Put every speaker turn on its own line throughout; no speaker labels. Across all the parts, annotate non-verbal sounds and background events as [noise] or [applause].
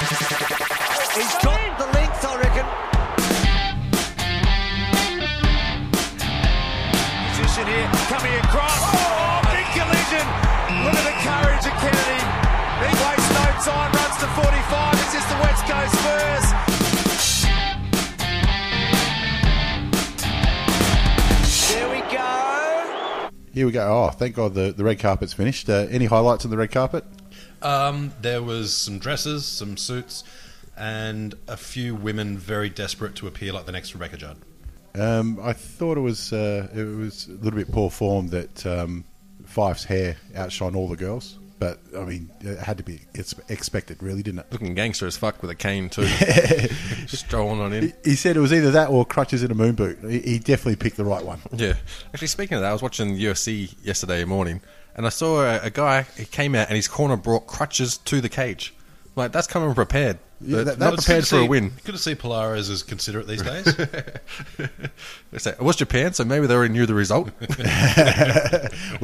He's got the length, I reckon.
position here, coming across. Oh, big collision. Look at the courage of Kennedy. He wastes no time, runs to 45. This is the West Coast Spurs.
There we go.
Here we go. Oh, thank God the, the red carpet's finished. Uh, any highlights on the red carpet?
Um, there was some dresses, some suits, and a few women very desperate to appear like the next Rebecca Judd.
Um, I thought it was uh, it was a little bit poor form that um, Fife's hair outshone all the girls, but I mean it had to be it's expected, really, didn't it?
Looking gangster as fuck with a
[laughs]
cane too. Strolling on in.
He- He said it was either that or crutches in a moon boot. He, he definitely picked the right one. [laughs]
Yeah. Actually, speaking of that, I was watching the UFC yesterday morning, and I saw a, a guy. He came out, and his corner brought crutches to the cage. Like that's coming prepared.
Yeah,
But
that- that
not
prepared for a
see-
win.
Good to see Polaris is considerate these
[laughs]
days.
They say, It was Japan, so maybe they already knew
[laughs]
the result. [laughs]
Wouldn't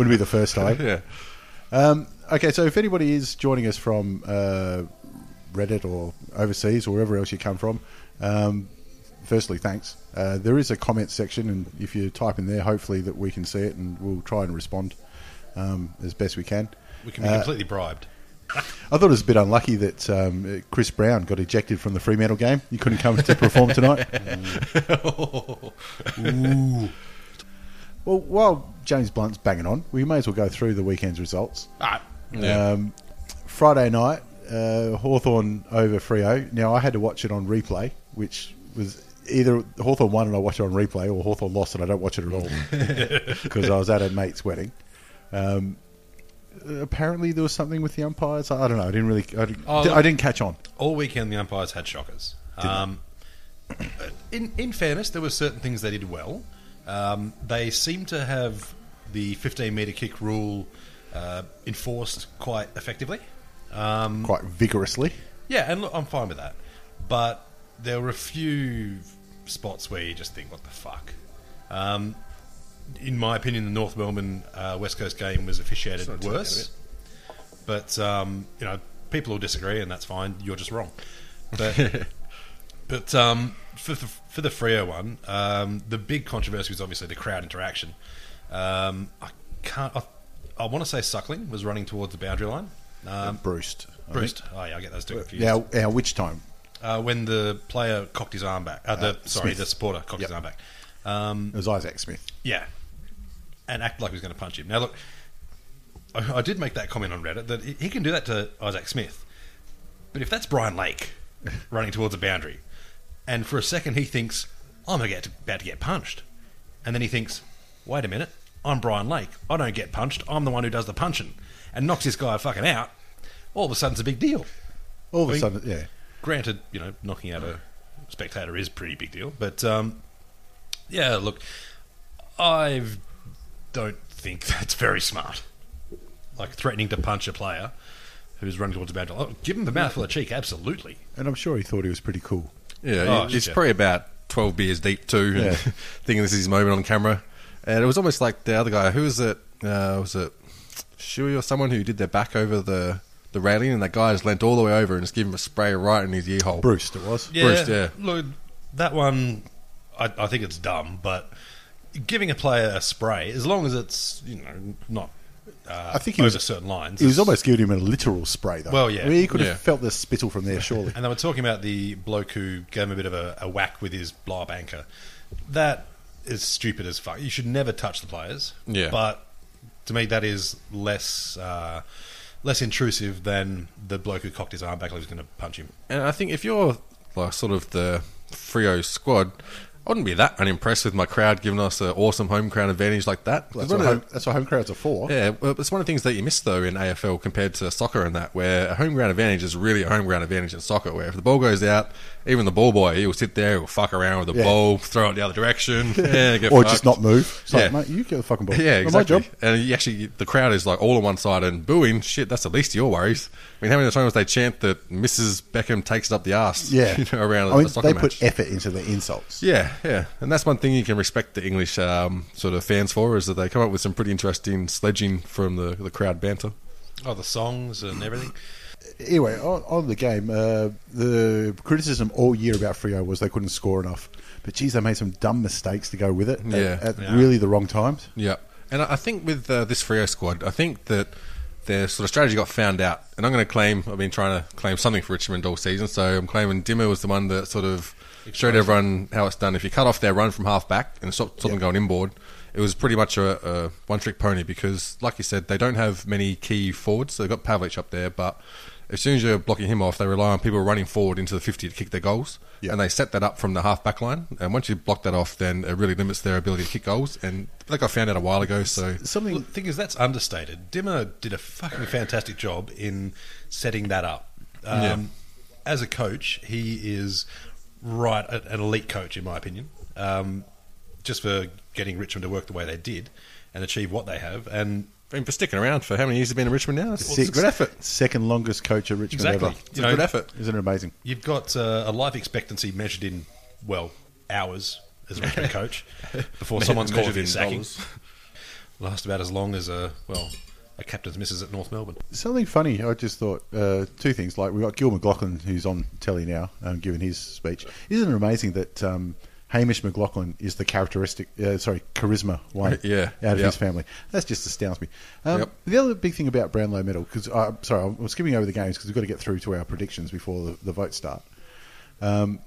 be the first time.
yeah.
Um, okay, so if anybody is joining us from uh, Reddit or overseas or wherever else you come from, um, firstly, thanks. Uh, there is a comment section, and if you type in there, hopefully that we can see it, and we'll try and respond um, as best we can.
We
Uh,
can be completely bribed.
I thought it was a bit unlucky that um, Chris Brown got ejected from the Fremantle game. You couldn't come to perform tonight. Well, while James Blunt's banging on, we may as well go through the weekend's results.
Ah,
Um, Friday night, uh, Hawthorne over Frio. Now, I had to watch it on replay, which was either Hawthorn won and I watch it on replay, or Hawthorn lost and I don't watch it at all [laughs]
[laughs]
because I was at a mate's wedding. Um, apparently, there was something with the umpires. I don't know. I didn't really. I didn't,
Oh,
I didn't catch on.
all weekend the umpires had shockers. Um, in in fairness, there were certain things they did well. Um, they seemed to have the 15 meter kick rule uh, enforced quite effectively. Um,
Quite vigorously.
yeah, and look, I'm fine with that. But there were a few spots where you just think, what the fuck? Um, in my opinion, the North Melbourne uh, West Coast game was officiated worse. But, um, you know, people will disagree, and that's fine. You're just wrong. [laughs] But, but um, for, the, for the Frio one, um, the big controversy was obviously the crowd interaction. Um, I can't. I, I want to say Suckling was running towards the boundary line. Um,
Bruce.
Bruce. Oh, yeah, I get those two confused.
Now, now, which time?
Uh, when the player cocked his arm back, uh, the sorry,
Smith.
the supporter cocked his
Yep.
arm back. Um,
It was Isaac Smith.
yeah, and acted like he was going to punch him. Now look, I, I did make that comment on Reddit that he he can do that to Isaac Smith, but if that's Brian
[laughs]
Lake running towards a boundary, and for a second he thinks I'm about to, about to get punched, and then he thinks, wait a minute, I'm Brian Lake. I don't get punched. I'm the one who does the punching, and knocks this guy fucking out. All of a sudden, it's a big deal.
All of
I
a
mean-
sudden, yeah.
granted, you know, knocking out a spectator is a pretty big deal, but um, yeah, look, I don't think [laughs] that's very smart. Like threatening to punch a player who's running towards a boundary. Oh, give him the mouthful of cheek, absolutely.
And I'm sure he thought he was pretty cool.
Yeah,
Oh,
he- he's
shit.
probably about 12 beers deep too, and
Yeah.
[laughs] thinking this is his moment on camera. And it was almost like the other guy, who was it? Uh, was it Shui or someone who did their back over the, the railing, and that guy just leant all the way over and just gave him a spray right in his ear hole.
Bruce, it was.
Yeah,
Bruce, yeah.
look, that one, I, I think it's dumb, but giving a player a spray, as long as it's you know not uh,
I think he
over
was-
certain lines,
He was
it's-
almost giving him a literal spray, though.
Well, yeah.
I mean, he could
Yeah.
have felt the spittle from
[laughs]
there, surely.
And they were talking about the bloke who gave him a bit of a, a whack with his blow up anchor. That is stupid as fuck. You should never touch the players.
Yeah.
But to me, that is less uh, less intrusive than the bloke who cocked his arm back like he was going to punch him.
And I think if you're like sort of the Frio squad, I wouldn't be that unimpressed with my crowd giving us an awesome home crowd advantage like that.
Well, that's,
'Cause one
what
of
home, that's what home crowds are for.
Yeah, well, it's one of the things that you miss though in AFL compared to soccer and that, where a home ground advantage is really a home ground advantage in soccer. Where if the ball goes out, even the ball boy, he'll sit there, he'll fuck around with the
Yeah.
ball, throw it the other direction,
[laughs]
yeah, get
or
fucked.
just not move. It's like,
Yeah.
mate, you get the fucking ball.
Yeah,
Not
exactly.
My job.
And you actually, the crowd is like all on one side and booing. Shit, that's the least of your worries. I mean, how many times they chant that Mrs. Beckham takes it up the arse?
Yeah,
[laughs] you know, around
I mean,
a soccer
they
match.
put effort into their insults.
Yeah, yeah, and that's one thing you can respect the English um, sort of fans for is that they come up with some pretty interesting sledging from the, the crowd banter.
Oh, the songs and everything.
Anyway, on, on the game, uh, the criticism all year about Frio was they couldn't score enough. But geez, they made some dumb mistakes to go with it. at-
Yeah.
at,
Yeah.
really the wrong times.
Yeah, and I I think with uh, this Frio squad, I think that their sort of strategy got found out. And I'm going to claim I've been trying to claim something for Richmond all season, so I'm claiming Dimmer was the one that sort of showed everyone how it's done. If you cut off their run from half back and stop, stop them going inboard, it was pretty much a, a one trick pony because, like you said, they don't have many key forwards. So they've got Pavlich up there, but as soon as you're blocking him off, they rely on people running forward into the 50 to kick their goals.
Yeah.
And they set that up from the half back line. And once you block that off, then it really limits their ability to kick goals. And that got found out a while ago. So,
Something.
Well, the thing is, that's understated. Dimmer did a fucking fantastic job in setting that up. Um, As a coach, he is right a- an elite coach, in my opinion, um, just for getting Richmond to work the way they did and achieve what they have. And
I mean, for sticking around for how many years have been in Richmond now? It's, it's a
sixth-
good effort.
Second longest coach of Richmond
Exactly.
ever.
It's a good effort.
Isn't it amazing?
You've got uh, a life expectancy measured in well hours as a
[laughs]
Richmond coach before someone's called
measured
for
in
sacking.
dollars.
Last about as long as a well a captain's missus at North Melbourne.
Something funny. I just thought uh, two things. Like we have got Gil McLaughlin, who's on telly now, um, giving his speech. Isn't it amazing that um, Hamish McLaughlin is the characteristic, uh, sorry, charisma one,
[laughs] Yeah,
out of
yeah.
his family. That just astounds me. Um,
Yep.
The other big thing about Brownlow Medal, because I'm sorry, I'm skipping over the games because we've got to get through to our predictions before the, the votes start. Um,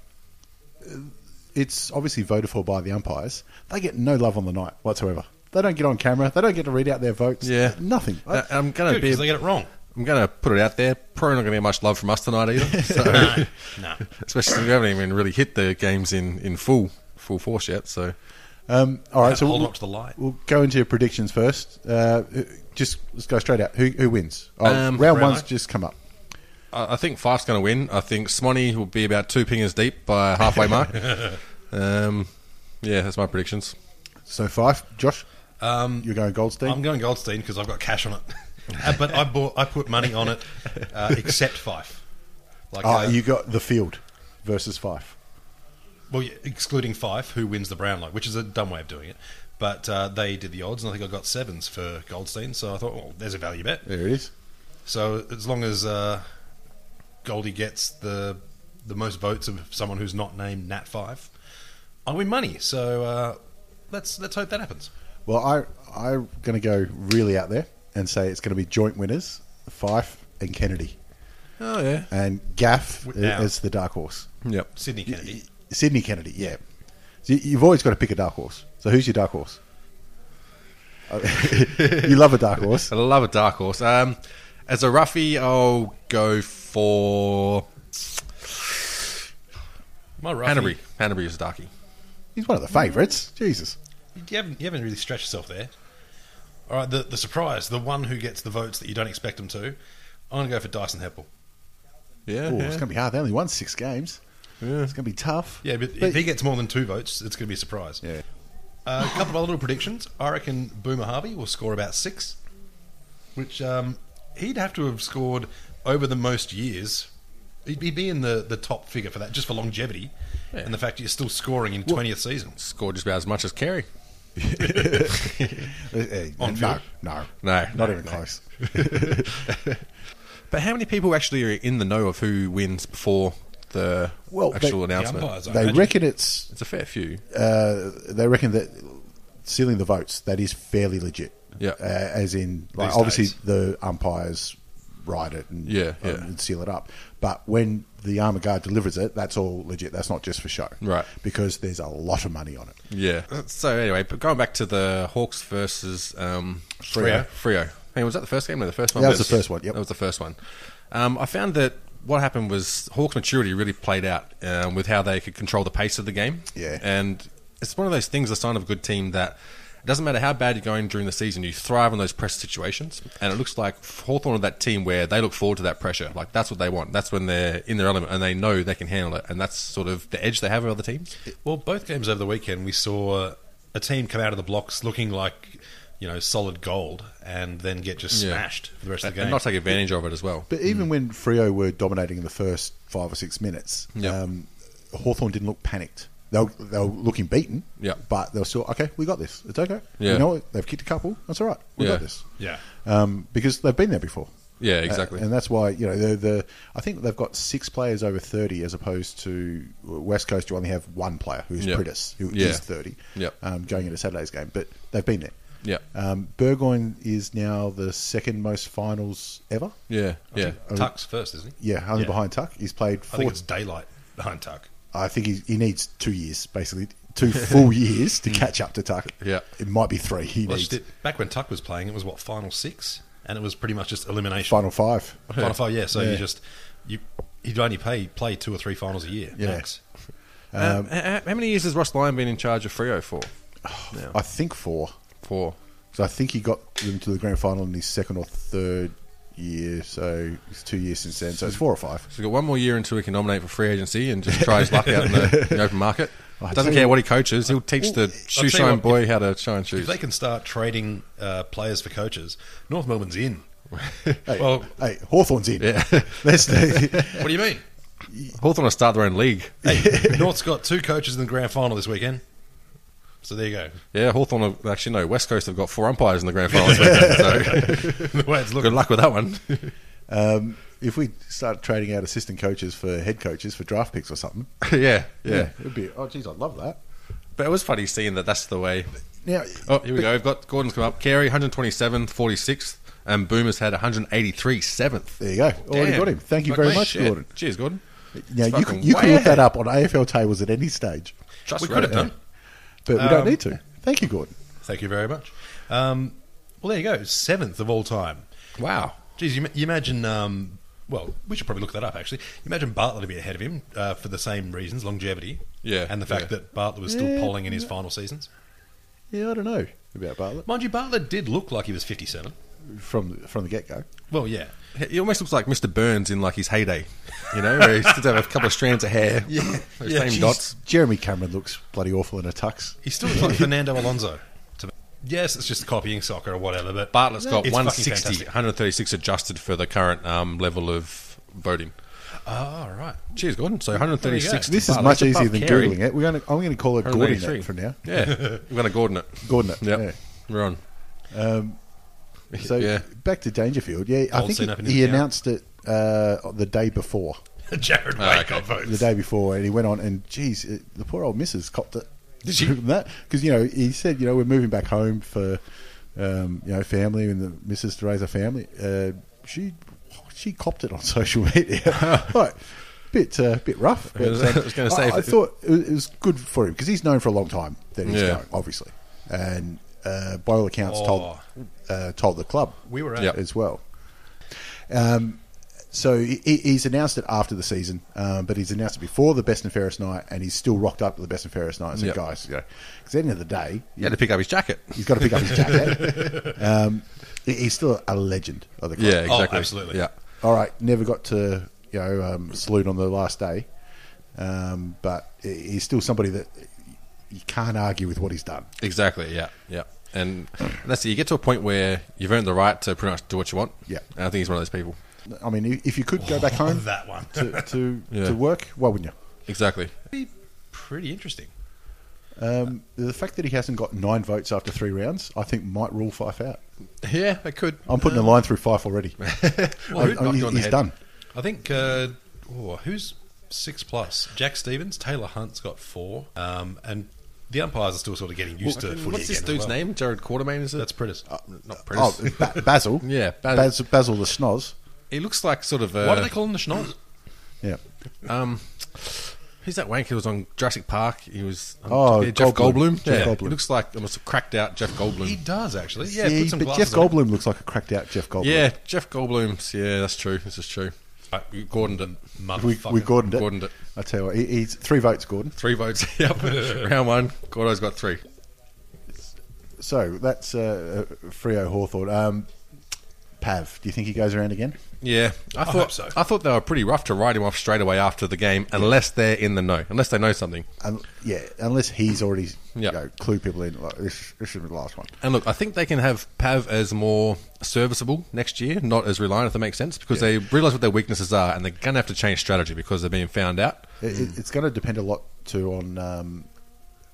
It's obviously voted for by the umpires. They get no love on the night whatsoever. They don't get on camera. They don't get to read out their votes.
Yeah.
nothing.
I, Uh, I'm going to
Good,
be.
'cause they get it wrong.
I'm going to put it out there. Probably not going to get much love from us tonight [laughs] either. So,
No, no.
Especially since we haven't even really hit the games in, in full full force yet. So
Um, all right, so
Hold
we'll,
up to the light.
We'll go into your predictions first. Uh, just let's go straight out. Who, who wins? Oh,
Um,
round
Brownlow.
one's just come up.
I, I think Fife's going to win. I think Smoney will be about two pingers deep by halfway [laughs] mark. um, yeah, that's my predictions.
So five, Josh.
Um,
You're going Goldstein.
I'm going Goldstein because I've got cash on it. [laughs] Uh, but I bought, I put money on it, uh, except Fife. Like,
Ah,
uh,
you got the field versus five.
well, yeah, excluding Fife, who wins the Brownlow, which is a dumb way of doing it. But uh, they did the odds, and I think I got sevens for Goldstein. So I thought, well, there's a value bet.
There it is.
So as long as uh, Goldie gets the the most votes of someone who's not named Nat Five, I win money. So uh, let's let's hope that happens.
Well, I I'm going to go really out there and say it's going to be joint winners, Fife and Kennedy,
Oh yeah.
and Gaff
With- now.
is the dark horse.
Yep.
Sydney Kennedy.
Sydney Kennedy, yeah. So you- you've always got to pick a dark horse. So who's your dark horse? [laughs] you love a dark horse.
I love a dark horse. Um, as a roughie, I'll go for
My roughy-
Hanbury. Hanbury is a darkie.
He's one of the favourites. Jesus.
You haven't, you haven't really stretched yourself there. All right, the, the surprise, the one who gets the votes that you don't expect them to. I'm going to go for Dyson Heppel.
Yeah.
Oh, it's going to be hard. They only won six games. It's going to be tough.
Yeah, but, if he gets more than two votes, it's going to be a surprise.
Yeah.
Uh, a couple of other little predictions. I reckon Boomer Harvey will score about six, which um, he'd have to have scored over the most years. He'd be, be in the, the top figure for that, just for longevity and the fact that you're still scoring in 20th season.
Scored just about as much as Kerry.
Uh, uh,
On
no,
field?
no,
No,
not
no,
even
no.
close.
But how many people actually are in the know of who wins before the
Well,
actual
they-
The
announcement?
umpires, I
They
imagine.
reckon it's.
It's a fair few.
Uh, they reckon that sealing the votes that is fairly legit.
Yeah.
Uh, as in, like,
These
obviously
days.
the umpires write it and um,
Yeah, yeah.
and seal it up. But when the armor guard delivers it, that's all legit. That's not just for show,
Right.
Because there's a lot of money on it.
Yeah. Uh, So anyway, but going back to the Hawks versus um,
Frio.
Frio. Hey, was that the first game or the first one?
That was the
Yes.
first one, yep.
That was the first one. Um, I found that what happened was Hawks' maturity really played out um, with how they could control the pace of the game.
Yeah.
And it's one of those things, a sign of a good team, that it doesn't matter how bad you're going during the season, you thrive on those pressure situations. And it looks like Hawthorn are that team where they look forward to that pressure. Like, that's what they want. That's when they're in their element and they know they can handle it. And that's sort of the edge they have over other teams.
Well, both games over the weekend, we saw a team come out of the blocks looking like you know solid gold, and then get just
Yeah.
smashed for the rest of the game.
And not take advantage of it as well.
But even when Frio were dominating in the first five or six minutes,
Yeah.
um, Hawthorn didn't look panicked. They were, they were looking beaten,
Yeah.
but they were still, okay, we got this. It's okay.
Yeah.
You know what? They've kicked a couple. That's all right. We
Yeah.
got this.
yeah,
Um, because they've been there before.
Yeah, exactly.
Uh, and that's why, you know, the, the I think they've got six players over 30 as opposed to West Coast, you only have one player who's
Yeah.
Pritis, who is
Yeah.
30,
Yeah.
um, going into Saturday's game. But they've been there.
Yeah.
Um, Burgoyne is now the second most finals ever.
yeah, yeah.
Tuck's first, isn't he?
Yeah, only
Yeah.
behind Tuck. He's played
I
four.
think it's daylight behind Tuck.
I think he, he needs two years, basically two
[laughs]
full years to catch up to Tuck.
Yeah.
it might be three. He
Mm. Well,
needs
shit, back when Tuck was playing, it was what final six, and it was pretty much just elimination.
final five.
Final five, yeah. So you just you he'd only pay play two or three finals a year.
Yeah.
max.
Um, h- h- how many years has Ross Lyon been in charge of Frio for?
I think four.
Four.
So I think he got them to the grand final in his second or third year. So it's two years since then. So it's four or five.
So he's got one more year until he can nominate for free agency and just try his luck out in the, in the open market. Doesn't care what he coaches. He'll teach the shoe
tell you
shine
what,
boy how to shine shoes.
If they can start trading uh, players for coaches, North Melbourne's
[laughs]
in.
Hey,
well,
hey Hawthorne's in. [laughs] Let's,
[laughs] what do you mean?
Hawthorn will start their own league.
Hey, North's got two coaches in the grand final this weekend. So there you go.
Yeah, Hawthorn have, actually, no, West Coast have got four umpires in the grand final. this
[laughs]
weekend,
The way it's
so good
looking.
luck with that one.
um, if we start trading out assistant coaches for head coaches for draft picks or something,
[laughs] yeah, yeah.
[laughs] it'd be. Oh, geez, I'd love that.
But it was funny seeing that that's the way.
Now,
Oh, here we go. We've got Gordon's come up. Carey, 127th, 46th, and Boomer's had 183, 7th.
there you go. Already
Damn.
got him. Thank you
Fuck
very
me.
much,
Shit.
Gordon.
Cheers, Gordon.
Now
It's
you
fucking
can, you can
way
look that
ahead.
up on AFL tables at any stage,
Trust
We could have
Reddit,
done.
eh?
but we don't need to. Thank you, Gordon.
Thank you very much. Um, well, there you go. Seventh of all time.
Wow.
Geez, you, ma- you imagine. Um, well, we should probably look that up. Actually, you imagine Bartlett a bit ahead of him uh, for the same reasons: longevity,
Yeah,
and the fact
yeah.
that Bartlett was still
Yeah.
polling in his final seasons.
Yeah, I don't know about Bartlett
Mind you, Bartlett did look like he was fifty-seven.
from from the get go.
Well, yeah,
He almost looks like Mr. Burns in like his heyday, you know, where he still have a couple of strands of hair, yeah, those
Yeah,
same
geez.
dots.
Jeremy Cameron looks bloody awful in a tux.
he still
[laughs]
looks like Fernando Alonso. To me. Yes, it's just copying soccer or whatever. But
Bartlett's got
it's fucking
160,
fantastic.
136 adjusted for the current um, level of voting.
Oh, all right. [laughs]
Cheers, Gordon. So 136.
There
This
to
is
Bartlett.
much
That's
easier
above
than
Carey.
googling it. We're going to, I'm going to call it Gordon it
183.
from
[laughs]
now.
Yeah, we're going to Gordon it.
Gordon it.
Yep.
Yeah.
We're on.
So
Yeah.
back to Dangerfield. Yeah, I
Old scene
think
up in
he, he
Newtown.
announced it uh, the day before.
Jared Wake
Ah, okay.
got votes.
the day before, and he went on and geez, it, the poor old missus copped it. Did she? [laughs] that because you know he said you know we're moving back home for um, you know family and the missus to raise a family. Uh, she she copped it on [laughs] social
[laughs]
media. right. Bit uh, bit rough. But, uh,
was- I was gonna say,
I,
if
I
it-
thought it was, it was good for him because he's known for a long time that he's
Yeah.
going, obviously, and uh, by all accounts told uh, told the club
We were at
Yep.
as well. Um, so he, he- he's announced it after the season, um, but he's announced it before the best and fairest night, and he's still rocked up to the best and fairest night. So
Yep.
guys, you know, 'cause at the end of the day,
He had to pick up his jacket.
he's got to pick up his
[laughs]
jacket. [laughs] um, he- he's still a legend of the club. Oh.
Yeah, exactly.
absolutely.
Yeah.
All right, never got to you know um, salute on the last day, um, but he- he's still somebody that you can't argue with what he's done.
Exactly. Yeah. Yeah. And that's it. You get to a point where you've earned the right to pretty much do what you want.
Yeah.
And I think he's one of those people.
I mean, i- if you could go back home
Oh, that one.
to to,
[laughs] Yeah.
to work, why wouldn't you?
Exactly.
Be pretty interesting.
Um, the fact that he hasn't got nine votes after three rounds, I think, might rule Fife out.
Yeah, I could.
I'm putting a line through Fife already.
[laughs] Well, who
I- I-
knocked
he's
you on the head?
done.
I think. Uh, oh, who's six plus? Jack Stevens, Taylor Hunt's got four, um, and the umpires are still sort of getting used to. footy
What's this
again as
dude's
well.
name? Jared Quartermain, is it?
That's Prentice.
not
Oh,
Prentice.
ba-
[laughs]
Basil.
Yeah, Bas-
Basil. Basil the schnoz.
He looks like sort of a.
Why do they call him the schnoz?
Yeah.
Um, who's that wank who was on Jurassic Park? He was um,
Oh,
yeah, Jeff
Goldblum.
Goldblum.
Jeff
yeah,
Goldblum.
he looks like almost a cracked out Jeff Goldblum.
He does actually. Yeah,
See,
put some
but
glasses
Jeff
on.
Goldblum looks like a cracked out Jeff Goldblum.
yeah, Jeff Goldblum's. Yeah, that's true. This is true. Uh, Gordon did.
We,
Motherfucker.
we Gordoned it.
Gordoned it.
I tell you what, he, he's three votes, Gordon.
Three votes.
[laughs]
[laughs] yep. Round one. Gordo's got three.
So that's uh, Frio Hawthorne. Um, Pav, do you think he goes around again?
Yeah, I, thought
hope so.
I thought they were pretty rough to write him off straight away after the game, unless they're in the know, unless they know something.
Um, yeah, unless he's already you
Yeah.
know, clued people in. Like, this, this should be the last one.
And look, I think they can have Pav as more serviceable next year, not as reliant, if that makes sense, because they realise what their weaknesses are, and they're going to have to change strategy because they're being found out.
It, it, it's going to depend a lot too on um,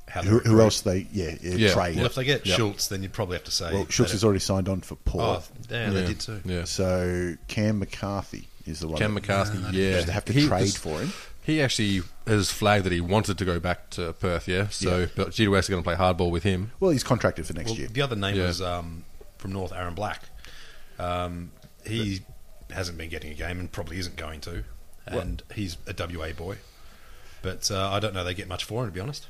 How they
who, who
recruit.
else they yeah, yeah,
Yeah,
trade.
Well, if they get
Yeah.
Schultz, then you'd probably have to say
well, Schultz
they
has
don't-
already signed on for Paul,
Oh, yeah, they did too.
Yeah.
so Cam McCarthy is the one.
Cam
that-
McCarthy, yeah.
Just have to trade for him.
He actually has flagged that he wanted to go back to Perth, yeah? So,
Yeah.
but GWS are going to play hardball with him.
Well, he's contracted for next year.
Well, the other name
Yeah.
was um, from North, Aaron Black. Um, he hasn't been getting a game and probably isn't going to, and he's a WA boy. But uh, I don't know they get much for him to be honest.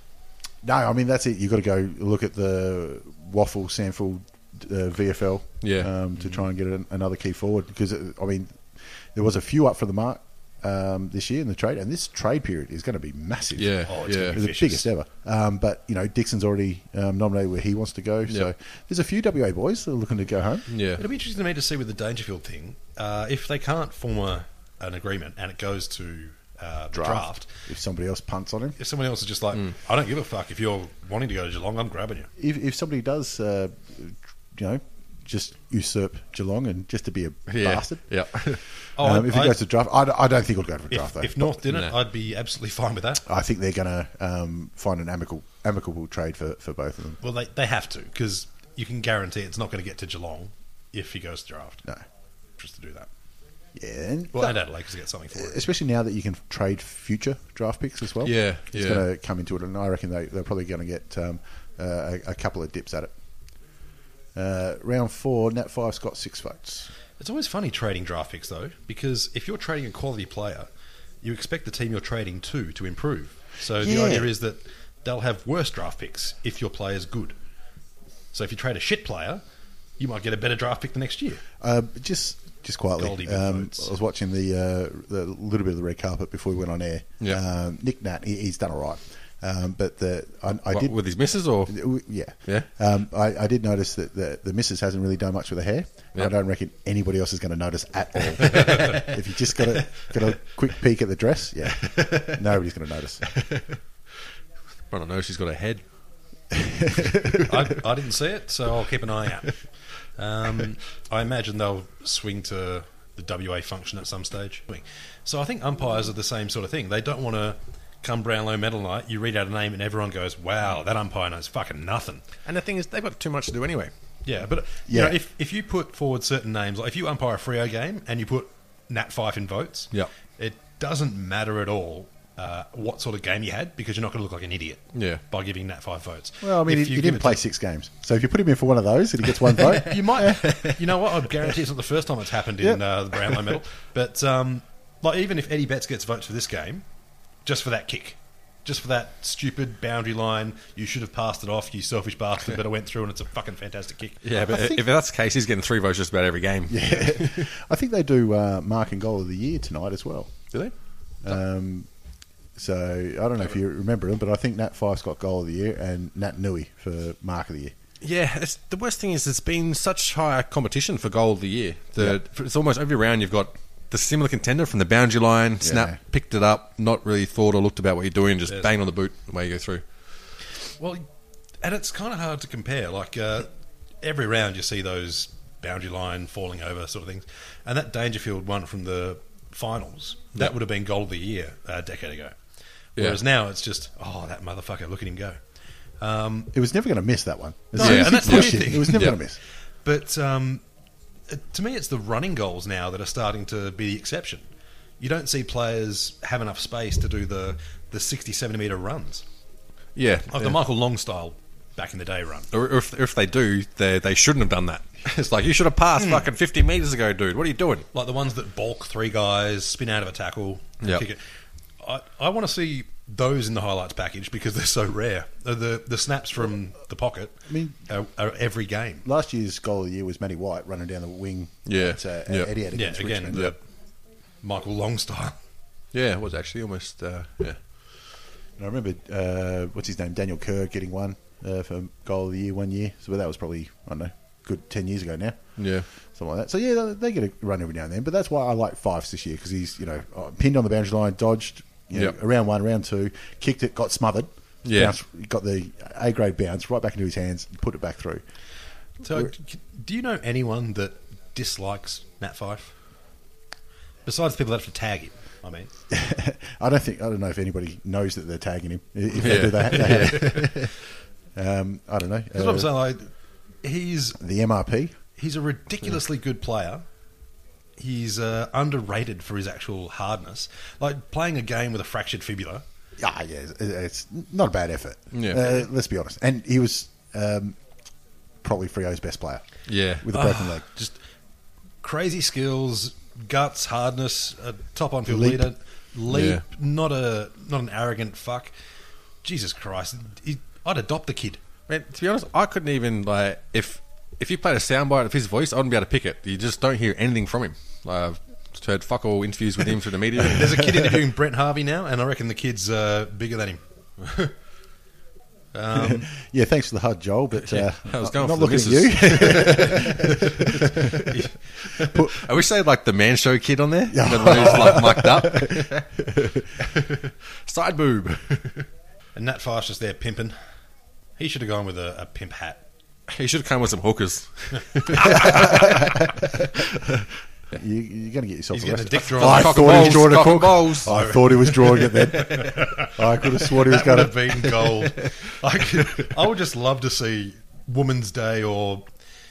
No, I mean that's it. You've got to go look at the Waffle Sanford uh, VFL,
Yeah.
um, to try and get an, another key forward because uh, I mean there was a few up for the mark um, this year in the trade, and this trade period is going to be massive.
Yeah,
Oh, it's
yeah.
gonna
It's the
Vicious.
biggest ever. Um, but you know Dixon's already um, nominated where he wants to go, so
Yep.
there's a few WA boys that are looking to go home.
Yeah.
It'll be interesting to me to see with the Dangerfield thing uh, if they can't form a, an agreement and it goes to uh, the draft.
If somebody else punts on him,
If someone else is just
Hmm.
like, I don't give a fuck if you're wanting to go to Geelong, I'm grabbing you.
if if somebody does, uh, you know, just usurp Geelong and just to be a
Yeah.
bastard.
Yeah. [laughs]
Oh,
um,
I-
if he
I-
goes to draft, I, don't- I don't think he'll go for a draft
If,
though.
if North didn't,
No.
I'd be absolutely [laughs] fine with that.
I think they're going to um, find an amicable amicable trade for, for both of them.
Well, they, they have to because you can guarantee it's not going to get to Geelong if he goes to draft.
No,
Just to do that.
yeah, and,
Well, and Adelaide because they get something for it.
especially now that you can trade future draft picks as well.
Yeah,
it's
yeah.
going to come into it, and I reckon they they're probably going to get um, uh, a, a couple of dips at it. Uh, round four, Nat Five's got six votes.
It's always funny trading draft picks though because if you're trading a quality player, you expect the team you're trading to to improve. So
Yeah.
the idea is that they'll have worse draft picks if your player's good. So if you trade a shit player, you might get a better draft pick the next year.
Uh, just just quietly,
Goldie
um,
votes.
I was watching the, uh, the little bit of the red carpet before we went on air.
Yeah.
Um, Nick Nat, he, he's done all right, um, but the I, I
What,
did
with his missus or?
Yeah.
Yeah.
Um, I, I did notice that the, the missus hasn't really done much with her hair. and I
Yeah.
don't reckon anybody else is going to notice at
[laughs]
all. if you just got a, got a quick peek at the dress, yeah, nobody's going to notice.
I don't know. She's got a head.
I, I didn't see it, so I'll keep an eye out. Um, I imagine they'll swing to the WA function at some stage. So I think umpires are the same sort of thing. They don't want to come Brownlow medal night. You read out a name, and everyone goes, "Wow, that umpire knows fucking nothing."
And the thing is, they've got too much to do anyway.
Yeah, but
Yeah.
you know, if if you put forward certain names, like if you umpire a Frio game and you put Nat Fife in votes,
Yeah.
it doesn't matter at all. Uh, what sort of game you had because you're not going to look like an idiot
Yeah.
by giving Nat five votes.
Well, I mean, he,
If
he
you give
didn't
it
play
to-
six games, so if you put him in for one of those and he gets one
[laughs]
vote,
you might. [laughs] you know what? I guarantee it's not the first time it's happened in
Yeah.
uh, the Brownlow medal. But um, like, even if Eddie Betts gets votes for this game, just for that kick, just for that stupid boundary line, you should have passed it off, you selfish bastard. But it went through, and it's a fucking fantastic kick.
Yeah, but
I think-
if that's the case, he's getting three votes just about every game. Yeah.
[laughs] I think they do uh, mark and goal of the year tonight as well.
Do they?
Um, so I don't know if you remember him, but I think Nat Fife's got goal of the year and Nat Nui for mark of the year.
Yeah, it's, the worst thing is it's been such high competition for goal of the year. The, It's almost every round you've got the similar contender from the boundary line, snap,
Yeah.
picked it up, not really thought or looked about what you're doing, just bang on the boot, away you go through.
Well, and it's kind of hard to compare. Like uh, every round, you see those boundary line falling over sort of things, and that Dangerfield one from the finals that would have been goal of the year a decade ago.
Yeah.
Whereas now it's just oh that motherfucker, look at him go. Um,
It was never going to miss that one. As
No,
soon
yeah,
as
and
he
that's the weird
pushed it,
thing.
It was never
Yeah.
going to miss.
but um, uh, to me, it's the running goals now that are starting to be the exception. You don't see players have enough space to do the the sixty centimeter runs,
Yeah.
like the Michael Long style back in the day run.
or or if, if they do, they, they shouldn't have done that. It's like, you should have passed fucking 50 metres ago, dude. What are you doing?
like the ones that bulk three guys, spin out of a tackle,
Yep.
kick it. I, I want to see those in the highlights package because they're so rare. The the, the snaps from the pocket I
mean-
are, are every game.
Last year's goal of the year was Matty White running down the wing.
Yeah.
At, uh,
Yeah.
Eddie had
Yeah,
against
again,
Richmond.
the Michael Long style.
Yeah, it was actually almost. Uh, yeah,
And I remember uh, what's his name, Daniel Kerr, getting one uh, for goal of the year one year. So but that was probably I don't know, good ten years ago now.
yeah.
something like that. So yeah, they- they get a run every now and then. But that's why I like Fifes this year because he's you know uh, pinned on the boundary line, dodged you know,
Yep.
around one, round two, kicked it, got smothered.
Yeah.
bounced- got the A grade bounce right back into his hands, and put it back through.
So, uh, c- do you know anyone that dislikes Matt Fife? Besides the people that have to tag him, I mean.
[laughs] I don't think I don't know if anybody knows that they're tagging him. If they do, they, they have. [laughs] um, I don't know.
That's what I'm saying. Like, he's
The MRP.
he's a ridiculously good player. He's uh, underrated for his actual hardness. Like playing a game with a fractured fibula.
Ah, yeah, it's- it's not a bad effort.
Yeah.
Uh, let's be honest. And he was um, probably Frio's best player.
Yeah.
With a
Ah.
broken leg.
Just crazy skills, guts, hardness, a top on field
Leap.
leader, leap.
Yeah.
Not a not an arrogant fuck. Jesus Christ, he, I'd adopt the kid.
Man, to be honest, I couldn't even like if if you played a soundbite of his voice, I wouldn't be able to pick it. You just don't hear anything from him. Like, I've just heard fuck all interviews with him through the
[laughs]
media.
There's a kid interviewing Brent Harvey now, and I reckon the kid's uh, bigger than him.
Yeah, thanks for the HUD, Joel, but uh,
I was going
not
for the
looking at you. [laughs]
I wish they had like the man show kid on there. Yeah, like mic'd up. Side boob. [laughs]
And Nat Fife's just there pimping. He should have gone with a, a pimp hat.
he should have come with some
[laughs]
hookers.
you you're going to get yourself
He's getting a
arrested.
dick drawn.
I
Cock
thought he was
balls,
drawing a
cock
crook.
balls.
I thought he was drawing it then. I could have sworn he was
that
going
would
to.
have been gold. I, could, I would just love to see Woman's Day or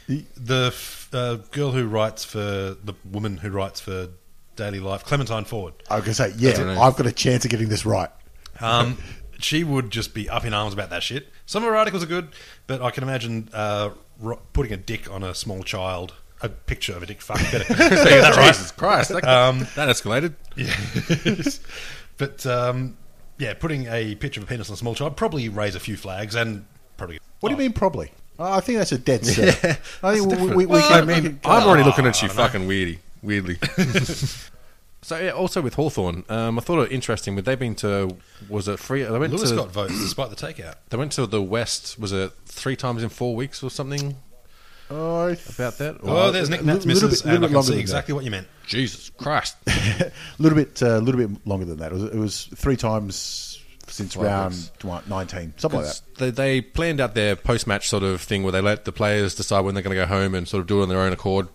the f- uh, girl who writes for the woman who writes for Daily Life, Clementine Ford.
I was going to say, yeah,
know.
I've got a chance of getting this right.
Um, she would just be up in arms about that shit. Some of her articles are good, but I can imagine uh, ro- putting a dick on a small child. A picture of a dick fuck better. Say that right.
Jesus Christ, that,
Um,
that escalated.
[laughs] Yes. but um, yeah, putting a picture of a penis on a small child probably raise a few flags and probably.
What
Oh.
do you mean, probably? Oh, I think that's a [laughs] dead set. I think we, we, we,
I
can,
mean, I'm already looking at you, fucking weirdy, weirdly. [laughs] so yeah, also with Hawthorn, um, I thought it was interesting. With they been to was it free? They went
Lewis
to
got votes despite the takeout.
they went to the West. Was it three times in four weeks or something
Oh,
about that? Or,
Oh, there's
a
Nick
little-
Nat's misses,
little bit- little
and I
bit
can
longer
see
than
exactly what you meant.
Jesus [laughs] Christ!
a little bit, a little bit longer than that. It was, it was three times since
Well,
round tw- nineteen, something like that.
they, they planned out their post-match sort of thing where they let the players decide when they're going to go home and sort of do it on their own accord.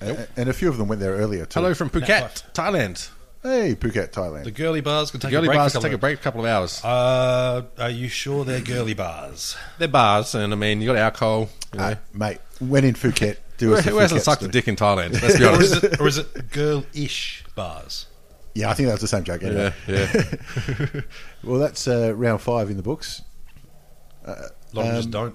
And, and a few of them went there earlier too.
Hello from Phuket,
Nat
Thailand.
hey, Phuket, Thailand.
The girly bars can take
Girly
a break.
bars
for
take a
couple
break, a couple of hours.
of- Uh, are you sure they're
[laughs]
girly bars?
They're bars, and I mean you got alcohol. You know.
Uh, mate, when in Phuket, do
Who
us the
who hasn't
Phuket
sucked a
story.
dick in [laughs] Thailand? Let's be
Or is
honest.
it, or is it girl-ish bars?
Yeah, I think that was the same joke.
Yeah,
Anyway.
yeah.
[laughs] Well, that's uh, round five in the books.
A lot of them just don't.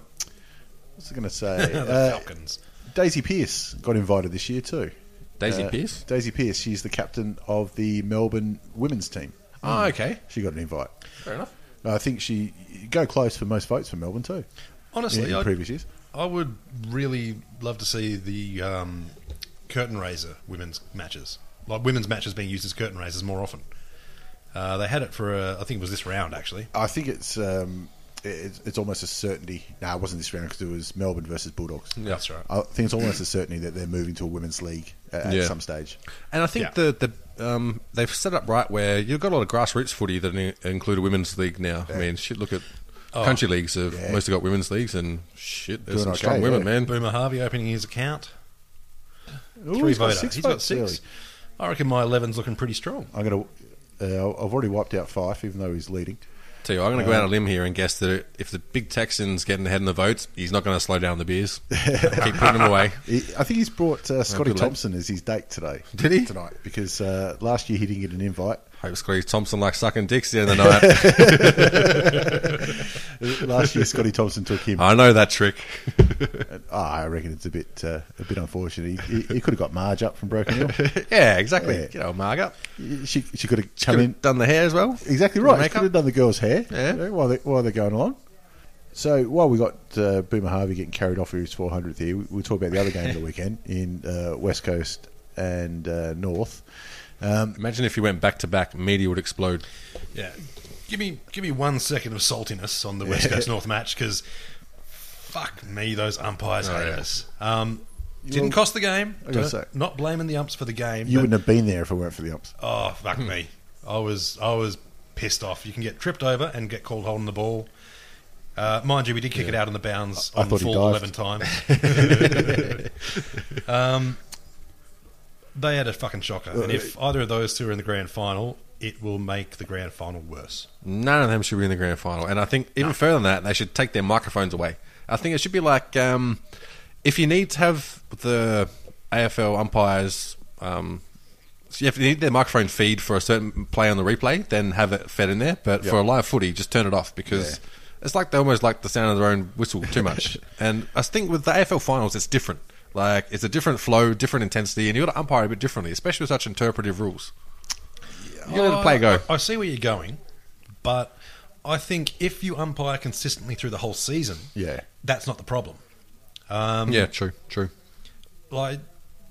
What's I going to
[laughs]
say?
The
Um, uh,
Falcons.
Daisy Pierce got invited this year too.
Daisy
Uh,
Pierce.
Daisy Pierce. She's the captain of the Melbourne women's team. Mm.
Oh, okay.
She got an invite.
Fair enough.
I think she go close for most votes for Melbourne too.
Honestly,
in, in
I,
previous years.
I would really love to see the um, curtain raiser women's matches, like women's matches being used as curtain raisers more often. Uh, they had it for, uh, I think it was this round actually.
I think it's um, it- it's, it's almost a certainty. No, it wasn't this round because it was Melbourne versus Bulldogs.
That's right.
I think it's almost a certainty that they're moving to a women's league at, at
Yeah.
some stage.
And I think
Yeah.
the the um, they've set up right where you've got a lot of grassroots footy that in- include a women's league now. I mean, shit. Look at country leagues have mostly got women's leagues, and shit,
Oh.
there's
Doing
some
okay,
strong women,
yeah.
man.
Boomer Harvey opening his account.
Ooh,
Three
he's got
voter.
six
He's got
votes,
six.
really.
I reckon my 11's looking pretty strong.
I'm gonna. Uh, I've already wiped out Fife, even though he's leading.
Tell you, what, I'm going to go out on a limb here and guess that if the big Texans getting ahead in the votes, he's not going to slow down the
[laughs]
beers. Keep putting them away.
He, I think he's brought uh, Scotty
good lad.
Thompson as his date today.
Did he?
tonight? Because uh, last year he didn't get an invite.
Hope Scotty Thompson likes sucking dicks at the end of the
[laughs]
night. [laughs]
Last year Scotty Thompson took him.
I know that trick. [laughs]
Ah, I reckon it's a bit uh, a bit unfortunate. He, he, he could have got Marge up from Broken
[laughs]
Hill.
yeah, exactly.
Yeah.
Get old Marg up.
she she could have come
Could
in
have done the hair as well.
Exactly
Did the
right. She
makeup.
could have done the girl's hair
Yeah.
you know, while, they, while they're going along. So while we got uh,
[laughs]
Boomer Harvey getting carried off for his 400th year, we- we'll talk about the other game of the weekend in uh, West Coast and uh, North. Um,
Imagine if you went back to back, media would explode.
Yeah, give me give me one second of saltiness on the West Coast North match because fuck me, those umpires
Oh,
hate
yeah.
us. Um, didn't cost the game.
I gotta say.
Not blaming the umps for the game.
you
but-
wouldn't have been there if it weren't for the ups.
Oh fuck
Hmm.
me! I was I was pissed off. You can get tripped over and get called holding the ball. Uh, mind you, we did kick it out on the bounds
I
on the
thought he
full eleven
dived.
times.
[laughs]
um, they had a fucking shocker, and if
Uh,
either of those two are in the grand final, it will make the grand final worse.
None of them should be in the grand final. And I think even further than that, they should take their microphones away. I think it should be like um, if you need to have the AFL umpires, um, so if you need their microphone feed for a certain play on the replay, then have it fed in there. But for a live footy, just turn it off because it's like they almost like the sound of their own whistle too much. and I think with the AFL finals, it's different. Like it's a different flow, different intensity, and you got to umpire a bit differently, especially with such interpretive rules. You got to let the play go.
I see where you're going, but I think if you umpire consistently through the whole season,
Yeah.
that's not the problem.
yeah, true, true.
like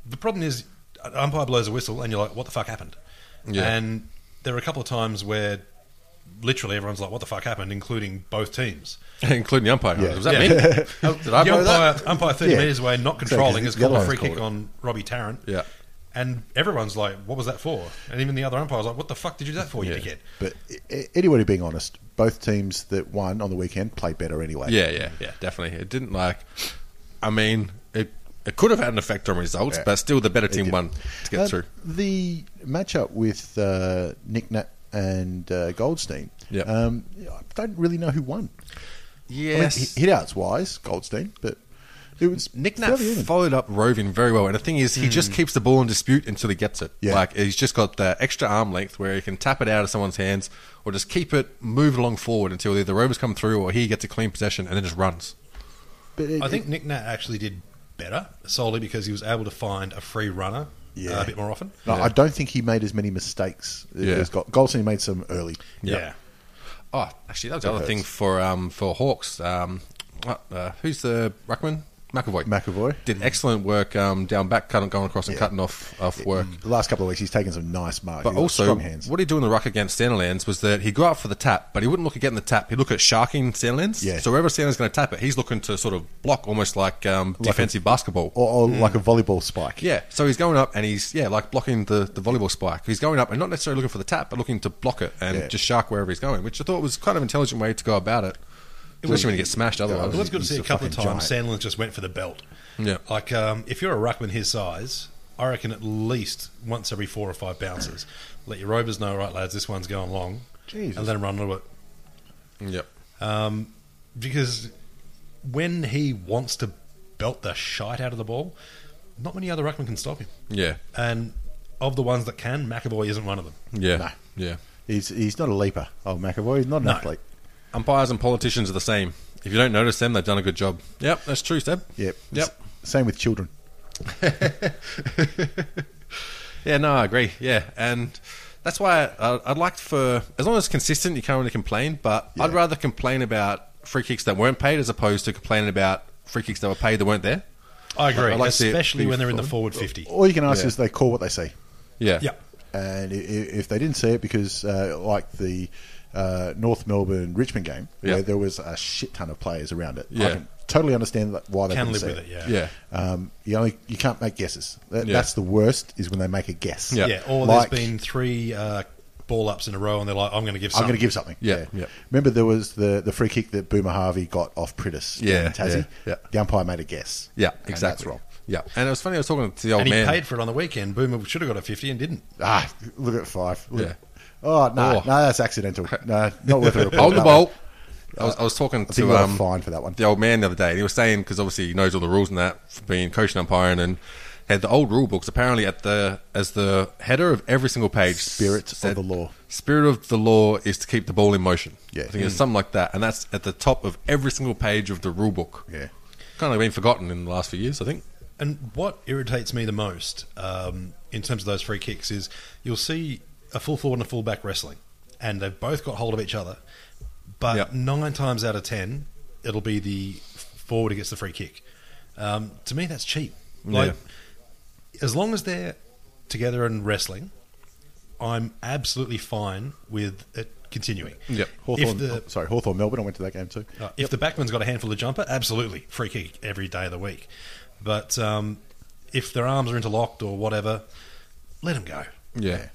the problem is an umpire blows a whistle and you're like what the fuck happened
Yeah.
and there are a couple of times where literally everyone's like what the fuck happened including both teams
[laughs] including the umpire.
Yeah.
Was
[laughs]
that
Yeah.
me? Did I
Oh, the
blow that?
umpire, umpire 30
Yeah.
metres away not
Exactly,
controlling
the
has called
yellow
a free
called
kick
it.
on Robbie Tarrant
Yeah.
and everyone's like what was that for and even the other umpire's like what the fuck did you do that for you
Yeah.
dickhead
But i- anybody being honest, both teams that won on the weekend played better anyway.
Yeah, yeah, yeah, definitely. It didn't like. I mean, it it could have had an effect on results,
Yeah.
but still, the better team
did.
won to get
Uh,
through.
The matchup with uh, Nick Nat and uh, Goldstein.
Yeah.
Um, I don't really know who won. I mean,
Yes,
hit- hit outs wise, Goldstein, but it was
Nick Nat
fairly even.
followed up Rovin very well, and the thing is, he just
Hmm.
keeps the ball in dispute until he gets it.
Yeah.
Like he's just got that extra arm length where he can tap it out of someone's hands, or just keep it moved along forward until either the Rovers come through or he gets a clean possession and then just runs.
But it-
I think Nick Nat actually did better solely because he was able to find a free runner
Yeah.
uh, a bit more often
No, I don't think he made as many mistakes
Yeah.
as Gold- Goldstein made some early.
yeah.
Oh, actually, that was the
That
other thing
hurts.
for um, for Hawks. Um, what, uh, who's the ruckman? McAvoy.
McAvoy.
did excellent work um, down back, cutting, going across and cutting off off work.
The last couple of weeks, he's taken some nice marks.
But
He's got
also,
Mm. strong hands.
what he do in the ruck against Sandilands was that he go up for the tap, but he wouldn't look at getting the tap. He'd look at sharking Sandilands.
Yeah.
So wherever Sandilands going to tap it, he's looking to sort of block, almost like um, defensive basketball.
or, or like a volleyball spike.
Hmm. Yeah, so he's going up and he's yeah like blocking the, the volleyball spike. He's going up and not necessarily looking for the tap, but looking to block it and
Yeah.
just shark wherever he's going, which I thought was kind of intelligent way to go about it. Especially
was-
when you get smashed otherwise.
It was good
He's
to see a
a
couple of
fucking
times Sandlin just went for the belt.
Yeah.
Like, um, if you're a ruckman his size, I reckon at least once every four or five bounces, let your rovers know, right, lads, this one's going long.
Jesus.
And let him run a little bit.
Yep.
Because when he wants to belt the shite out of the ball, not many other ruckmen can stop him.
Yeah.
And of the ones that can, McAvoy isn't one of them.
Yeah.
No.
Yeah.
He's he's not a leaper. Oh, McAvoy, he's not an
No.
athlete.
Umpires and politicians are the same. If you don't notice them, they've done a good job. Yep, that's true, Seb.
Yep.
Yep.
S- same with children.
[laughs] Yeah, no, I agree. Yeah, and that's why I, I'd like for as long as it's consistent, you can't really complain. But I'd
Yeah.
rather complain about free kicks that weren't paid as opposed to complaining about free kicks that were paid that weren't there.
I agree.
I like to see it
especially
be
when they're in the
forward.
forward 50.
All you can ask
Yeah.
is they call what they see.
Yeah,
Yeah.
And i- i- if they didn't see it, because uh, like the uh, North Melbourne Richmond game, where
Yep.
there was a shit ton of players around it, I
Yeah.
can totally understand that- why they
Can
didn't
live
see
with
it.
it, yeah.
yeah,
Um, you only you can't make guesses. That,
Yeah.
That's the worst is when they make a guess.
Yeah.
Yeah. Or
Like-
there's been three uh, ball ups in a row and they're like, I'm going to give
I'm
something.
going to give something.
Yeah, yeah.
Remember, there was the, the free kick that Boomer Harvey got off Prittis. down
Yeah,
in Tassie.
yeah, yeah.
The umpire made a guess.
yeah,
And
exactly.
That's wrong.
Yeah, and it was funny. I was talking to the old
and he
Oh, man.
paid for it on the weekend. Boomer should have got a 50 and didn't.
Ah, look at five. Look.
Yeah.
Oh no,
Oh.
no, that's
[laughs]
accidental. No, not worth a report.
Hold the
that
ball.
one.
I was, I was talking
Uh, I think
to
we're
um,
fine for that one.
the old man the other day, and he was saying because obviously he knows all the rules and that for being coach and umpiring, and had the old rule books apparently at the as the header of every single page.
Spirit of the law.
Spirit of the law is to keep the ball in motion.
Yeah.
I think it's something like that, and that's at the top of every single page of the rule book.
Yeah.
kind of been forgotten in the last few years, I think.
And what irritates me the most um, in terms of those free kicks is you'll see a full forward and a full back wrestling, and they've both got hold of each other. But
Yep.
nine times out of ten, it'll be the forward who gets the free kick. Um, to me, that's cheap. Like, as long as they're together and wrestling, I'm absolutely fine with it continuing.
Yep.
If
Hawthorn, oh,
the,
sorry, Hawthorn Melbourne. I went to that game too.
uh, if the backman's got a handful of jumper, absolutely free kick every day of the week. But um, if their arms are interlocked or whatever, let them go.
Yeah.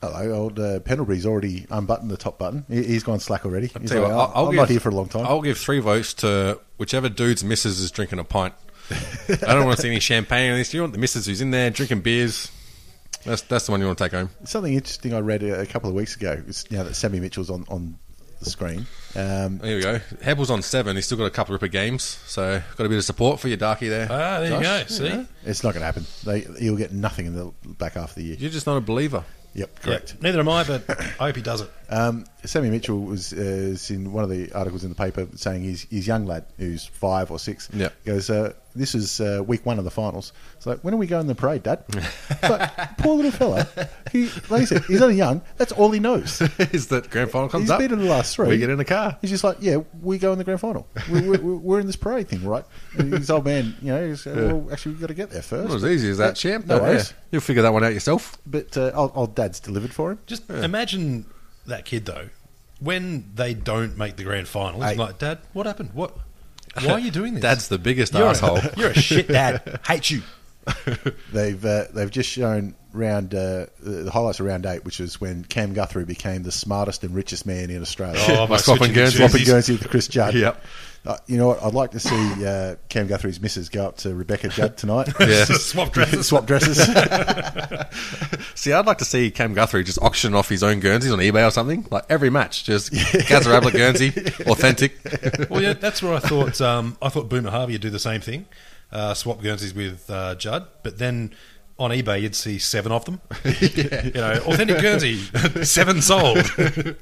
Hello, old uh, Pendlebury's already unbuttoned the top button. He, he's gone slack already. He's
Tell you
like,
what,
"Oh, I'm not here for a long time.
I'll give three votes to whichever dude's missus is drinking
[laughs]
a pint. I don't want to see any champagne in this. You want the missus who's in there drinking beers. That's that's the one you want to take home.
Something interesting I read a, a couple of weeks ago. It's now that Sammy Mitchell's on on the screen. Um,
There we go. Hebble's on seven. He's still got a couple of ripper games, so got a bit of support for your darkie there.
Ah, there
Josh.
you go. See?
it's not going to happen. They, he'll get nothing in the back half of the year.
You're just not a believer.
Yep, correct.
Yeah, neither am I, but [coughs] Uh, I hope he does it.
Um, Sammy Mitchell was uh, is in one of the articles in the paper saying his, his young lad, who's five or six,
Yeah.
goes, uh, This is uh, week one of the finals. It's like, when are we going to the parade, Dad? It's
[laughs]
like, poor little fella. He, like I said, he's only young. That's all he
[laughs]
knows.
[laughs] is that grand final comes
He's
up?
been in the last three.
We get in the car.
He's just like, yeah, we go in the grand final. We're, we're, we're in this parade thing, right? And His old man, you know, he's, uh, well, actually, we've got to get there first.
Not as easy as that,
But-
champ.
No
but yeah,
worries.
You'll figure that one out yourself.
But uh, old, old Dad's delivered for him.
Just imagine that kid though, when they don't make the grand final, he's
Hey.
like, "Dad, what happened? [laughs] What? Why are you doing this?"
Dad's the biggest
you're
asshole.
A, [laughs] you're a shit [laughs] dad. Hate you.
[laughs] They've uh, they've just shown round uh, the highlights of round eight, which was when Cam Guthrie became the smartest and richest man in Australia. [laughs]
Oh, by
swapping
switching
Guernsey.
jerseys.
Swapping Guernsey with Chris Judd.
Yep.
Uh, you know what? I'd like to see uh, Cam Guthrie's missus go up to Rebecca Judd
[laughs]
tonight. [laughs]
Yeah.
Swap dresses.
Swap
[laughs]
dresses.
See, I'd like to see Cam Guthrie just auction off his own Guernseys on eBay or something. Like every
[laughs]
match, just Gazarabla Guernsey, authentic.
well, yeah, that's where I thought. Um, I thought Boomer Harvey would do the same thing, uh, swap Guernseys with uh, Judd, but then. On eBay, you'd see seven of them. You know, authentic Guernsey, seven sold. I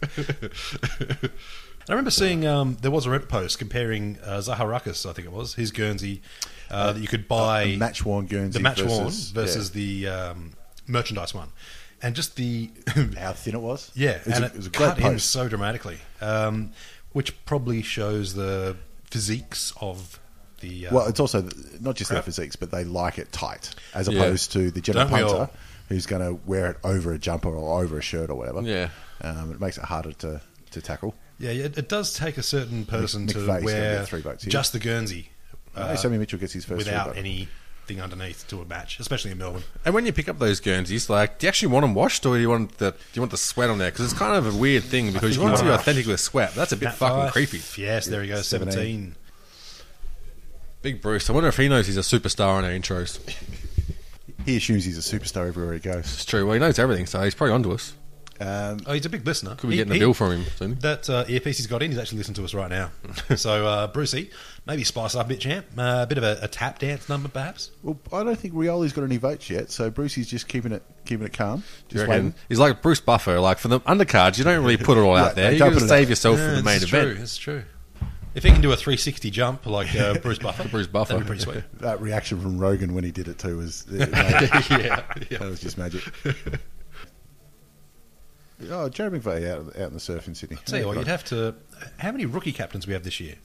remember seeing um, there was a Reddit post comparing uh, Zaharakis, I think it was, his Guernsey uh, that you could buy
the match-worn Guernsey
the match
versus-
worn versus the um, merchandise one, and just the
How thin it was.
yeah,
It was,
and
a,
it,
it was a great
cut in
post.
so dramatically, um, which probably shows the physiques of the uh,
Well, it's also th- not just their
Crap.
physiques, but they like it tight, as
Yeah.
opposed to the general
Don't we
punter
all?
who's going to wear it over a jumper or over a shirt or whatever.
Yeah.
um, it makes it harder to, to tackle.
yeah, yeah, it, it does take a certain person
Nick
to
Faye's gonna
wear
get three votes here.
just the Guernsey uh,
No, Sammy Mitchell gets his first
without
three, but-
anything underneath to a match, especially in Melbourne.
And when you pick up those Guernseys, like, do you actually want them washed or do you want the, do you want the sweat on there? Because it's kind of a weird thing because you want it to be authentic with sweat. That's a bit
Matt Fife,
fucking creepy.
Yes, there he goes,
17.
seventeen.
Big Bruce. I wonder if he knows he's a superstar in our intros.
He assumes he's a superstar everywhere he goes.
It's true. Well, he knows everything, so he's probably onto us.
Um,
Oh, he's a big listener.
Could be getting a bill from him soon.
That uh, earpiece he's got in, he's actually listening to us right
[laughs]
now. so, uh, Brucey, maybe spice it up a bit, champ. Uh, a bit of a, a tap dance number, perhaps.
well, I don't think Rioli's got any votes yet, so Brucey's just keeping it keeping it calm,
Do you
just
reckon?
waiting.
He's like Bruce Buffer. Like for the undercards, you don't really put it all
Yeah,
out there.
they
You
don't
got to
put it
save
out.
yourself for
Yeah,
the main
it's
event.
True, it's true. If he can do a 360 jump like uh, Bruce Buffer,
[laughs] Bruce Buffer.
that'd be pretty sweet.
That reaction from Rogan when he did it too
[laughs]
was uh,
yeah,
that was just magic.
[laughs]
oh, Joe McVeigh out, out in the surf in Sydney.
Tell you what, you'd have to. How many rookie captains we have this year?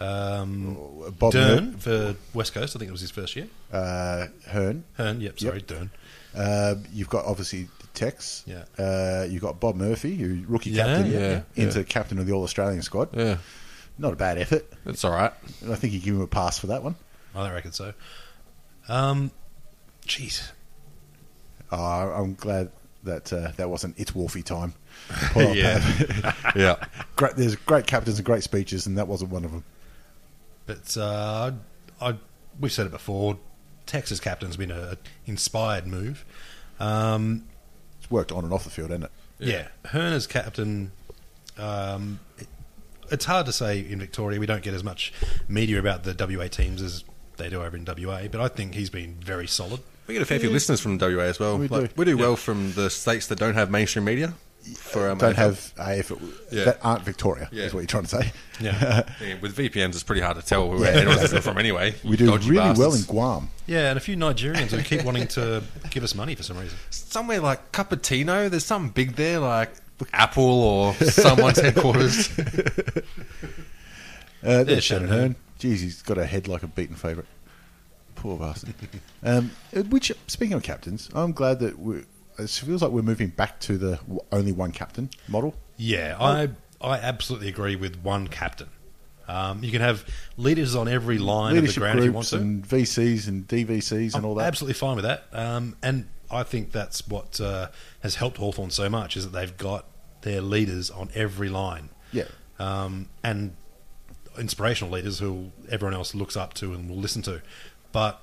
Um,
Bob
Dern for West Coast, I think it was his first year.
uh, Hearn.
Hearn, yep, sorry, Dern.
Uh, you've got obviously Tex.
Yeah.
Uh, you've got Bob Murphy, who rookie
Yeah,
captain,
yeah,
into captain of the All Australian squad.
Yeah,
Not a bad effort.
it's all [laughs] right.
And I think you give him a pass for that one.
I don't reckon so. Um, jeez,
Oh, I'm glad that uh, that wasn't it's Wolfie
[laughs]
time. Poor old Pat. [laughs]
Yeah,
great, there's great captains and great speeches, and that wasn't one of them.
It's uh, I we've said it before. Texas captain's been a inspired move. Um,
It's worked on and off the field, hasn't it?
yeah. Hearn as captain. Um, it- it's hard to say in Victoria. We don't get as much media about the WA teams as they do over in WA, but I think he's been very solid.
we get a fair few listeners from WA as well.
We
Like,
do.
we do well from the states that don't have mainstream media. For um,
Don't have uh, if it,
Yeah.
that aren't Victoria.
Yeah.
Is what you're trying to say.
Yeah,
Yeah, with VPNs, it's pretty hard to tell where
Yeah,
anyone's
exactly.
listening from. [laughs] Anyway,
[laughs] We
you
do
dodgy
really well in
bastards.
Guam.
yeah, and a few Nigerians who keep wanting [laughs] to give us money for some reason.
somewhere like Cupertino. There's something big there, like Apple or someone's [laughs] headquarters.
Uh,
There's
there's Shannon
Shannon
Hearn. Jeez, he's got a head like a beaten favourite. Poor
[laughs]
bastard. um, which, speaking of captains, I'm glad that we. It feels like we're moving back to the w- only one captain model.
Yeah, I I absolutely agree with one captain. Um, you can have leaders on every line of the
Leadership
ground if you
groups
want to. Oh,
and VCs and DVCs and all that.
Absolutely fine with that. Um, and I think that's what uh, has helped Hawthorn so much is that they've got their leaders on every line.
Yeah.
Um, and inspirational leaders who everyone else looks up to and will listen to. But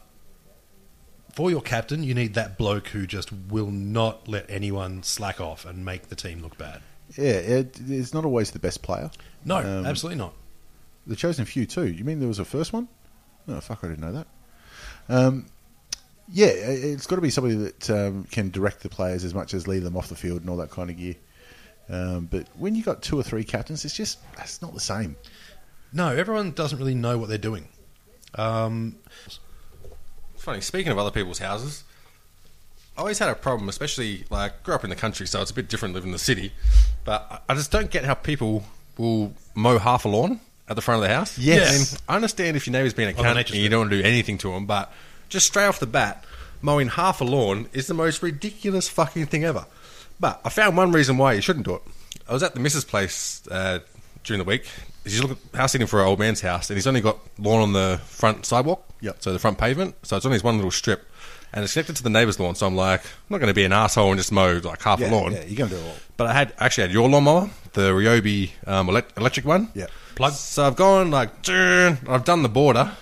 for your captain, you need that bloke who just will not let anyone slack off and make the team look bad.
Yeah, it, it's not always the best player.
No,
Um,
absolutely not.
The Chosen Few too. You mean there was a first one? No, fuck, I didn't know that. Um, yeah, i- it's got to be somebody that um, can direct the players as much as lead them off the field and all that kind of gear. Um, but when you got two or three captains, it's just that's not the same.
No, everyone doesn't really know what they're doing. Um,
Funny, speaking of other people's houses, I always had a problem, especially like grew up in the country, so it's a bit different living in the city. But I I just don't get how people will mow half a lawn at the front of the house.
Yes.
And I understand if your neighbour's being a
the
cunt and
nature's
you don't want to do anything to him, but just straight off the bat, mowing half a lawn is the most ridiculous fucking thing ever. But I found one reason why you shouldn't do it. I was at the missus' place uh, during the week. She's looking house sitting for her old man's house, and he's only got lawn on the front sidewalk.
Yep.
So the front pavement. So it's only this one little strip, and it's connected to the neighbour's lawn. So I'm like, I'm not going to be an asshole and just mow like half
Yeah,
a lawn.
yeah, you're gonna do it all.
But I had actually had your lawnmower, the Ryobi um, elec- electric one.
Yeah.
Plug.
So I've gone like, "Durn," I've done the border. and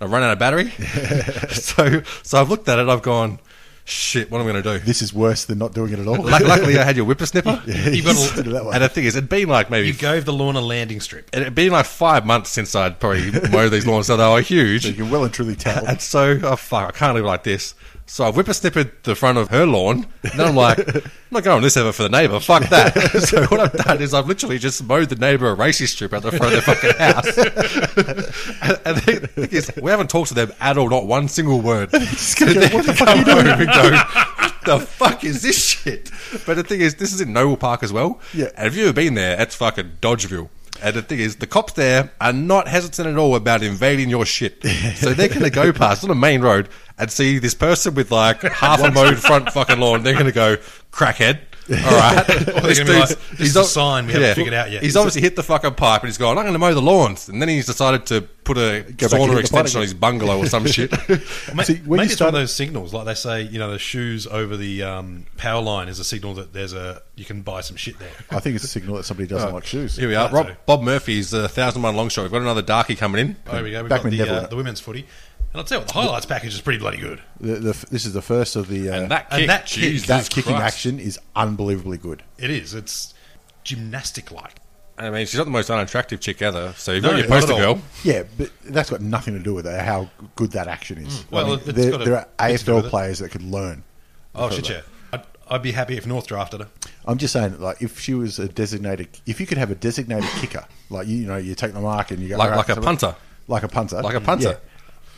I've run out
[laughs]
of battery. [laughs] so so I've looked at it. I've gone, shit. What am I going to do?
This is worse than not doing it at
[laughs]
all. [laughs]
Luck- Luckily, I had your whippersnapper.
you gotta do that one.
and the thing is, it'd been like maybe
you gave the lawn a landing strip.
it'd been like five months since I'd probably [laughs] mowed these lawns, so they were huge.
So you can well and truly
[laughs]
tell.
And so, oh fuck, I can't live like this. So I whippersnipped the front of her lawn, and then I'm like, I'm not going on this ever for the neighbour. Fuck that. [laughs] so what I've done is I've literally just mowed the neighbour a racist strip out the front of their fucking house. and [laughs] and the thing is, we haven't talked to them at all, not one single [laughs] word. what the fuck are you doing? the fuck is this shit? But the thing is, this is in Noble Park as well.
Yeah.
And if you've ever been there, it's fucking Dodgeville. And the thing is, the cops there are not hesitant at all about invading your shit. So they're going to go past on the main road and see this person with [laughs] like half a mowed front fucking lawn. They're going to go, crackhead. All [laughs] right.
This gonna be like, "This is a
ob-
sign we haven't figured out yet."
He's obviously hit the fucking pipe and he's gone, I'm going to mow the lawns. And then he's decided to put
Go back
a
and hit the
sauna
pipe
extension
again.
on his bungalow
[laughs]
or some shit.
Ma-
See, when you
maybe it's one of
started-
those signals, like they say, you know, the shoes over the um, power line is a signal that there's a you can buy some shit there.
I think it's a signal that somebody doesn't like shoes.
Oh, Here we are.
Right,
Rob,
so-
Bob Murphy's uh, 1001 long shot. We've got another darkie coming in.
Oh, here we go. We've
Back
got
when
the,
Neville-
uh, the women's footy, and I'll tell you what, the highlights package is pretty bloody good.
The, the, f- this is the first of the uh,
And that
and
kick,
that kick,
Jesus
that kicking
Christ.
action is unbelievably good.
It is. It's gymnastic like.
I mean, she's not the most unattractive chick ever. So you've
No,
got your
not at
poster
all.
girl.
Yeah, but that's got nothing to do with it, how good that action is.
Mm.
Well,
I mean,
it's
there,
got a
there are
bit to do with
AFL
it.
players that could learn.
Oh
from
shit,
that.
yeah. I'd, I'd be happy if North drafted her.
I'm just saying, like, if she was a designated, if you could have a
[laughs]
designated kicker, like you, you know, you take the mark and you go
Like-
"All right,
like a
so-
punter.
like a punter,
Like a punter.
yeah.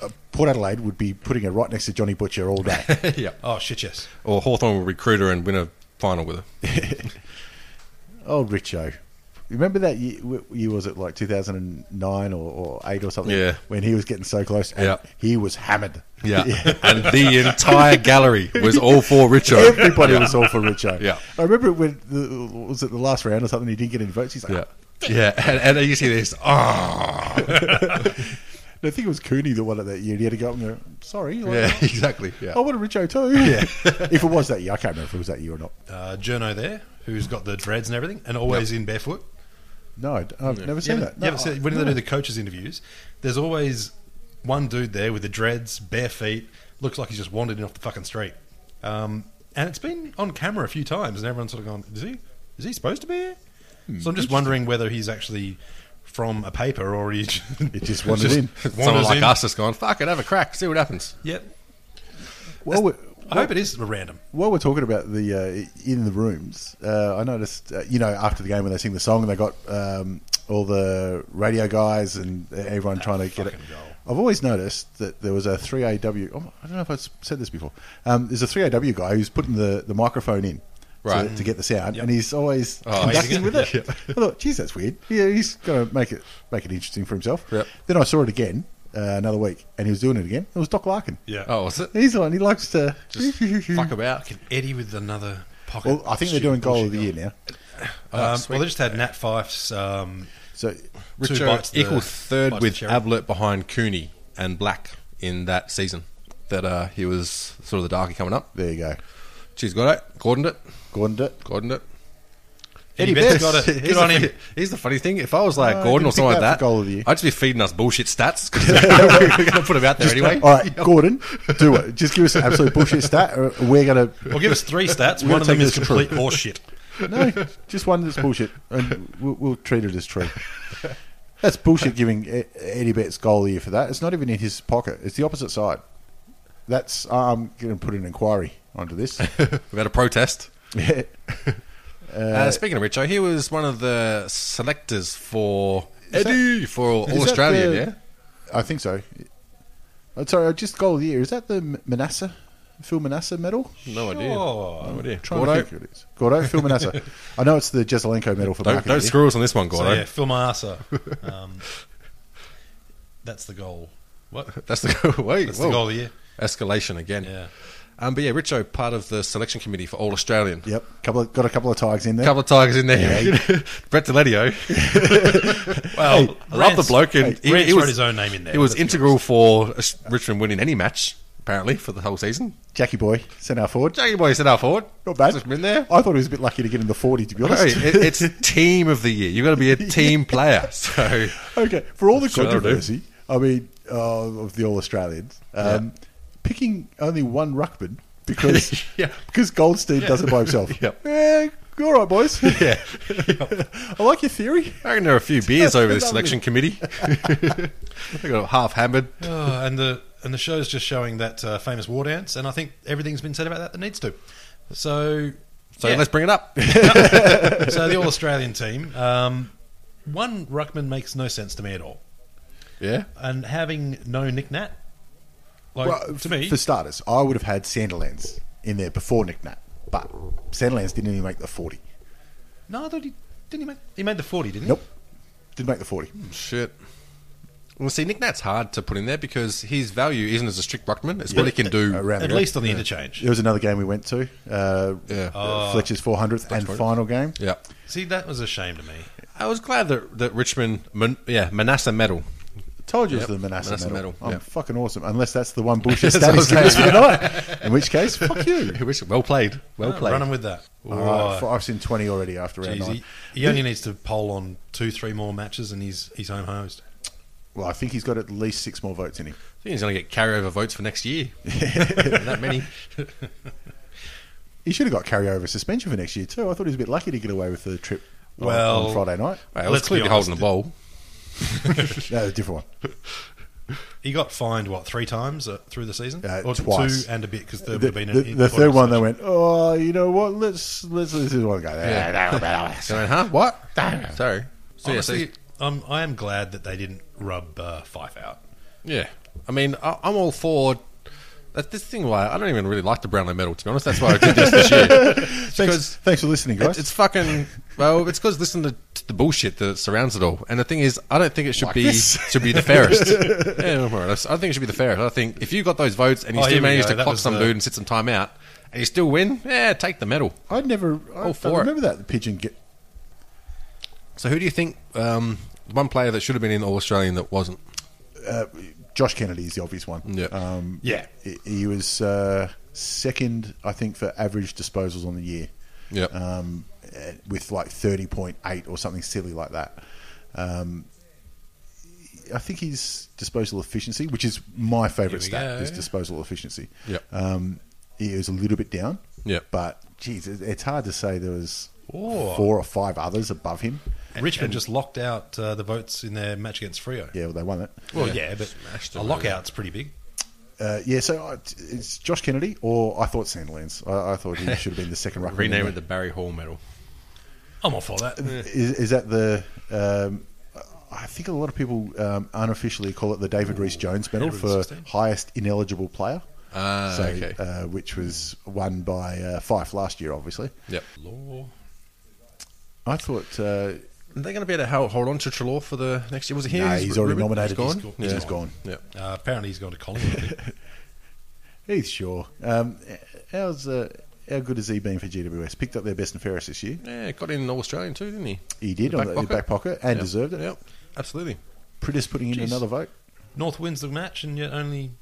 Uh, Port Adelaide would be putting her right next to Johnny Butcher all [laughs]
[laughs]
day.
yeah.
Oh shit, yes.
Or Hawthorn will recruit her and win a final
[laughs]
with her.
oh, Richo, remember that year, wh- year was it like 2009 or, or eight or something?
Yeah.
when he was getting so close, and
Yeah.
he was hammered. [laughs]
Yeah. and the entire gallery was all for Richo.
Everybody was all for Richo.
Yeah.
I remember when the, was it the last round or something? He didn't get any votes. He's like,
Yeah. [laughs] Yeah. And, and then you see this. Oh.
I think it was Cooney that won it that year. And he had to go up and go, sorry. Like,
Yeah, exactly. Yeah.
I want a Richo too. Yeah. [laughs] if it was that year, I can't remember if it was that year or not.
Uh, Journo there, who's got the dreads and everything, and always in barefoot.
No, I- I've never
You
seen
ever,
that.
you
No,
ever see-
I-
when
no.
they do the coaches' interviews, there's always one dude there with the dreads, bare feet, looks like he's just wandered in off the fucking street. Um, and it's been on camera a few times, and everyone's sort of gone, "Is he? Is he supposed to be
Hmm.
here?" so I'm just wondering whether he's actually from a paper or he
[laughs]
just,
It just
[laughs]
wandered in.
Someone
wanders
like
in.
us has gone, fuck it, have a crack, see what happens.
Yep.
While we're,
I hope it is random.
while we're talking about the uh, in the rooms, uh, I noticed, uh, you know, after the game when they sing the song and they got um, all the radio guys and everyone trying to get it.
fucking goal.
I've always noticed that there was a 3AW. Oh, I don't know if I've said this before. Um, there's a 3AW guy who's putting the, the microphone in. to-
Right.
To, get the sound, and he's always
Oh,
conducting
amazing.
with it.
[laughs]
I thought, geez, that's weird. Yeah, he's going to make it make it interesting for himself.
Yep.
Then I saw it again uh, another week, and he was doing it again. It was Doc Larkin.
Yeah.
Oh, was it?
He's the one. He likes to [laughs]
Just fuck about.
Fucking Eddie with another pocket.
Well, I think they're doing goal of the year now.
Um,
Oh,
well,
sweet.
they just had Nat Fife's. Um,
So
two
Richo
bites the-
equal third
bites the
with
cherry.
Ablett behind Cooney and Black in that season. That uh, he was sort of the darky coming up.
there you go.
She's got it, Gordon it,
Gordon did.
Gordon it.
Eddie
Betts.
Betts
[laughs]
got it.
Here's
Good on
the,
him.
fu- here's the funny thing. If I was like
I
Gordon or
didn't
something
think
like
that
that,
for goal of the year.
I'd just be feeding us bullshit stats [laughs] 'cause we're going to put them out there anyway.
[laughs] All right, Gordon, do it. Just give us an absolute bullshit stat. Or we're gonna
Well, give
[laughs]
us three stats.
We're
One of them
gonna
is
take this
complete horseshit.
no, just one that's bullshit, and we'll, we'll treat it as
[laughs]
true. That's bullshit. Giving E- Eddie Betts goal of the year for that. It's not even in his pocket. It's the opposite side. That's I'm going to put an inquiry onto
[laughs]
this.
We've had a protest.
Yeah.
Uh, speaking of Richo, he was one of the selectors for Eddie for All
Is that
Australian,
the-
yeah?
I think so. Uh, Sorry, I just goal of the year. Is that the M- Manasseh, Phil Manasseh medal?
No idea.
Oh,
Sure.
No idea.
Trying
Gordo,
to think who it is. Gordo, Phil
[laughs]
Manasseh. I know it's the Jezelenko medal for
don't,
marketing.
don't screw us on this one, Gordo.
So, yeah,
[laughs]
Phil Maasa. Um, that's the goal. What?
That's the [laughs] wait.
That's
whoa.
the goal of the year.
Escalation again.
Yeah.
Um, but yeah, Richo part of the selection committee for All Australian.
Yep, couple of, got a couple of tags in there.
couple of tigers in there. [laughs]
[laughs]
Brett Deletio.
Well,
I love the bloke. And
Hey, Oh, Rance wrote his own name in there.
He was
let's be
integral for uh, Richmond winning any match, apparently, for the whole season.
Jackie Boy, centre forward.
Jackie Boy set out forward.
Not bad.
Just been there.
I thought he was a bit lucky to get in the 40, to be honest.
Hey,
[laughs]
it- it's team of the year. You've got to be a team player. So
okay, for all the
Sure that'll do.
controversy, I mean, uh, of the All Australians, um, picking only one ruckman because
[laughs] Yeah.
because Goldstein does it by himself.
[laughs] Yep.
Yeah, all right, boys.
[laughs] yeah,
I like your theory.
I reckon there are a few beers over this
[laughs] Lovely.
selection committee. [laughs] they got half hammered.
Oh, and the and the show's just showing that uh, famous war dance, and I think everything's been said about that that needs to. So,
So
yeah.
let's bring it up.
[laughs] so the All Australian team. Um, one ruckman makes no sense to me at all,
[laughs] Yeah.
and having no Nick Nat, like to me,
for starters, I would have had Sanderlands in there before Nick Nat, but Sanderlands didn't even make the 40.
no, I thought he didn't. He make, he made the forty, didn't he?
Nope, didn't make the 40.
Shit. Well, see, Nick Nat's hard to put in there because his value isn't as a strict ruckman. It's what he can do.
Around
At
the-
least on the interchange.
There was another game we went to, uh,
Yeah.
uh, Fletcher's 400th and final game.
Yeah.
See, that was a shame to me.
I was glad that, that Richmond, Man, yeah, Manasseh medal.
Told you it was
Yep,
the Manasseh,
Manasseh
medal.
medal,
I'm
yep.
fucking awesome. Unless that's the
[laughs]
one bullshit
That's what I
status
was
given us for
saying.
the night. In which case, fuck you.
[laughs] Well played. Well
Oh,
played.
running with that.
All right, I've seen 20 already after round
Jeez,
nine.
he, he only needs to poll on two, three more matches, and he's he's home hosed.
Well, I think he's got at least six more votes in him.
I think he's going to get carryover votes for next [laughs] year. that many.
He should have got carryover suspension for next year, too. I thought he was a bit lucky to get away with the trip on-
Well-
on Friday
[laughs]
night.
Well, it was
Let's be
clearly
honest.
holding the ball.
No, a different one.
He got fined what three times uh, through the season,
Uh,
or
twice.
two and a bit because there
The,
would have been
the-
an
the third one, they
that
went, oh, you know what? Let's let's let's do one guy. [laughs]
Going, huh? What? [laughs] Sorry. So, yeah, so-
Honestly, um, I am glad that they didn't rub uh, Fife out.
yeah. I mean, I, I'm all for. That's this thing why I don't even really like the Brownlow medal, to be honest. That's why I did this this [laughs] year.
Thanks, thanks for listening, guys.
It's, it's fucking well. It's because listen to, to the bullshit that surrounds it all. And the thing is, I don't think it should be [laughs]
this?
should be the fairest. yeah, more or less. I don't think it should be the fairest. I think if you got those votes and you
Oh, here
still
we
managed
go.
to
That
clock
was
some
the-
dude and sit some time out, and you still win, yeah, take the medal.
I never I,
All for
I
it.
remember that pigeon get
So who do you think um, one player that should have been in All Australian that wasn't?
Uh, Josh Kennedy is the obvious one.
Yeah.
Um,
Yeah.
he- He was uh, second, I think, for average disposals on the year.
Yep.
Um, eh, with like 30.8 or something silly like that. Um, I think his disposal efficiency, which is my favourite
Here we
stat,
go.
is disposal efficiency.
Yep.
Um, he was a little bit down.
Yep.
But, geez, it- it's hard to say there was
Oh.
four or five others above him.
Richmond just locked out uh, the votes in their match against Frio.
Yeah, well, they won it.
Well, yeah, but
Smashed
a
them,
lockout's pretty big.
Uh, yeah, so I, it's Josh Kennedy, or I thought Sandilands. I, I thought he should have been the
[laughs]
second ruckman.
Rename
in
it the Barry Hall medal.
I'm all for that.
there. Is, is that the? Um, I think a lot of people um, unofficially call it the David Rees Jones Medal
David
for
16.
highest ineligible player.
Ah,
so,
okay.
uh, which was won by uh, Fife last year, obviously.
Yep.
Law.
I thought uh,
Are they going to be able to hel- hold on to Trelaw for the next year? Was it here?
Nah, he's already nominated.
He's
He's
gone.
go- he's gone.
Yeah.
Uh, apparently, he's gone to Collingwood.
[laughs]
I think.
He's sure. Um, how's uh, how good has he been for GWS? Picked up their best and fairest this year.
Yeah, got in an All Australian too, didn't he?
He did on the the back pocket and
Yep,
deserved it.
Yep, absolutely.
Prittis putting in
Jeez.
another vote.
North wins the match, and yet only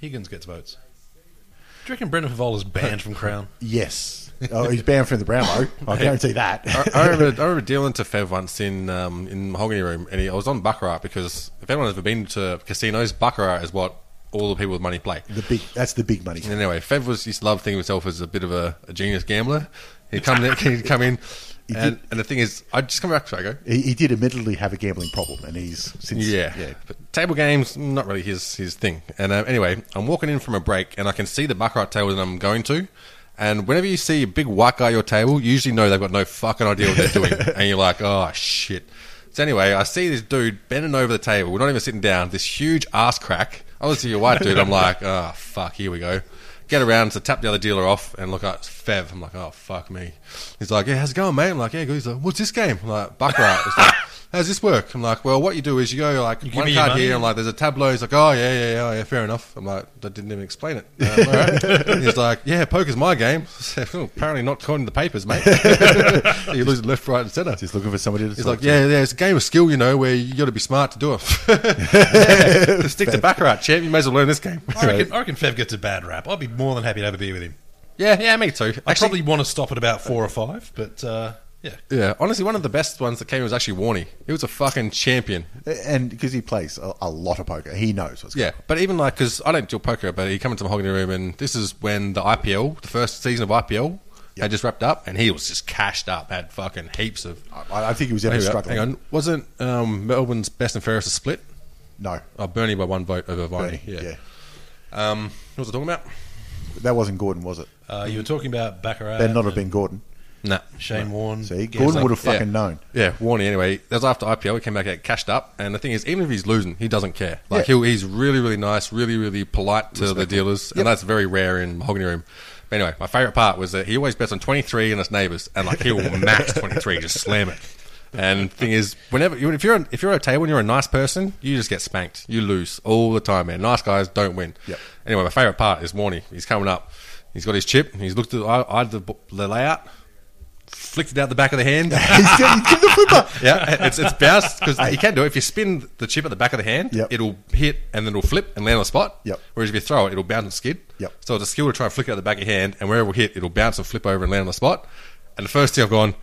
Higgins gets votes. Do you reckon Brendan Favola's banned from Crown?
Yes. oh, he's banned from the Brownlow.
[laughs]
I guarantee that.
I, I remember I remember dealing to Fev once in um, in Mahogany Room, and he, I was on Baccarat because if anyone's ever been to casinos, Baccarat is what all the people with money play.
[laughs] the big. That's the big money.
And anyway, Fev was used to love thinking of himself as a bit of a, a genius gambler. He'd come in, [laughs] he'd come in, and, and the thing is, I'd just come back to it, I go,
He, he did admittedly have a gambling problem, and he's since
yeah, yeah. But table games, not really his his thing. And um, anyway, I'm walking in from a break, and I can see the Baccarat table that I'm going to. And whenever you see a big white guy at your table, you usually know they've got no fucking idea what they're doing, and you're like, oh shit. So anyway, I see this dude bending over the table. We're not even sitting down. This huge ass crack. Obviously, a white dude. I'm like, oh fuck, here we go. Get around to tap the other dealer off and look at it's Fev. I'm like, oh fuck me. He's like, yeah, how's it going, mate? I'm like, yeah, good. He's like, what's this game? I'm like, Baccarat. It's like, How's this work? I'm like, well, what you do is you go like
give
one
me your
card
money.
here. I'm like, there's a tableau. He's like, oh yeah, yeah, yeah, yeah, fair enough. I'm like, I didn't even explain it. Um, all
[laughs]
right. He's like, yeah, poker's my game. [laughs] I said, "Oh, apparently not according to the papers,
[laughs]
mate. you lose left, right, and centre.
just looking for somebody to.
He's
talk
like,
to.
yeah, yeah, it's a game of skill, you know, where you got to be smart to [laughs] do it. Stick to baccarat, champ. You may as well learn this game.
I reckon, I reckon Fev gets a bad rap. I'd be more than happy to have a beer with him.
[laughs] Yeah, yeah, me too.
I probably want to stop at about four or five, but uh, yeah.
yeah, honestly, one of the best ones that came was actually Warney. He was a fucking champion.
and because he plays a, a lot of poker, he knows what's
Yeah, but even like because I don't deal poker, but he come into the mahogany room, and this is when the IPL, the first season of IPL, had just wrapped up, and he was just cashed up, had fucking heaps of.
going. on. I, I think he was ever
Hang on,
struggling.
hang on, wasn't um, Melbourne's best and fairest a split?
No,
Oh, Bernie by one vote over Viney.
Bernie,
Oh, Yeah.
yeah.
Um, what was I talking about?
that wasn't Gordon, was it?
Uh, you were talking about Baccarat.
That'd not
and
have been Gordon.
Nah.
Shane Warne.
See,
Yeah,
Gordon
so-
would
[laughs]
have fucking
Uh, mm, yeah.
known.
Yeah, Warney. Anyway, that was after IPL. He came back, out cashed up, and the thing is, even if he's losing, he doesn't care. Like
Yeah.
he'll, he's really, really nice, really, really polite to the dealers, and that's very rare in mahogany room. But anyway, my favorite part was that he always bets on twenty three and his neighbors, and like
[laughs]
he'll max twenty three, just slam it. And the thing is, whenever you- if you're on- if you're at a table and you're a nice person, you just get spanked. You lose all the time, man. Nice guys don't win.
Yep.
Anyway, my favorite part is Warney. He's coming up. He's got his chip. He's looked at I, I, the, the layout, flicked it out the back of the
[laughs]
hand.
He's getting give the
[laughs]
flipper.
Yeah, it's it's bounced because you can do it. If you spin the chip at the back of the hand,
Yep.
it'll hit and then it'll flip and land on the spot.
Yep.
Whereas if you throw it, it'll bounce and skid.
Yep.
So it's a skill to try and flick it out the back of your hand, and wherever it will hit, it'll bounce and flip over and land on the spot. And the first thing I've gone,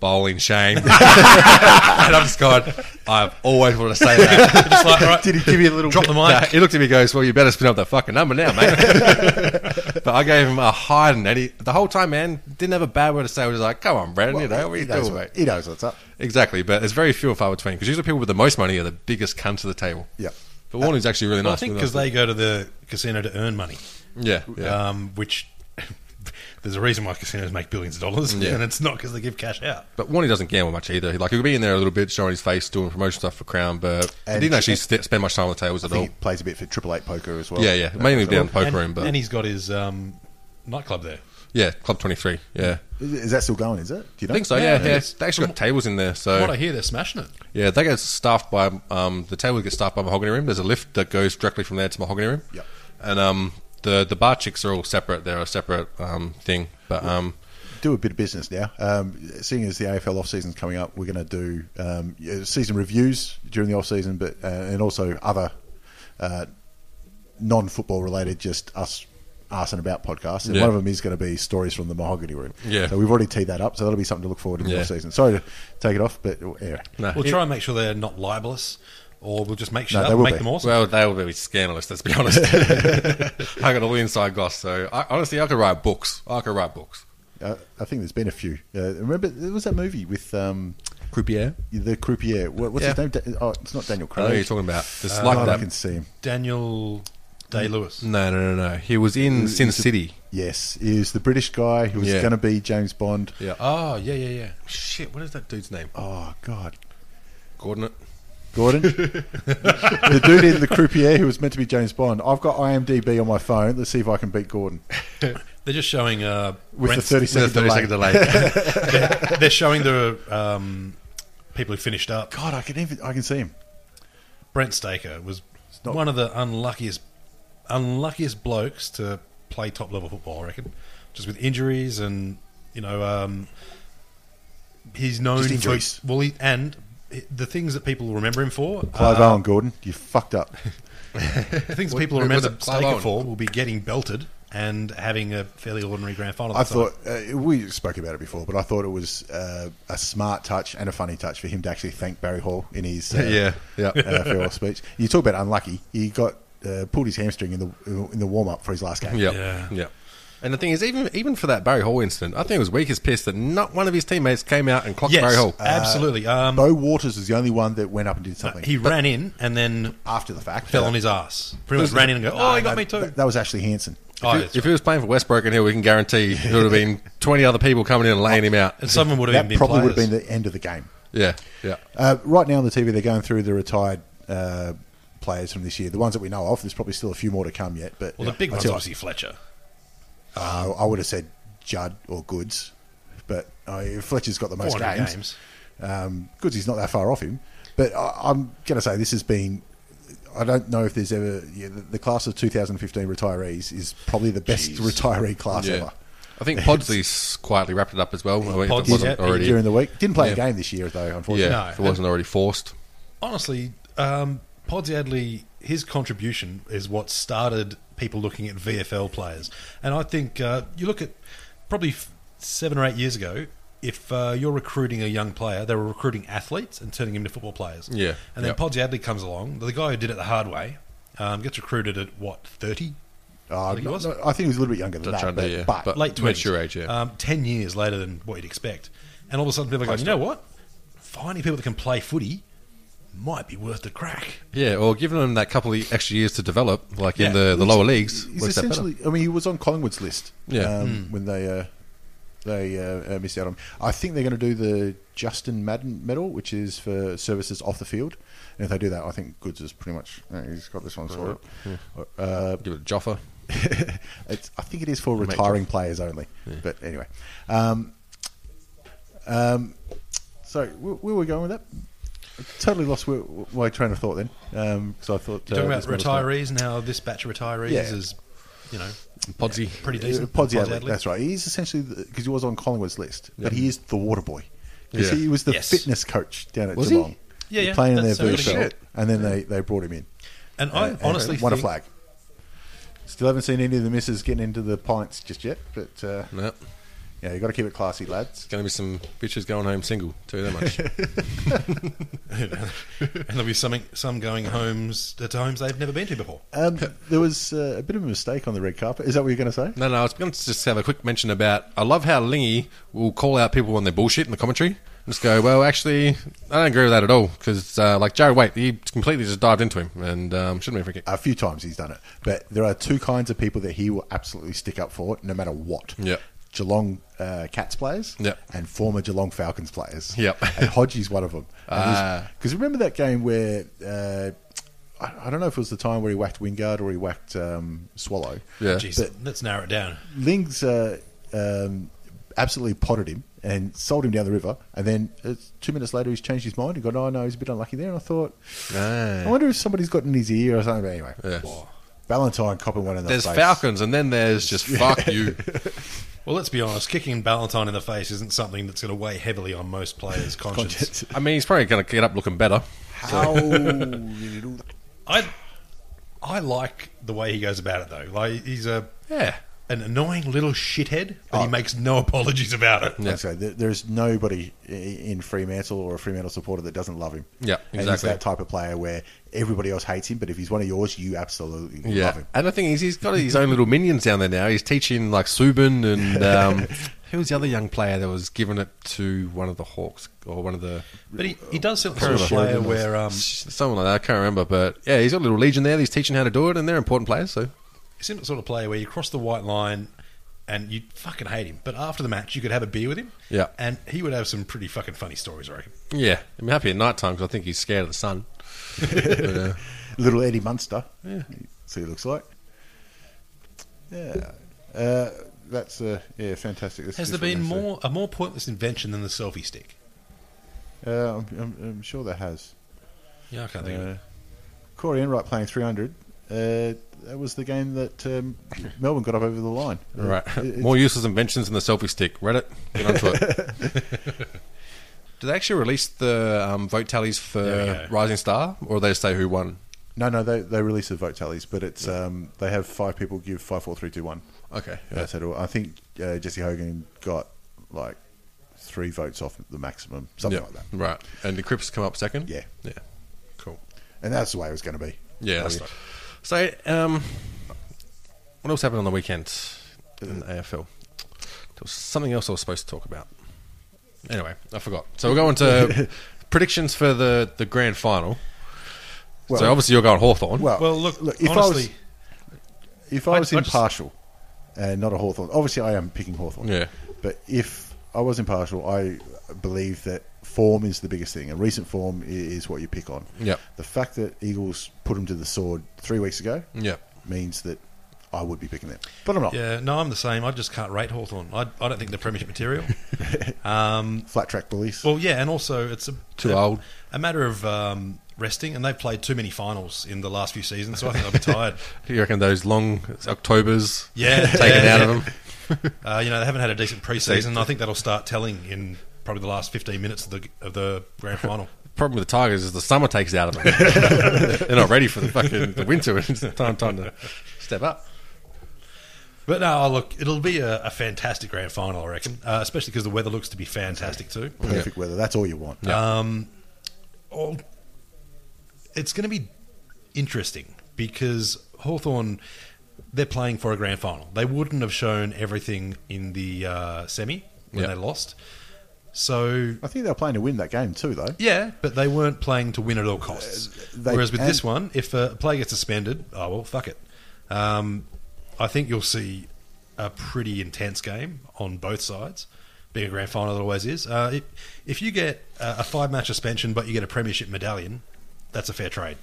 bowling
[laughs]
shame. and I'm just going, I've always wanted to
[laughs]
say that. Just like, all right,
Did he give you a little
drop the mic? he looked at me and goes, Well, you better spin up that fucking number
[laughs]
now, mate. but I gave him a hide and Eddie. The whole time, man, didn't have a bad word to say. I was like, Come on, Brandon, you know, what are
he,
you
knows
doing,
what,
mate?
he knows what's up.
Exactly, but it's very few and far between because usually people with the most money are the biggest cunts to the table.
Yeah.
but Warney's actually really
Well, I
nice.
think
really
because they go to the casino to earn money,
nice. yeah, yeah.
um, which [laughs] there's a reason why casinos make billions of dollars,
Yeah.
and it's not because they give cash out.
but Warney doesn't gamble much either. He- Like he'll be in there a little bit, showing his face, doing promotion stuff for Crown, but he
And-
didn't actually
and-
st- spend much time on the tables at
I
all.
think he plays a bit for Triple Eight Poker as well. Uh,
yeah, yeah, mainly down the poker
and,
room, but
and he's got his um, nightclub there.
yeah, Club Twenty Three. Yeah,
Is, is that still going? Is it? Do you know?
I think so. Yeah, yeah.
Yeah.
They actually got tables in there,
Oh.
From
so
what I hear, they're smashing it.
yeah, they get staffed by um, the table gets staffed by Mahogany Room. There's a lift that goes directly from there to Mahogany Room.
Yep.
and um, the the bar chicks are all separate. They're a separate um thing, but um.
do a bit of business now. Um, seeing as the AFL off season's coming up, we're going to do um, yeah, season reviews during the off season, but uh, and also other uh, non football related, just us arsing about podcasts. And
Yeah.
one of them is going to be stories from the Mahogany Room.
Yeah.
So we've already teed that up. So that'll be something to look forward to in
Yeah.
the off season. Sorry to take it off, but yeah.
No.
We'll try and make sure they're not libelous, or we'll just make shit
Uh, No,
up
they
and
will
make
be.
them awesome.
Well, they will be scandalous. Let's be [laughs] honest. I got all the inside goss. So I, honestly, I could write books. I could write books.
Uh, I think there's been a few. Uh, remember, there was that movie with um,
Croupier.
the croupier. What, what's his
Yeah.
name? Da- oh, it's not Daniel
I know
Craig.
who you're talking about. It's
God,
like
I can
that.
see him.
Daniel
Mm.
Day Lewis. Mm.
No, no, no, no. He was in Sin City.
Yes, he was the British guy who was
Yeah.
going to be James Bond.
Yeah.
Oh yeah, yeah, yeah.
shit. What is that dude's name?
Oh God,
Gordon.
Gordon, [laughs] the dude in the croupier who was meant to be James Bond. I've got IMDb on my phone. Let's see if I can beat Gordon
They're just showing uh,
with
Brent's-
the thirty [laughs]
With a [laughs]
second delay.
thirty second delay.
they're, they're showing the um, people who finished up.
God, I can even I can see him.
Brent Staker was
not-
one of the unluckiest, unluckiest blokes to play top level football. I reckon, just with injuries and you know, um, he's known
Just injuries.
for well, he, and the things that people remember him for.
Clive
Uh-huh.
uh,
Allen Gordon, you fucked
[laughs]
up.
the things that
What-
people
who was
remember
it? Clive
Staker
Owen?
for will be getting belted and having a fairly ordinary grand final.
I
this time.
thought uh, we spoke about it before, but I thought it was uh, a smart touch and a funny touch for him to actually thank Barry Hall in
[laughs]
his uh,
Yeah, yeah.
uh, farewell speech. You talk about unlucky. He got uh, pulled his hamstring in the in the warm up for his last game.
Yep.
Yeah.
Yeah. And the thing is, even even for that Barry Hall incident, I think it was weak as piss that not one of his teammates came out and clocked
yes,
Barry Hall.
absolutely. Um,
Bo Waters was the only one that went up and did something
he ran in and then
after the fact.
fell
Yeah.
on his ass. Pretty much ran in and go, oh, he got me too.
That, that was Ashley Hansen.
Oh,
if
that's
he was playing for Westbrook and Hill, we can guarantee there would have [laughs] been 20 other people coming in and laying him out.
And some of them would have
That
even been
probably would have
players.
been the end of the game.
Yeah, yeah.
Uh, right now on the TV, they're going through the retired uh, players from this year, the ones that we know of. There's probably still a few more to come yet. But
well, the
I
big one's
tell you-
obviously Fletcher.
Uh, I would have said Judd or Goods, but uh, Fletcher's got the most
400
games.
games.
Um, Goods is not that far off him, but I, I'm going to say this has been. I don't know if there's ever yeah, the, the class of 2015 retirees is probably the best retiree class
yeah.
ever.
I think Podsley's quietly wrapped it up as well. I mean, if
Pods-
it wasn't
yeah,
already.
During the week, didn't play a
Yeah.
game this year though,
yeah,
unfortunately.
No.
if it wasn't already forced.
Honestly, um, Pods Adley, his contribution is what started people looking at VFL players. And I think uh, you look at probably f- seven or eight years ago, if uh, you're recruiting a young player, they were recruiting athletes and turning him to football players.
Yeah,
And then
yep.
Pods Adley comes along, the guy who did it the hard way, um, gets recruited at what, 30?
Uh,
I think he was.
no, uh, I think he was a little bit younger than
Dutch
that,
under,
but,
yeah.
but,
But-
late 20s.
Mature age, yeah.
Um, 10 years later than what you'd expect. And all of a sudden, people are going, you know what? Finding people that can play footy might be worth the crack.
Yeah, or giving them that couple of extra years to develop, like in
Yeah.
the, the lower leagues.
he's
works out better.
essentially. I mean, he was on Collingwood's list.
Yeah. Hmm.
um, when they uh, they uh, uh, missed out on. him. I think they're going to do the Justin Madden Medal, which is for services off the field. And if they do that, I think Goods is pretty much uh, he's got this one sorted.
Hmm.
Uh,
Give it a Joffa.
it's, I think it is for retiring players only. But anyway, um, um, so where, where were we going with that? I totally lost where, my train of thought then, because I thought
You're talking
uh,
about
this medal's going-
retirees and how this batch of retirees
Yeah.
is, you know,
Podsy.
pretty decent.
Uh, Podsy
Pods
Adley,
Adley.
That's right. He's essentially because he was on Collingwood's list, but he is the water boy. 'Cause
Yeah.
He was the
Yes.
fitness coach down at
Was he?
Geelong.
Yeah, yeah,
Playing in their
that's so
VFL,
shit.
and then they, they brought him in.
And I
Uh,
honestly
won a
think,
flag. Still haven't seen any of the misses getting into the pints just yet, but uh,
No, it's
yeah, you got to keep it classy, lads.
going to be some bitches going home single, tell you that much.
and [laughs] there'll be some, some going homes to homes they've never been to before.
Um, there was uh, a bit of a mistake on the red carpet. Is that what you're going to say?
[laughs] No, no, I was going to just have a quick mention about. I love how Lingy will call out people when they're bullshit in the commentary. And just go, well, actually, I don't agree with that at all. Because, uh, like, Jared Waite, he completely just dived into him and um, shouldn't be forget.
A few times he's done it, but there are two kinds of people that he will absolutely stick up for, no matter what.
Yeah.
Geelong uh, Cats players
Yeah.
and former Geelong Falcons players.
Yep.
[laughs] and Hodgie's one of them.
Ah.
Because remember that game where uh, I, I don't know if it was the time where he whacked Wingard or he whacked um, Swallow.
Yeah.
Jeez, let's narrow it down.
Ling's uh, um, absolutely potted him and sold him down the river. And then uh, two minutes later, he's changed his mind and gone, oh, no, he's a bit unlucky there. And I thought,
Ah.
I wonder if somebody's got in his ear or something. But anyway, Whoa. Valentine copping one in the
There's
face. [laughs]
Falcons, and then there's [laughs] just fuck you.
Well, let's be honest. Kicking Ballantyne in the face isn't something that's going to weigh heavily on
[laughs]
most players' conscience.
Conscience.
I mean, he's probably going to get up looking better. [laughs]
How little-
I, I like the way he goes about it though. Like he's a
Yeah.
an annoying little shithead, but
Oh.
he makes no [laughs] apologies about it.
Let's go. There, there's nobody i- in Fremantle or a Fremantle supporter that doesn't love him.
Yeah,
And he's
exactly.
that type of player where everybody else hates him, but if he's one of yours, you absolutely love
Yeah.
him.
And the thing is, he's got his own little minions down there now. He's teaching, like, Subin and. Um, who was the other young player that was giving it to one of the Hawks or one of the.
But he, he does seem like a player where um, he
Someone like that, I can't remember, but yeah, he's got a little legion there. that He's teaching how to do it, and they're important players. So
seems like the sort of player where you cross the white line and you fucking hate him. But after the match, you could have a beer with him.
Yeah.
and he would have some pretty fucking funny stories. I reckon.
yeah, I'm happy at night time because I think he's scared of the sun.
Little Eddie Munster. Yeah. See what he looks like. Yeah. Uh, that's uh, yeah, fantastic. This-
Has
this
there been
one is, uh,
more a more pointless invention than the selfie stick?
Uh, I'm, I'm, I'm sure that has.
Yeah, I can't think of
Uh,
it.
Corey Enright playing 300. Uh, that was the game that
[laughs]
um, Melbourne got up over the line. Uh,
All
it-
right.
it's-
[laughs] More useless inventions than the selfie stick. Reddit, get onto it. Did they actually release the um, vote tallies
There
for
we go.
Rising Star, or they say who won?
No, no, they, they release the vote tallies, but it's um, they have five people give five, four, three, two, one.
Okay.
That's it all. I think uh, Jesse Hogan got like three votes off the maximum, something like that.
Right. And the Crips come up second?
Yeah.
Yeah. Cool.
And that's the way it was going to be.
Yeah. That's
Like,
right. So, um, what else happened on the weekend in the AFL? There was something else I was supposed to talk about. Anyway, I forgot. So we're
[laughs]
going to predictions for the, the grand final. so
Well-
obviously you're going Hawthorn.
Well,
Well, look,
if
honestly,
I was, if
I-
I was
I just-
impartial and not a Hawthorn, obviously I am picking Hawthorn.
Yeah.
But if I was impartial, I believe that form is the biggest thing, and recent form i- is what you pick on.
Yep.
The fact that Eagles put them to the sword three weeks ago
Yep.
means that I would be picking them. But I'm not.
yeah, no, I'm the same. I just can't rate Hawthorn. I, I don't think they're premiership
[laughs]
material.
Flat track bullies.
Well, yeah, and also it's a
Too
a,
old.
A matter of um, resting, and they've played too many finals in the last few seasons, so I think they'll be tired.
[laughs] You reckon those long Octobers [laughs]
Yeah,
taken
yeah,
out
yeah.
of them?
[laughs] Uh, you know, they haven't had a decent preseason. I think that'll start telling in probably the last 15 minutes of the of the grand final.
Problem with the Tigers is the summer takes it out of
[laughs]
them. They're not ready for the fucking the winter. It's time time to step up.
But no, oh, look, it'll be a, a fantastic grand final, I reckon. Uh, especially because the weather looks to be fantastic too.
Perfect weather. That's all you want.
Oh, it's going to be interesting because Hawthorn they're playing for a grand final. They wouldn't have shown everything in the uh, semi when
Yeah.
they lost. So
I think they're playing to win that game too, though.
yeah, but they weren't playing to win at all costs.
Uh, they-
Whereas with
and-
this one, if a player gets suspended, oh well, fuck it. Um, I think you'll see a pretty intense game on both sides. Being a grand final, it always is. Uh, if, if you get a, a five-match suspension, but you get a premiership medallion, that's a fair trade.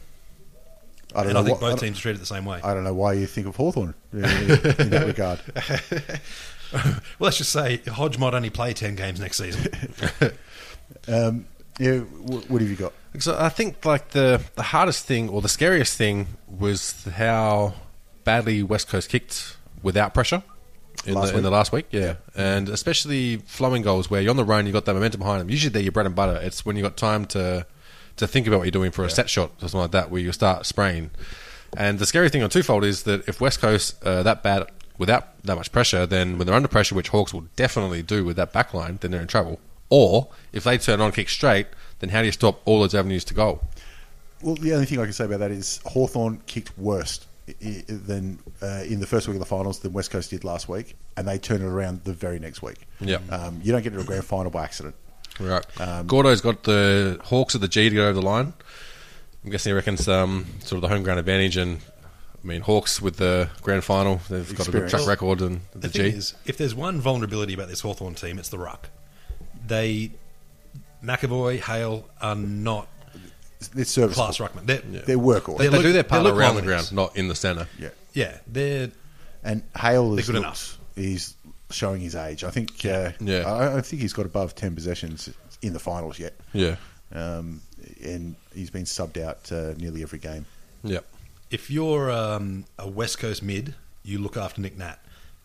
I don't
and
know.
I think
what- I
both
don't-
teams treat it the same way.
I don't know why you think of Hawthorn uh, in
[laughs]
that regard.
well, let's just say Hodge might only play ten games
[laughs]
next season.
Yeah, wh- what have you got?
So I think like the the hardest thing or the scariest thing was how badly West Coast kicked without pressure in,
Last
the, in the
week.
last week. Yeah, and especially flowing goals where you're on the run, you have got that momentum behind them. Usually they're your bread and butter. It's when you have got time to to think about what you're doing for a set shot or something like that, where you start spraying. And the scary thing on twofold is that if West Coast uh, that bad without that much pressure, then when they're under pressure, which Hawks will definitely do with that back line, then they're in trouble. Or if they turn on kick straight, then how do you stop all those avenues to goal?
Well, the only thing I can say about that is Hawthorn kicked worse i- i- than uh, in the first week of the finals than West Coast did last week, and they turned it around the very next week.
Yep.
um, you don't get to a grand final by accident.
Right. Gordo's got the Hawks at the G to go over the line. I'm guessing he reckons um, sort of the home ground advantage, and I mean Hawks with the grand final, they've got a good
Experience.
track record and
The,
the, G.
thing is, if there's one vulnerability about this Hawthorn team, it's the ruck. They, McAvoy, Hale are not
It's service
class ruckman. They're,
They're workhorse.
they,
They look-
do their
they
part
look
around the
dominant.
ground, not in the centre.
yeah,
yeah, they're
and Hale
They're
is
good
looked-
enough.
He's showing his age. I think. Uh,
Yeah.
I, I think he's got above ten possessions in the finals yet.
Yeah.
Um, and he's been subbed out uh, nearly every game.
Yep.
if you're um, a West Coast mid, you look after Nick Nat.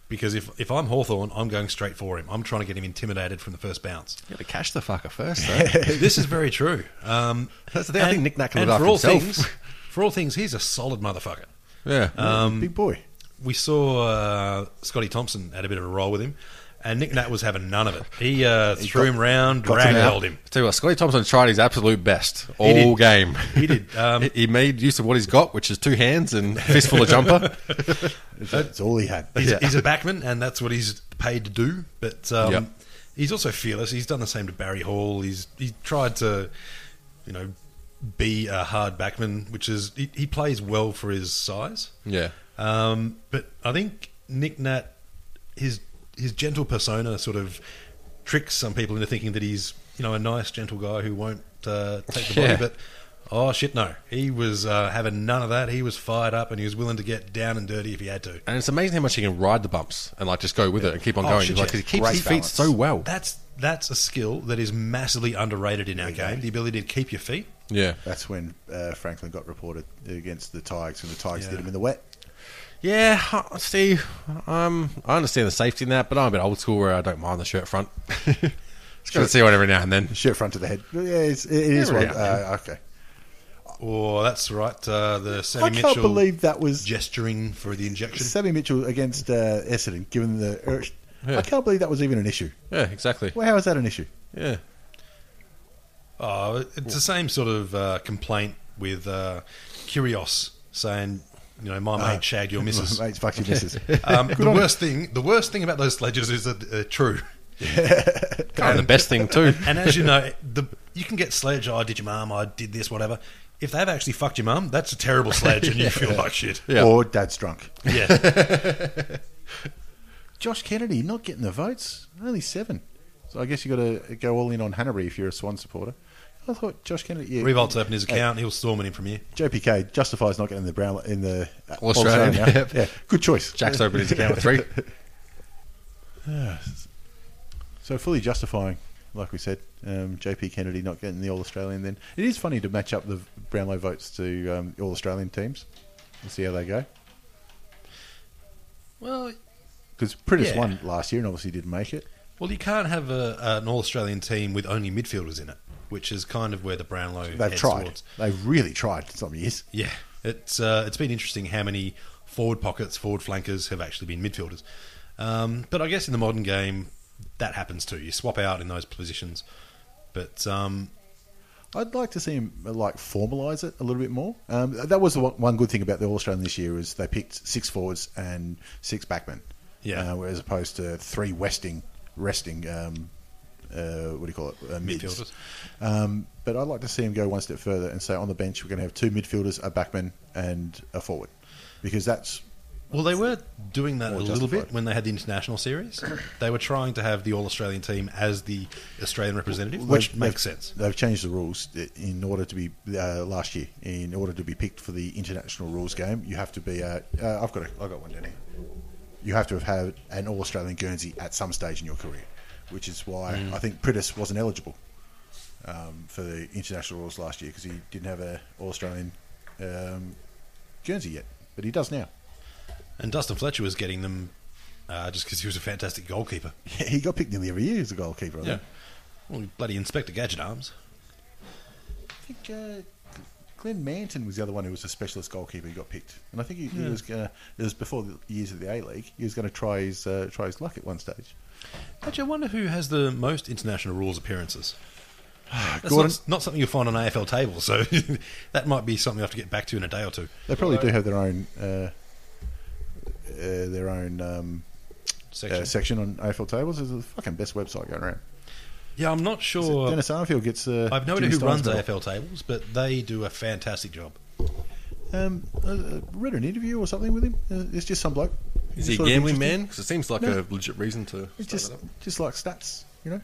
Because if, if I'm Hawthorn, I'm going straight for him. I'm trying to get him intimidated from the first
[laughs]
bounce.
Got to catch the fucker first. Though.
[laughs] this is very true. Um,
That's the thing, I think Nick Nat can
and
look
for
after
all
himself.
Things, for all things, he's a solid motherfucker.
yeah.
Um,
Big boy.
we saw uh, Scotty Thompson had a bit of a roll with him, and Nick Nat was having none of it. He, uh, threw him round,
got him
ragdolled
out.
him.
Tell you what, Scotty Thompson tried his absolute best all
did.
game.
He did. Um,
[laughs] He- he made use of what he's got, which is two hands and a fistful of jumper.
uh,
That's all he had.
He's, he's a backman, and that's what he's paid to do. But um,
Yep.
he's also fearless. He's done the same to Barry Hall. He's he tried to, you know, be a hard backman, which is he, he plays well for his size.
Yeah.
Um, but I think Nick Nat, his his gentle persona sort of tricks some people into thinking that he's you know a nice gentle guy who won't uh, take the
Yeah.
body. But Oh shit, no. He was uh, having none of that. He was fired up, and he was willing to get down and dirty if he had to.
And it's amazing how much he can ride the bumps and like just go with it and keep on
Oh,
going.
shit,
Like,
yeah.
he keeps
Great
his feet
balance.
so well.
That's that's a skill that is massively underrated in our game. The ability to keep your feet.
yeah.
That's when uh, Franklin got reported against the Tigers, and the Tigers
Yeah.
did him in the wet.
Yeah, uh, see, um, I understand the safety in that, but I'm a bit old school where I don't mind the shirt front. [laughs] Just got to see one every now and then.
Shirt front to the head. Yeah, it's, it is
Yeah,
one.
yeah.
Uh, okay.
Or Oh, that's right. Uh, the Sammy
I can't
Mitchell
believe that was
gesturing for the injection.
Sammy Mitchell against uh, Essendon, given the. urge.
Yeah.
I can't believe that was even an issue.
Yeah, exactly.
Well, how is that an issue?
Yeah,
Oh, it's the same sort of uh, complaint with uh, Curios saying, you know, my
Ah.
mate shagged
[laughs]
your missus.
[laughs] Mate, fuck your missus.
[laughs] Um, the worst thing, the worst thing about those sledges is that they're true.
kind of the best thing [laughs] too.
And as you know, the you can get sledge. Oh, I did your mum? I did this, whatever. If they've actually fucked your mum, that's a terrible sledge, and you feel like shit.
[laughs] Yeah.
Or dad's drunk.
Yeah.
Josh Kennedy not getting the votes. Only seven. So I guess you got to go all in on Hanbury if you're a Swan supporter. I thought Josh Kennedy. Yeah,
Revolt's opened his account. He'll storm it in from here.
JPK justifies not getting the brown in the uh,
All
[laughs]
Australian,
Australian,
yeah.
yeah. good choice.
Jack's opened his account with three.
So fully justifying, like we said, um, JP Kennedy not getting the All Australian. Then it is funny to match up the Brownlow votes to um, All Australian teams and see how they go.
Well,
Because Prittis
Yeah.
won last year and obviously didn't make it.
well, you can't have a, an All Australian team with only midfielders in it, which is kind of where the Brownlow
They've
heads
tried.
towards.
They've really tried some years.
Yeah, it's uh, it's been interesting how many forward pockets, forward flankers have actually been midfielders. Um, but I guess in the modern game, that happens too. You swap out in those positions. But um,
I'd like to see him uh, like formalise it a little bit more. Um, that was the one, one good thing about the All Australian this year is they picked six forwards and six backmen.
Yeah.
uh, as opposed to three resting, resting. Um, uh, what do you call it? Uh, mids.
Midfielders.
Um, but I'd like to see him go one step further and say on the bench we're going to have two midfielders, a backman, and a forward, because that's
well, they were doing that
More
a little bit
justified.
when they had the international series. they were trying to have the All Australian team as the Australian representative, which
They've-
makes
they've-
sense.
They've changed the rules in order to be uh, last year. In order to be picked for the international rules game, you have to be. Uh, uh, I've got. A, I've got one down here. You have to have had an All Australian Guernsey at some stage in your career, which is why
Hmm.
I think Prittis wasn't eligible um, for the international rules last year because he didn't have a All Australian um, Guernsey yet, but he does now. [laughs]
And Dustin Fletcher was getting them uh, just because he was a fantastic goalkeeper.
he got picked nearly every year as a goalkeeper. I think.
Well, bloody Inspector Gadget arms.
I think uh, Glenn Manton was the other one who was a specialist goalkeeper who got picked, and I think he, he was gonna. It was before the years of the A League. He was going to try his uh, try his luck at one stage.
Actually, I wonder who has the most international rules appearances. That's
Gordon?
not, not something you'll find on AFL table, so [laughs] that might be something I have to get back to in a day or two.
They probably do have their own uh, uh, their own um,
Section.
uh, section on AFL tables. It's the fucking best website going around.
yeah, I'm
Is
not
it
sure.
Dennis Arfield gets. Uh,
I've no idea
Jimmy
who
Stein's
runs
medal.
AFL tables, but they do a fantastic job.
Um, I I read an interview or something with him. Uh, it's just some bloke.
[laughs]
It's
Is he a
sort of
gambling
interesting.
man? Because it seems like
No.
a legit reason to.
It's
start
just
that up.
just like stats, you know.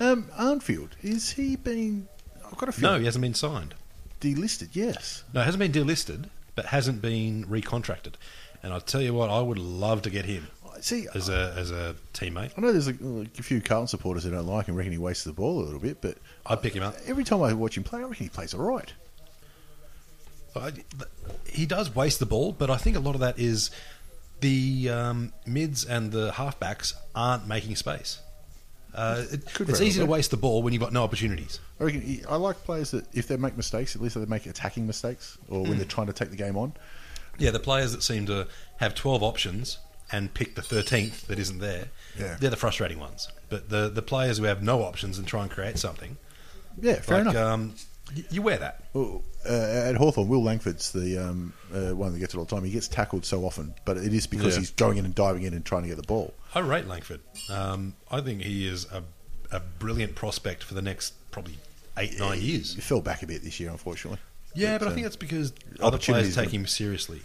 Um, Arnfield is he been? I've got a few.
No, he hasn't been signed.
delisted. Yes.
No, he hasn't been delisted, but hasn't been recontracted. And I tell you what, I would love to get him
See,
as a as a teammate.
I know there's a, a few Carlton supporters that don't like him, reckon he wastes the ball a little bit, but
I'd pick him up.
every time I watch him play, I reckon he plays all right.
I- th- He does waste the ball, but I think a lot of that is the um, mids and the halfbacks aren't making space. Uh, it,
Could
it's
very
easy
well
to
be.
waste the ball when you've got no opportunities.
I reckon he, I like players that if they make mistakes, at least they make attacking mistakes or when they're trying to take the game on.
Yeah, the players that seem to have 12 options and pick the 13th that isn't there,
Yeah.
they're the frustrating ones. But the, the players who have no options and try and create something,
Yeah, fair
like,
enough.
um, y- you wear that.
Well, uh, at Hawthorn, Will Langford's the um, uh, one that gets it all the time. He gets tackled so often, but it is because
Yeah.
he's going in and diving in and trying to get the ball.
I rate Langford. Um, I think he is a, a brilliant prospect for the next probably eight, nine years.
He fell back a bit this year, unfortunately.
Yeah, but I
um,
think that's because other players
opportunities
take
would-
him seriously.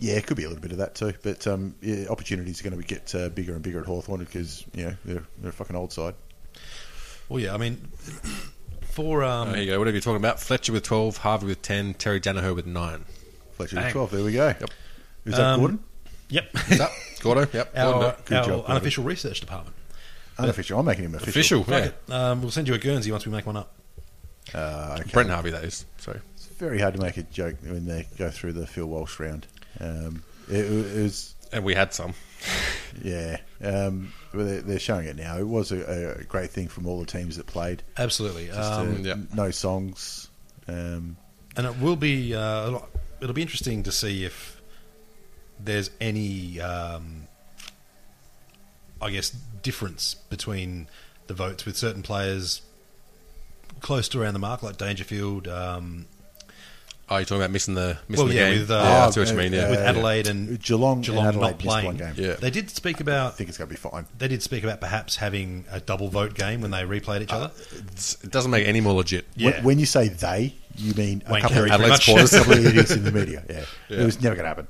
Yeah, it could be a little bit of that too, but um, yeah, opportunities are going to get uh, bigger and bigger at Hawthorn because you know they're, they're a fucking old side.
Well, yeah, I mean, For um,
There you go. Whatever you're talking about. Fletcher with 12, Harvey with 10, Terry Danaher with 9.
Fletcher with
Bang.
12. There we go.
Yep.
Is that
Um,
Gordon? [laughs]
yep,
[laughs] Yep. Gordo. Yep.
[laughs] our,
Gordon.
Good
our
job, Gordon.
unofficial research department. uh,
Unofficial. I'm making him official.
Official. Yeah.
Fuck it. Um, we'll send you a Guernsey once we make one up.
Uh, okay.
Brent Harvey, that is. Sorry.
It's very hard to make a joke when they go through the Phil Walsh round. Um, it, it was,
And we had some.
yeah. Um, well, they're, they're showing it now. It was a, a great thing from all the teams that played.
Absolutely.
Just,
Um,
uh,
yeah.
No songs. Um,
and it will be uh, a lot- it'll be interesting to see if there's any um, I guess difference between the votes with certain players close to around the mark like Dangerfield um,
Oh, you're talking about missing the missing
Well,
the
yeah,
game.
with, uh,
yeah, I see what you
uh,
mean. Yeah.
with
uh,
Adelaide and
Geelong and
Geelong
Adelaide
not
missed one
playing
game.
Yeah.
they did speak
I
about
think it's going to be fine.
they did speak about perhaps having a double vote game when they replayed each other
It's- it doesn't make it any more legit.
Yeah.
Uh, When, when you say they, you mean a
Wayne
couple of
Carey, pretty
idiots-
much.
a couple of idiots in the media. Yeah. It was never going to happen.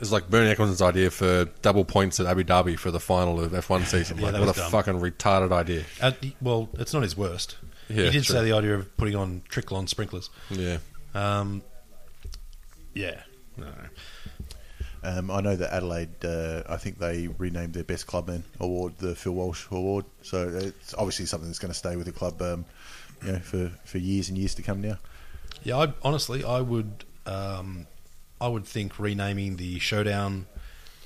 It's like Bernie Ecclestone's idea for double points at Abu Dhabi for the final of F1
[laughs]
season.
Yeah,
Like,
that
what a
was dumb.
fucking retarded idea.
[laughs] Uh, well it's not his worst
Yeah,
he did
true.
say the idea of putting on trickle on sprinklers
Yeah.
um, yeah no
Um, I know that Adelaide, uh, I think they renamed their best clubman award the Phil Walsh Award. So it's obviously something that's going to stay with the club um, you know, for, for years and years to come now.
Yeah, I, honestly, I would, um, I would think renaming the showdown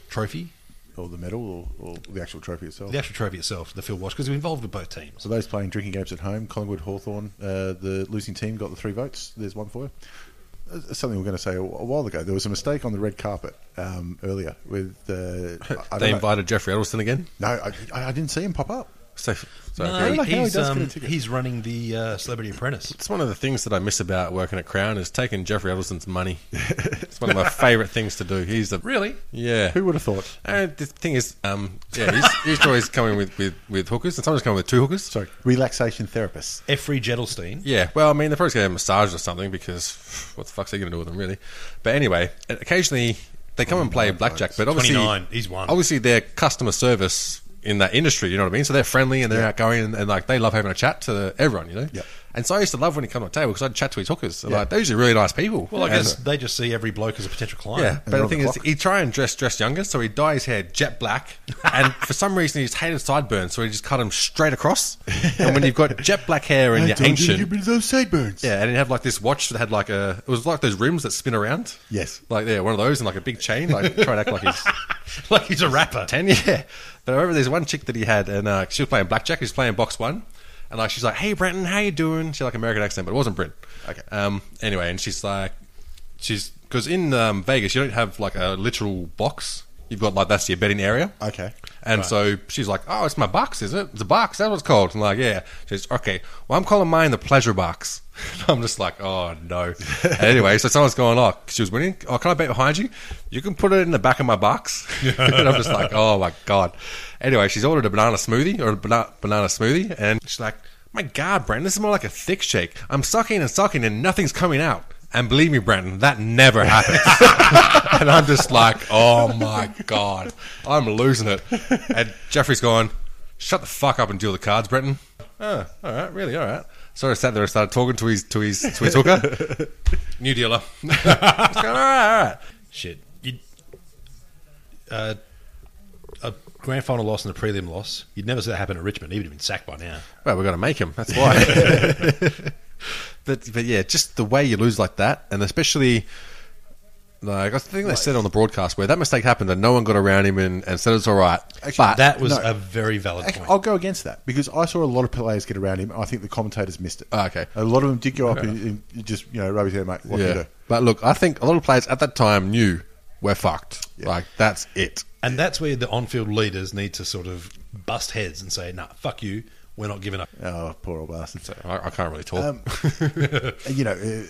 trophy,
Or the medal or, or the actual trophy itself.
the actual trophy itself, the Phil Walsh, because it's involved with both teams.
So those playing drinking games at home, Collingwood Hawthorn, uh, the losing team got the three votes. There's one for you. Uh, Something we are going to say a a while ago. There was a mistake on the red carpet um, earlier with uh, I- I
they
don't know-
invited Jeffrey Edelson again.
No, I, I I didn't see him pop up.
So, so
No,
okay.
don't know how he
he's,
does get a
um,
ticket.
he's running the uh, Celebrity Apprentice.
It's one of the things that I miss about working at Crown is taking Jeffrey
[laughs]
Edelson's money. it's one of my favourite things to do. He's the
Really?
yeah.
Who would have thought?
And the thing is, um, yeah, he's, he's always coming with, with, with hookers, and sometimes coming with two hookers.
Sorry, relaxation therapists.
Effrey Jettlestein.
Yeah, well, I mean, they're probably going to have a massage or something because [sighs] what the fuck's he going to do with them, really? But anyway, occasionally they come and play blackjack, but obviously,
29, he's won.
Obviously, they're customer service in that industry, you know what I mean? So they're friendly and they're outgoing and, and like they love having a chat to everyone, you know?
Yep.
And so I used to love when he come to a table because I'd chat to his hookers. and,
Yeah.
Like, they're usually really nice people.
Well, I
And-
guess they just see every bloke as a potential client.
yeah, but
they're
the
on
thing
the
is,
clock.
he try and dress dress younger, so he dye his hair jet
[laughs]
black, and for some reason he just hated sideburns, so he just cut them straight across. And when you've got jet black
[laughs]
hair and you're ancient,
those sideburns.
yeah, and it had like this watch that had like a. It was like those rims that spin around.
Yes.
Like, yeah, one of those and like a big
[laughs]
chain. Like, try and act like he's
like he's a rapper.
10, yeah. But I remember there's one chick that he had and uh, she was playing blackjack. He was playing box one. And like, she's like, hey, Brenton, how you doing? She had like American accent, but it wasn't Brent.
Okay.
Um, anyway, and she's like, she's. Because in um, Vegas, you don't have like a literal box. You've got like, that's your betting area.
Okay.
And so she's like, "Oh, it's my box, is it? It's a box. That's what it's called." I'm like, "Yeah." She's okay. Well, I'm calling mine the pleasure box. [laughs] I'm just like, "Oh no." And anyway, so someone's going, "Oh, she was winning. Oh, can I bet behind you? You can put it in the back of my box." [laughs] and I'm just like, "Oh my god." Anyway, she's ordered a banana smoothie or a banana, banana smoothie, and she's like, "My god, Brandon, this is more like a thick shake. I'm sucking and sucking, and nothing's coming out." And believe me, Brandon, that never happens. [laughs] and I'm just like, oh my God, I'm losing it. [laughs] And Jeffrey's gone, shut the fuck up and deal the cards, Brenton. Oh, all right, really, all right. So I sat there and started talking to his to his to his [laughs] hooker, new dealer. I was going, all right, all right.
Shit. You, uh, a grand final loss and a prelim loss. You'd never see that happen at Richmond. He would have been sacked by now.
Well, we're going to make him. That's why. [laughs] but but yeah, just the way you lose like that, and especially like I think they said on the broadcast where that mistake happened, and no one got around him and, and said it's all right. but
That was
No.
a very valid point.
I'll go against that because I saw a lot of players get around him. I think the commentators missed it.
Ah, okay.
A lot of them did go up and, and just you know rub his hand, mate. What can you
yeah.
do?
But look, I think a lot of players at that time knew we're fucked. Like that's it.
And that's where the on-field leaders need to sort of bust heads and say, "Nah, fuck you. We're not giving up."
Oh, poor old bastard.
I, I can't really talk.
Um, you know, uh,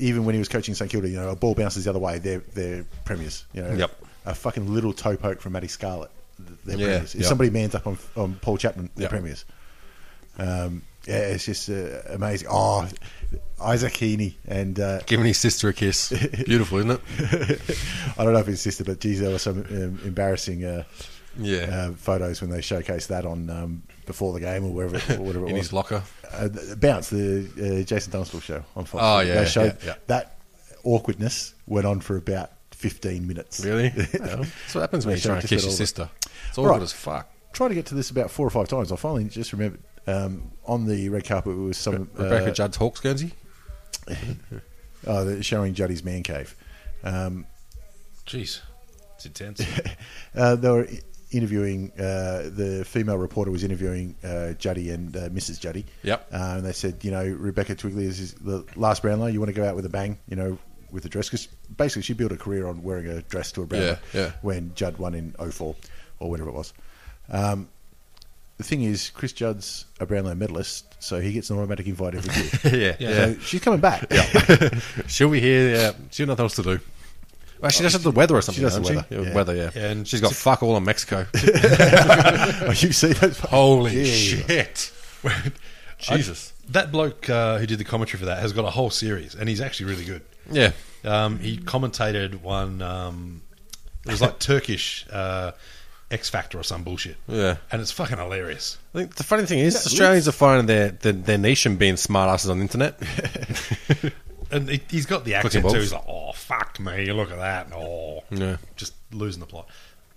even when he was coaching St Kilda, you know, a ball bounces the other way, they're they're premiers. You know,
Yep.
a fucking little toe poke from Matty Scarlett, they're
Yeah,
premiers. If
yep.
somebody mans up on, on Paul Chapman, they're
Yep.
premiers. Um, yeah, it's just uh, amazing. Oh, Isaac Heaney and uh, [laughs]
Giving his sister a [laughs] kiss. Beautiful, isn't it?
I don't know if his sister, but geez, there were some um, embarrassing uh,
Yeah.
uh, photos when they showcased that on um, before the game or wherever it, or whatever it
In
was.
his locker.
uh, Bounce, the uh, Jason Dunstall show on Fox.
Oh, yeah,
they showed
yeah, yeah.
that awkwardness went on for about fifteen minutes. [laughs]
[laughs] Really? That's what happens when
They
you're trying to
showcased
kiss
it
your
all.
sister. It's
Right.
awkward as fuck.
Trying to get to this about four or five times. I finally just remembered um, on the red carpet it was some
Rebecca
uh,
Judd's Hawks Guernsey?
oh, they're showing Juddy's man cave. Um,
Jeez,
[laughs]
it's intense.
Uh, they were interviewing uh, the female reporter was interviewing uh, Juddy and uh, Mrs. Juddy.
Yep.
Uh, and they said, you know, Rebecca Twigley is is the last Brownlow. You want to go out with a bang, you know, with a dress because basically she built a career on wearing a dress to a Brownlow.
Yeah, yeah.
When Judd won in 04 or whatever it was. Um, the thing is, Chris Judd's a Brownlow medalist, so he gets an automatic invite every year.
[laughs] [laughs] Yeah, yeah.
So she's coming back. [laughs]
She'll be here. Yeah, she's got nothing else to do. Well, she does have the weather or something.
does the
doesn't She does
weather, yeah.
weather. Yeah.
Yeah, and
and she's got fuck all on Mexico. [laughs]
Oh, you see those?
Holy
Yeah.
[laughs]
shit! Jesus.
I- that bloke uh, who did the commentary for that has got a whole series, and he's actually really good.
Yeah,
Um, he commentated one. Um, it was like Turkish uh, X Factor or some bullshit.
Yeah.
and it's fucking hilarious.
I think the funny thing is Australians are finding their, their their niche and being smartasses on the internet.
And he, he's got the
Clicking
accent
balls.
too. He's like, "Oh fuck me, look at that!" Oh,
Yeah.
just losing the plot.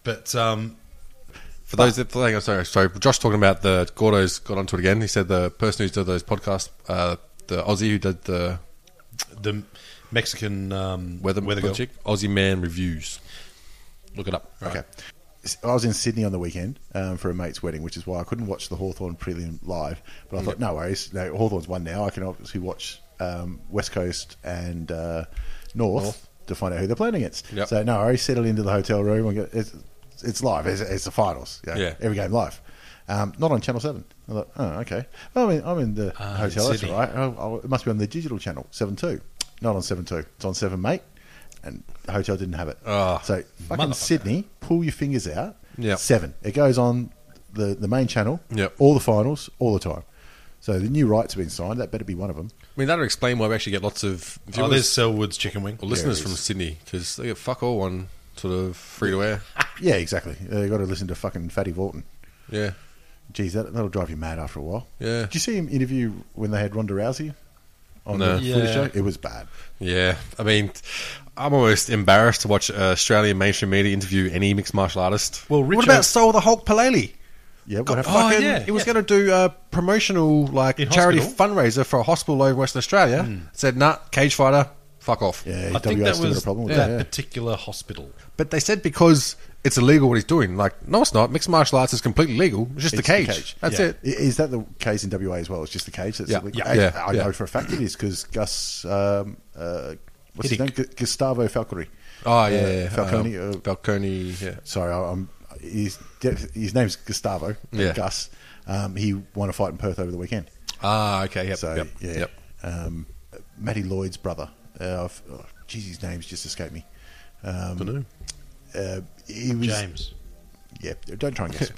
But um,
[laughs] For those that think, I'm sorry, sorry, Josh talking about the Gordo's got onto it again. He said the person who's done those podcasts, uh, the Aussie who did the
the Mexican um,
weather,
weather girl.
chick, Aussie man reviews. Look it up.
Okay. S- I was in Sydney on the weekend um, for a mate's wedding, which is why I couldn't watch the Hawthorn prelim live. But I thought, no worries, no, Hawthorn's won now. I can obviously watch um, West Coast and uh, North, to find out who they're playing against.
Yep.
So no worries, settle into the hotel room. And go, it's, it's live. It's, it's the finals. you know,
Yeah.
every game live. Um, not on Channel Seven. I thought, oh, okay. Well, I mean, I'm in the
Ah,
hotel. That's all
Sydney.
right. Oh, oh, it must be on the digital channel seven two. Not on seven two. It's on seven, mate. And the hotel didn't have it.
Ah.
so fucking
Motherfucker.
Sydney, pull your fingers out.
Yep.
Seven. It goes on the, the main channel.
Yep.
All the finals, all the time. So the new rights have been signed. That better be one of them.
I mean, that'll explain why we actually get lots of
Oh,
viewers
there's Selwood's chicken wing.
or listeners
Yeah, it
from
is.
Sydney because they get fuck all on sort of free to
[laughs]
air.
Yeah, exactly. Uh, you got to listen to fucking Fatty Vaughton.
Yeah.
Geez, that, that'll drive you mad after a while.
Yeah.
Did you see him interview when they had Ronda Rousey on
No.
the footy
Yeah.
show? It was bad.
Yeah, I mean, I'm almost embarrassed to watch uh, Australian mainstream media interview any mixed martial artist.
Well,
what
Richo-
about Soul the Hulk Paleli?
Yeah, what
Got
happened?
Oh,
fucking,
yeah,
he was
yeah.
going to do a promotional like
In
charity
hospital? Hmm.
fundraiser for a hospital over in Western Australia. Said, nah, cage fighter, fuck off.
Yeah,
I think
WA
that
still got
was
a problem with
that
that. yeah.
particular hospital.
But they said because it's illegal what he's doing. Like, no, it's not. Mixed martial arts is completely legal. It's just
It's
the, cage. That's
Yeah.
it.
I- Is that the case in WA as well? It's just the cage. That's
Yeah.
the-
Yeah.
I,
Yeah.
I
Yeah.
know for a fact it is because Gus, um, uh, what's his name?
Hiddick.
Gu- Gustavo Falcone.
Oh, yeah.
Uh,
yeah, yeah.
Falcone.
Um,
uh,
Falcone, yeah.
sorry, I- I'm. His, his name's Gustavo.
Yeah.
Gus. Um, he won a fight in Perth over the weekend.
Ah, okay. Yep.
So
yep.
yeah,
Yep.
Um, Matty Lloyd's brother. Uh, I've, oh, geez, his name's just escaped me. Um, Uh, he was,
James.
Yeah, don't try and
[laughs]
guess.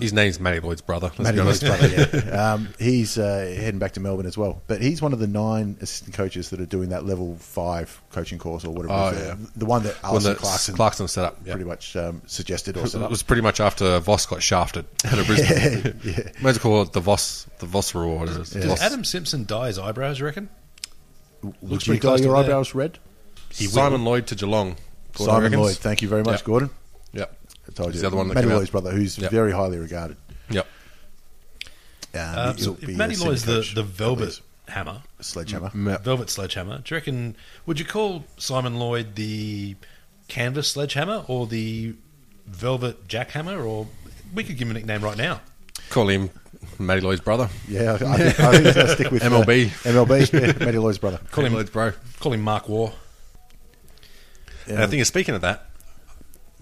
His name's Matty Lloyd's brother. Let's
um, Matty
be
Lloyd's
honest.
brother.
[laughs]
Yeah, um, he's uh, heading back to Melbourne as well. But he's one of the nine assistant coaches that are doing that level five coaching course or whatever.
Oh,
it is.
yeah.
the one that
When
Alison
the
Clarkson,
Clarkson, set up. yeah.
pretty much um, suggested or set
It
up. [laughs]
was [laughs] pretty much after Voss got shafted at a Brisbane. yeah. Might as well call it the Voss, the Voss reward. Is it?
Does
Voss.
Adam Simpson dye his eyebrows? You reckon?
Would you
pretty
dye
close to
your
there.
eyebrows red?
Simon Lloyd to Geelong. Gordon
Simon
Reckons?
Lloyd, thank you very much,
Yep.
Gordon.
Yep.
I told
He's
you.
the other one that
Matty
came out.
Lloyd's brother, who's
Yep.
very highly regarded.
Yep.
Um,
Uh,
he'll
if
be
Matty
assistant
Lloyd's the,
coach
the
at
velvet
least.
hammer,
sledgehammer.
velvet sledgehammer. Do you reckon? Would you call Simon Lloyd the canvas sledgehammer or the velvet jackhammer? Or we could give him a nickname right now.
Call him Matty Lloyd's brother.
Yeah, I think, I think he's going
[laughs]
to stick with uh,
MLB.
MLB, yeah, Matty Lloyd's brother.
Call him Lloyd's bro.
Call him Mark War.
And the thing is, speaking of that,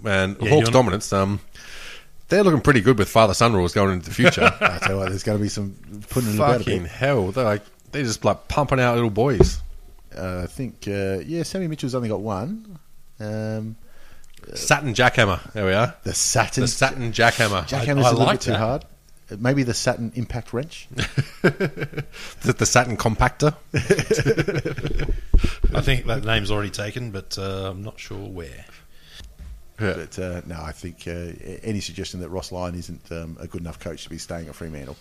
and
Yeah,
Hawks
you're-
dominance, um, they're looking pretty good with father son rules going into the future.
[laughs] I tell you what, there's going to be some putting in about a
Fucking
bit.
hell. They're like, they're just like pumping out little boys.
Uh, I think, uh, yeah, Sammy Mitchell's only got one. Um,
Satin Jackhammer. There we are.
the Saturn.
The Satin Jackhammer.
Jackhammer's a
I- I
little
like
bit too
that.
hard. Uh, maybe the Saturn impact
[laughs]
wrench.
The, the satin compactor. [laughs]
I think that name's already taken, but uh, I'm not sure where.
But uh, no, I think uh, a- any suggestion that Ross Lyon isn't um, a good enough coach to be staying at Fremantle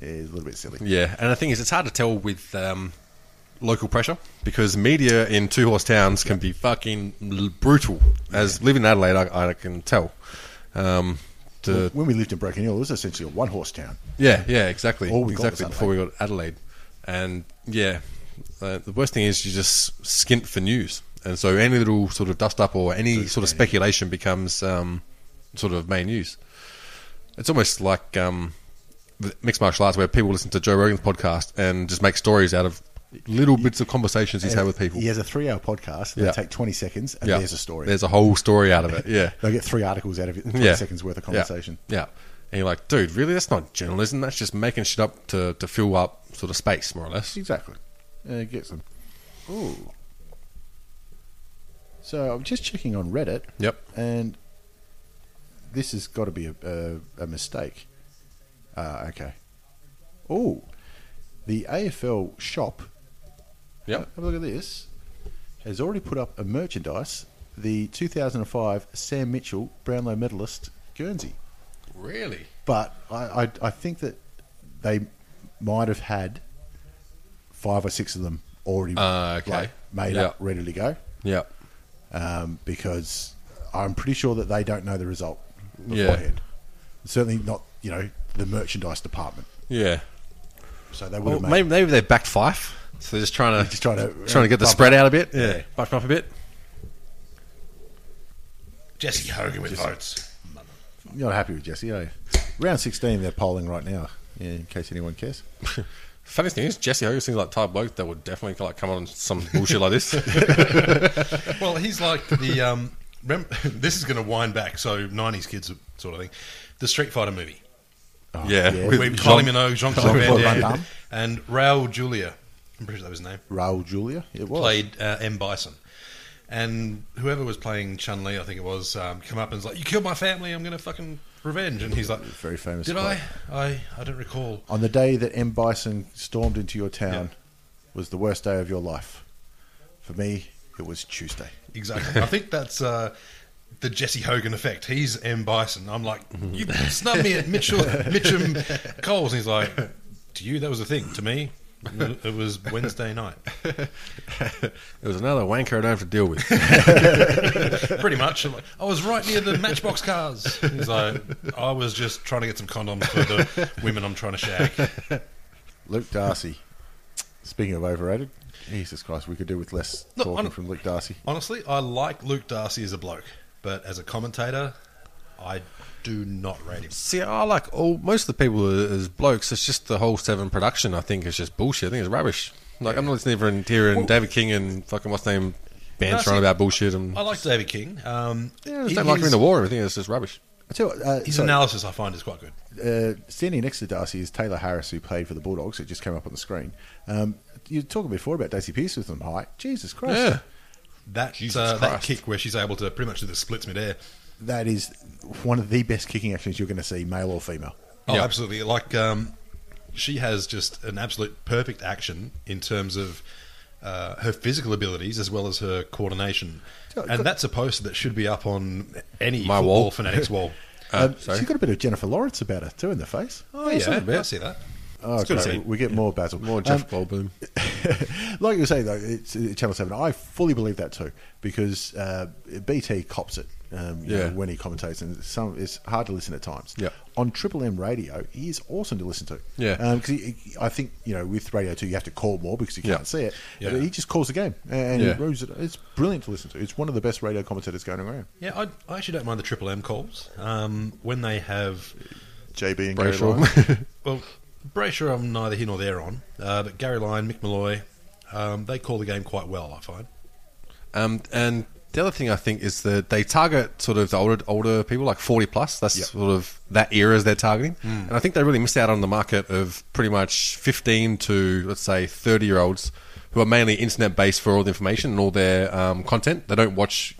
is a little bit silly.
Yeah, and the thing is, it's hard to tell with um, local pressure because media in two horse towns can be fucking l- brutal. As living in Adelaide, I, I can tell. Um, to,
When we lived in Broken Hill, it was essentially a one horse town.
Yeah, yeah, exactly.
All we got
exactly
was
before we got Adelaide. And yeah, uh, the worst thing is you just skint for news. And so any little sort of dust up or any sort of speculation becomes um, sort of main news. It's almost like um, the mixed martial arts where people listen to Joe Rogan's podcast and just make stories out of little bits of conversations he's had with people.
He has a three hour podcast, they
Yeah.
take 20 seconds, and
Yeah.
there's a story.
There's a whole story out of it. Yeah.
They'll get three articles out of it, 20 seconds worth of
Yeah.
conversation.
Yeah. And you're like, dude, really? That's not journalism. That's just making shit up to, to fill up sort of space, more or less.
Exactly. Uh, get some. Ooh. So I'm just checking on Reddit.
Yep.
And this has got to be a, a, a mistake. Ah, okay. Ooh. The AFL shop.
Yep.
Have a look at this. Has already put up a merchandise. The 2005 Sam Mitchell Brownlow medalist Guernsey.
Really?
But I, I, I think that they might have had five or six of them already
Uh, okay.
like, made up,
Yeah.
ready to go,
Yep.
um, because I'm pretty sure that they don't know the result
Yeah.
beforehand. Certainly not, you know, the merchandise department.
Yeah.
So they would
Well,
have made.
maybe, maybe they backed Fife. So they're just trying
[laughs]
to
Just trying to- uh,
trying to get the
bump
spread out a bit.
Yeah.
bump them up a bit.
Jesse Hogan with votes.
You're not happy with Jesse, are you? Round 16, they're polling right now. Yeah, in case anyone cares.
Funniest thing is Jesse Hogan seems like the type of bloke that would definitely like come on some bullshit like
[laughs] Oh,
this.
Well, he's like the. Um, rem- [laughs] this is going to wind back, so 90s kids sort of thing. The Street Fighter movie.
yeah,
yeah.
with
With
Jean-
Kylie Minogue, Jean Claude Van
Jean-Claude Van
Damme,
Damme.
and Raul Julia. I'm pretty sure that was his name.
Raul Julia, it was.
Played uh, M. Bison. And whoever was playing Chun Li, I think it was, um, come up and was like, You killed my family, I'm going to fucking revenge. And he's like,
Very famous
Did
quote.
I? I? I don't recall.
On the day that M. Bison stormed into your town
Yeah.
was the worst day of your life. For me, it was Tuesday.
Exactly. I think that's uh, the Jesse Hogan effect. He's M Bison.
[laughs]
I'm like, you snubbed me at Mitchell, Mitchum Coles, and he's like, to you that was a thing. To me, it was Wednesday night.
it was another wanker I don't have to deal with.
Pretty much. I'm like, I was right near the Matchbox cars. He's like, I was just trying to get some condoms for the women I'm trying to shag.
Luke Darcy. Speaking of overrated, Jesus Christ, we could do with less
No,
talking
I'm-
from Luke Darcy.
Honestly, I like Luke Darcy as a bloke, but as a commentator, I do not rate him.
See, I like all most of the people as blokes. It's just the whole Seven production. I think is just bullshit. I think it's rubbish. Like I'm not listening for here and David King and fucking what's his name
No,
bands
see,
around about bullshit and
I like David King. Um,
yeah, I just
he-
don't like him in
his-
the war. I think it's just rubbish.
I tell you what, uh,
His
sorry,
analysis, I find, is quite good.
uh, standing next to Darcy is Taylor Harris, who played for the Bulldogs. It just came up on the screen. Um, you were talking before about Daisy Pierce with them high. Jesus Christ.
Yeah.
That
Jesus
uh, that
Christ.
kick where she's able to pretty much do the splits midair.
That is one of the best kicking actions you're going to see, male or female.
Oh,
Yeah.
absolutely! Like um, she has just an absolute perfect action in terms of uh, her physical abilities as well as her coordination,
Oh,
and
good.
that's a poster that should be up on any
My
football
wall.
fanatics
[laughs]
wall.
um, she's got a bit of Jennifer Lawrence about her, too, in the face.
Uh, Oh
it's not
yeah,
bad.
I see that.
Oh,
good to
great.
see.
We get more Basil.
More
Um,
Jeff Goldblum.
like you were saying, though, it's uh, Channel Seven. I fully believe that too because uh, BT cops it. Um, you
Yeah.
know, when he commentates, and some it's hard to listen at times.
Yeah.
on Triple M radio, he is awesome to listen to. Um,
Yeah.
because I think you know with radio two, you have to call more because you
Yeah.
can't see it.
Yeah.
But he just calls the game and
Yeah.
he rules it. It's brilliant to listen to. It's one of the best radio commentators going around.
Yeah, I, I actually don't mind the Triple M calls um, when they
[laughs]
have.
JB and Gary Lyon.
Brayshaw.
Well, Brayshaw, I'm neither here nor there on, uh, but Gary Lyon, Mick Malloy, um, they call the game quite well. I find.
Um, and the other thing I think is that they target sort of the older older people, like forty plus. That's sort of that era is they're targeting,
Mm.
and I think they really missed out on the market of pretty much fifteen to let's say thirty year olds who are mainly internet based for all the information and all their um, content. They don't watch.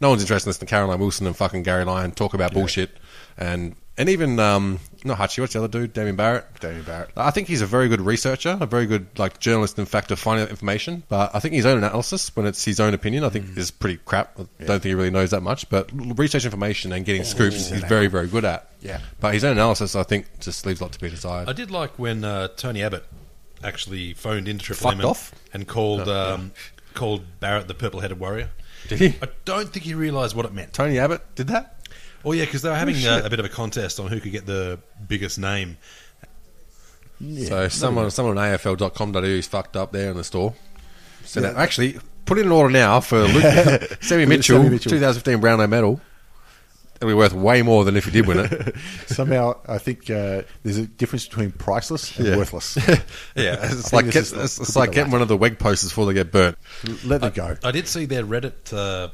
No one's interested in listening to Caroline Wilson and fucking Gary Lyon talk about bullshit and And even um, not Hutchie, what's the other dude? Damien Barrett.
Damien Barrett.
I think he's a very good researcher, a very good like journalist. In fact, of finding out information, but I think his own analysis, when it's his own opinion, I
Mm.
think is pretty crap. I don't think he really knows that much. But l- research information and getting scoops, he's very very good at.
Yeah.
But his own analysis, I think, just leaves a lot to be desired.
I did like when uh, Tony Abbott actually phoned into Triple
Fucked
M and,
off?
and called um, called Barrett the purple-headed warrior.
Did he?
I don't think he realised what it meant.
Tony Abbott did that.
Oh yeah, because they were having uh,
shit.
a bit of a contest on who could get the biggest name.
so someone someone on AFL.com.au is fucked up there in the store. So that, actually, put in an order now for
[laughs]
Luke, Sammy Mitchell,
Sammy Mitchell.
2015 Brownlow medal. It'll be worth way more than if he did
[laughs]
win it.
Somehow, I think uh, there's a difference between priceless and
Yeah. [laughs]
worthless.
yeah, it's
think
like
this
get,
is-
it's,
could
it's
be
like
the
getting
latter. Hmm.
one of the weg posters before they get burnt.
Let it go.
I did see their Reddit uh,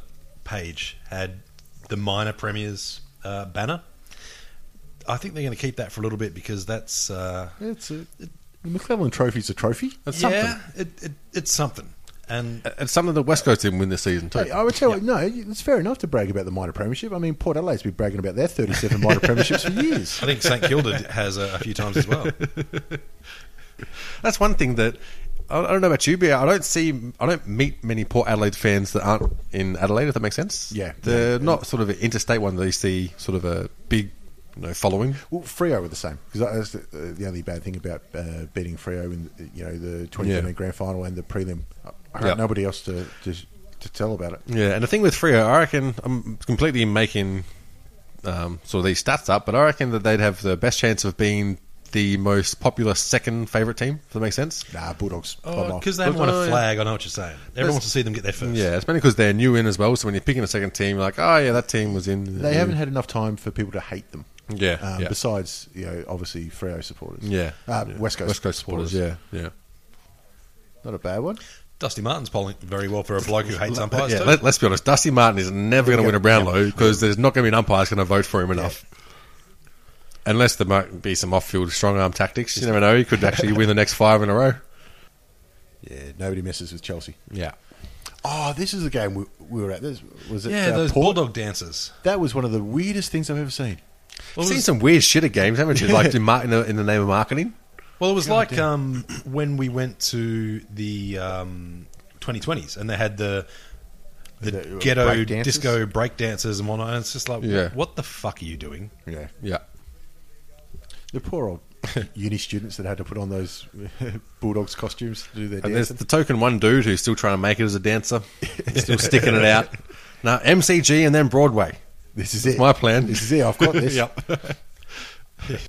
page had the minor premiers uh, banner. I think they're going to keep that for a little bit because that's uh,
It's a, it, the McClellan Trophy's a trophy.
It's
yeah,
something.
it, it, it's something. And
It's something that West Coast didn't win this season too.
Hey, I would tell you, no, it's fair enough to brag about the minor premiership. I mean, Port Adelaide's been bragging about their 37 [laughs] minor premierships for years.
I think St Kilda has a, a few times as
[laughs]
well.
That's one thing that I I don't know about you, but I don't see, I don't meet many Port Adelaide fans that aren't in Adelaide. If that makes sense,
Yeah.
they're not sort of an interstate one. They see sort of a big, you know, following.
Well, Frio were the same because that's the, uh, the only bad thing about uh, beating Frio in you know the 2015
Yeah.
grand final and the prelim. I had
Yeah.
nobody else to, to to tell about it.
Yeah, and the thing with Frio, I reckon I'm completely making um, sort of these stats up, but I reckon that they'd have the best chance of being the most popular second favourite team. If that makes sense.
Nah, Bulldogs. bye-bye.
Because they haven't won a
Oh, yeah.
flag, I know what you're saying. Everyone wants to see them get their first.
Yeah, it's mainly because they're new in as well. So when you're picking a second team, you're like, oh yeah, that team was in.
they haven't had enough time for people to hate them.
Yeah,
Um,
yeah.
Besides, you know, obviously Frio supporters.
Yeah,
Uh,
yeah.
West Coast.
West Coast supporters. Yeah, yeah.
Yeah. Not a bad one.
Dusty Martin's polling very well for a bloke who hates umpires.
yeah,
too.
let, us be honest. Dusty Martin is never going to win a Brownlow because there's not going to be an umpire that's going to vote for him enough. Unless there might be some off-field strong arm tactics. You never know. He could actually win the next five in a row.
Yeah, nobody messes with Chelsea.
Yeah.
Oh, this is a game we, we were at. This was it.
yeah,
uh,
those
Port?
bulldog dancers.
That was one of the weirdest things I've ever seen.
Well, it
seen
was,
some weird shit at games, haven't you?
[laughs]
Like in, mar- in, the, in the name of marketing.
well, it was like um, when we went to the um, 2020s and they had the the,
The uh,
ghetto
break dances?
disco break dancers and whatnot. And it's just like,
Yeah.
what the fuck are you doing?
Yeah,
Yeah.
the poor
[laughs]
old uni students that had to put on those [laughs] bulldogs costumes to do their
And
dance.
there's the token one dude who's still trying to make it as a dancer, still sticking
[laughs]
it out. Now MCG and then Broadway.
This is
That's
it.
my plan.
This is it. I've got
[laughs]
this.
It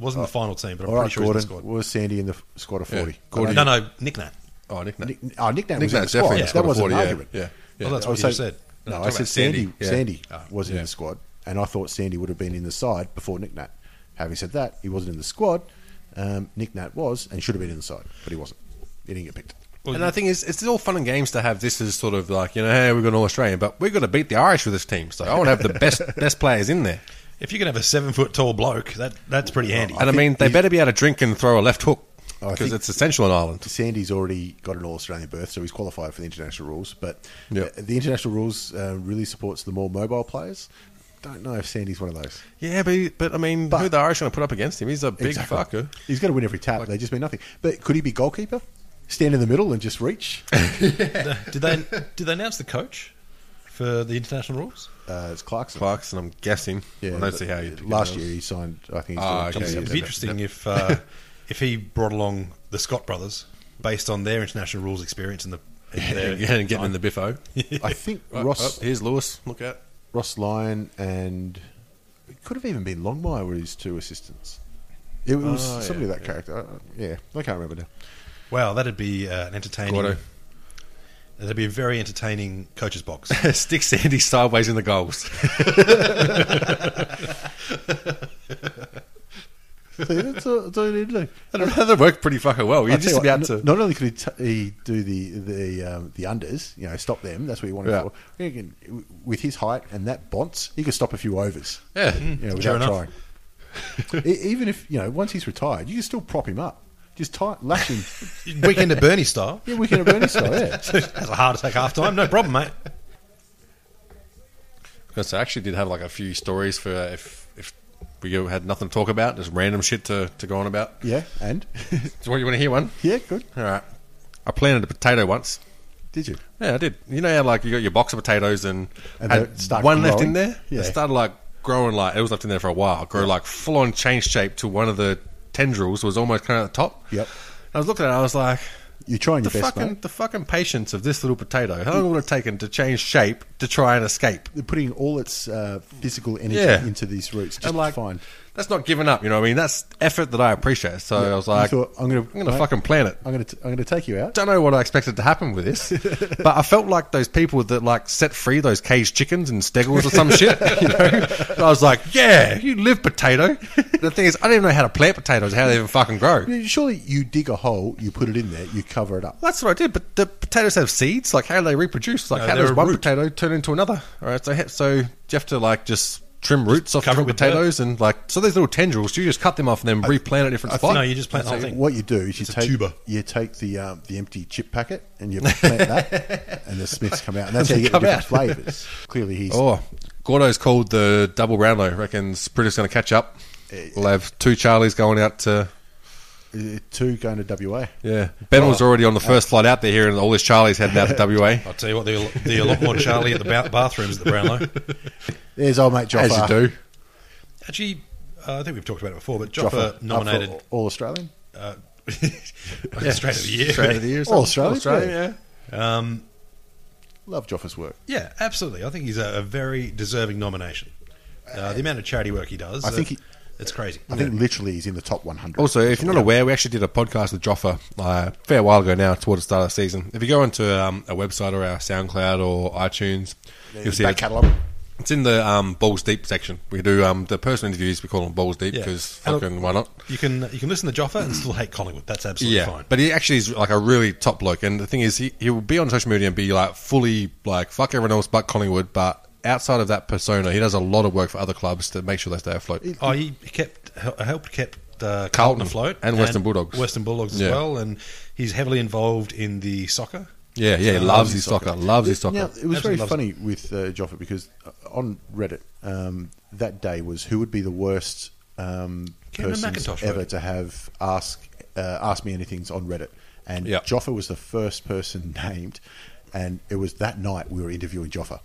wasn't the final team, but I'm
Oh. All
pretty
right, Gordon.
sure he's in the squad.
Was Sandy in the f- squad of
Yeah,
forty?
Gordon.
No, no, Nick Nat.
Oh, Nick.
Nick, oh, nickname was in the
Nickname's
squad.
definitely in the
that
squad of
wasn't
40,
an
yeah,
argument.
yeah, yeah.
Well, that's
I
what
was
you
saying-
said.
Oh, No,
Talk
I
about
said Sandy. Sandy,
Sandy, yeah.
Ah,
was in
yeah.
the squad, and I thought Sandy would have been in the side before Nick Nat. Having said that, he wasn't in the squad. Um, Nick Nat was and should have been in the side, but he wasn't. He didn't get picked.
and I think it's, it's all fun and games to have this as sort of like, you know, hey, we've got an All Australian, but we're going to beat the Irish with this team. So I want to have the
[laughs]
best best players in there.
If you can have a seven foot tall bloke, that that's pretty
Oh,
handy.
And I, mean, they better be able to drink and throw a left hook
I
because
think-
it's essential in Ireland.
Sandy's already got an All Australian berth, so he's qualified for the international rules. But
Yeah.
the, the international rules uh, really supports the more mobile players. Don't know if Sandy's one of those.
Yeah, but, but I mean,
But-
who the Irish going to put up against him? He's a big
Exactly.
fucker.
He's going to win every tap. they just mean nothing. But could he be goalkeeper? Stand in the middle and just reach? [laughs]
[laughs] did they did they announce the coach for the international rules?
Uh, it's Clarkson.
Clarkson, I'm guessing. I don't
but
see how you
Last year he signed. I think. He's doing
Ah, okay,
something
yeah,
It'd
else.
be interesting if
[laughs]
uh, if he brought along the Scott brothers based on their international rules experience and the in their-
[laughs]
[laughs]
Yeah, and getting in the biffo.
I think
Right,
Ross
[laughs] oh, here's Lewis. Look at.
Ross Lyon and it could have even been Longmire were his two assistants. It was
Oh, yeah,
somebody of that character. Uh, yeah, I can't remember now.
Wow, that'd be uh, an entertaining.
Gordo.
That'd be a very entertaining coach's box.
[laughs] Stick Sandy sideways in
[laughs]
the goals.
See, that's, all, that's all you need to do.
that worked pretty fucking well. You're
I'll tell
just
you
about
what,
to.
n- Not only could he, t- he do the the um, the unders, you know, stop them. That's what he wanted
Yeah.
for. He can, with his height and that bonce, he could stop a few overs.
Yeah.
you know,
Sure
without
enough.
trying. E- Even if you know, once he's retired, you can still prop him up. Just tie, lash him. [laughs]
Weekend at Bernie [laughs] style.
yeah, we can have Bernie style. Yeah.
[laughs]
Has a heart attack half time, no problem, mate.
Because I actually did have like a few stories for uh, if if we had nothing to talk about, just random shit to, to go on about.
Yeah, and
[laughs]
[laughs]
So, what, you want to hear one?
yeah, good.
All right. I planted a potato once.
Did you?
Yeah, I did. You know how like you got your box of potatoes and,
And
had
they start
one left
growing?
in there.
Yeah.
It started like growing like it was left in there for a while. Grew like full on chain shape to one of the tendrils was almost kind of at the top.
Yep.
I was looking at it. I was like,
You're trying
the
your best,
fucking
mate.
the fucking patience of this little potato. How long would it have taken to change shape to try and escape?
They're putting all its uh, physical energy
Yeah.
into these roots. Just
And
like,
like,
fine.
that's not giving up. You know what I mean? That's effort that I appreciate. So I was
You
like,
thought, I'm gonna-
I'm gonna fucking plant it.
I'm gonna, t- I'm gonna take you out.
don't know what I expected to happen
[laughs]
with this, but I felt like those people that like set free those caged chickens and steggles
[laughs]
or some shit. You know, And I was like, yeah, you live potato. The thing is, I didn't know how to plant potatoes, how they even fucking grow.
Surely you dig a hole, you put it in there, you cover it up.
That's what I did. But the potatoes have seeds. Like, how do they reproduce? Like,
No,
how
they're
does
a
one
root.
potato turn into another? All right, so ha- so do you have to like just trim roots off
cover it
different
with
potatoes and like so these little tendrils. You just cut them off and then replant a different spot.
no, you just plant the whole thing.
What you do is you
It's a
take
tuber.
you take the um, the empty chip packet and you plant
[laughs]
that, and the Smiths come out, and that's how
They
you get the
come
different
[laughs]
flavors. Clearly, he's
Oh, Gordo's called the double round though. Reckons British going to catch up. We'll have two Charlies going out to.
uh, two going to WA.
Yeah, Ben was already on the first flight out there here, and all his Charlies heading out to WA.
I'll tell you what, they're, they're a lot more Charlie at the ba- bathrooms at the Brownlow.
There's old mate Joffa.
[laughs] As you do.
Actually, uh, I think we've talked about it before, but
Joffa
Joffa
up for
nominated
[laughs]
[laughs]
all Australian.
uh, straight of the year.
Straight of the year. or
All
something.
Australians,
Australia,
yeah.
yeah.
Um,
Love Joffa's work.
[laughs] yeah, absolutely. I think he's a, a very deserving nomination. Uh, the amount of charity work he does,
I think
uh,
he-
it's crazy.
I think literally he's in the top 100.
Also, if you're not aware, we actually did a podcast with Joffa uh, a fair while ago now, towards the start of the season. If you go onto um, a website or our SoundCloud or iTunes, you'll see
back
it.
catalogue.
It's in the um, balls deep section. We do um, the personal interviews. We call them balls deep
Yeah.
because
And look-
fucking why not?
You can you can listen to Joffa and still hate Collingwood. That's absolutely
Yeah,
fine.
but he actually is like a really top bloke. And the thing is, he he will be on social media and be like fully like fuck everyone else but Collingwood. But outside of that persona, he does a lot of work for other clubs to make sure they stay afloat.
Oh, he kept hel- helped kept uh, Carlton,
Carlton
afloat
and Western Bulldogs.
Western Bulldogs as
Yeah.
well, and he's heavily involved in the soccer.
yeah, yeah, he loves his soccer, loves his soccer.
Now, it was
Absolutely
very
loves
funny with uh, Joffa because uh, on Reddit um, that day was who would be the worst um,
Cameron
person
McIntosh
ever
wrote it.
to have ask uh, ask me anything's on Reddit, and
Yeah.
Joffa was the first person [laughs] named, and it was that night we were interviewing Joffa.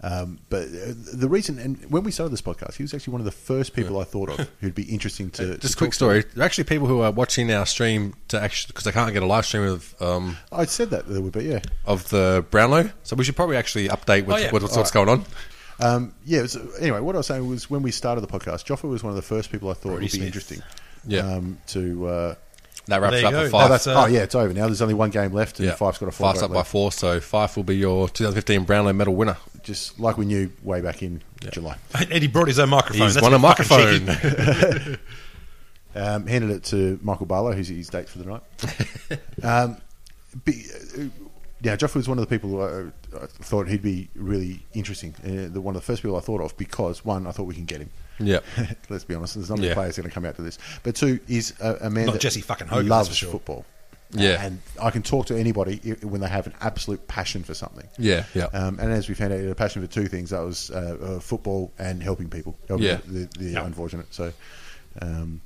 Um, but uh, the reason, and when we started this podcast, he was actually one of the first people I thought of who'd be interesting to. to
Uh, Just a quick
talk to.
story. There are actually people who are watching our stream to actually because they can't get a live stream of um,
I said that there would be, yeah.
of the Brownlow. So we should probably actually update with
Oh, yeah.
what, what's, what's going on.
Um, yeah. So anyway, what I was saying was when we started the podcast, Joffa was one of the first people I thought
Brody
would be
Smith.
interesting.
Yeah.
Um, to uh,
That wraps
There you
up
go. No,
for five.
oh, that's,
uh,
oh yeah, it's over now. There's only one game left, and
yeah,
Fife's got a four.
Fife's up by four, so Fife will be your 2015 Brownlow medal winner.
Just like we knew way back in July.
And he brought his own microphone.
He's
That's
won a
fucking cheeky.
microphone.
Um, handed it to Michael Barlow, who's his date for the
[laughs]
night. um, but, uh, yeah, Joffrey was one of the people I, I thought he'd be really interesting. Uh, the, one of the first people I thought of because one, I thought we can get him.
Yeah.
[laughs] Let's be honest. There's not many
Yeah.
players going to come out to this. But two, is a, a man
Not
that
Jesse fucking Hogan, that's
loves
for sure.
football.
Yeah.
and I can talk to anybody i- when they have an absolute passion for something.
Yeah, yeah.
Um, and as we found out, he had a passion for two things. That was uh, uh, football and helping people. Helping
Yeah.
the, the
Yeah.
unfortunate. So, um,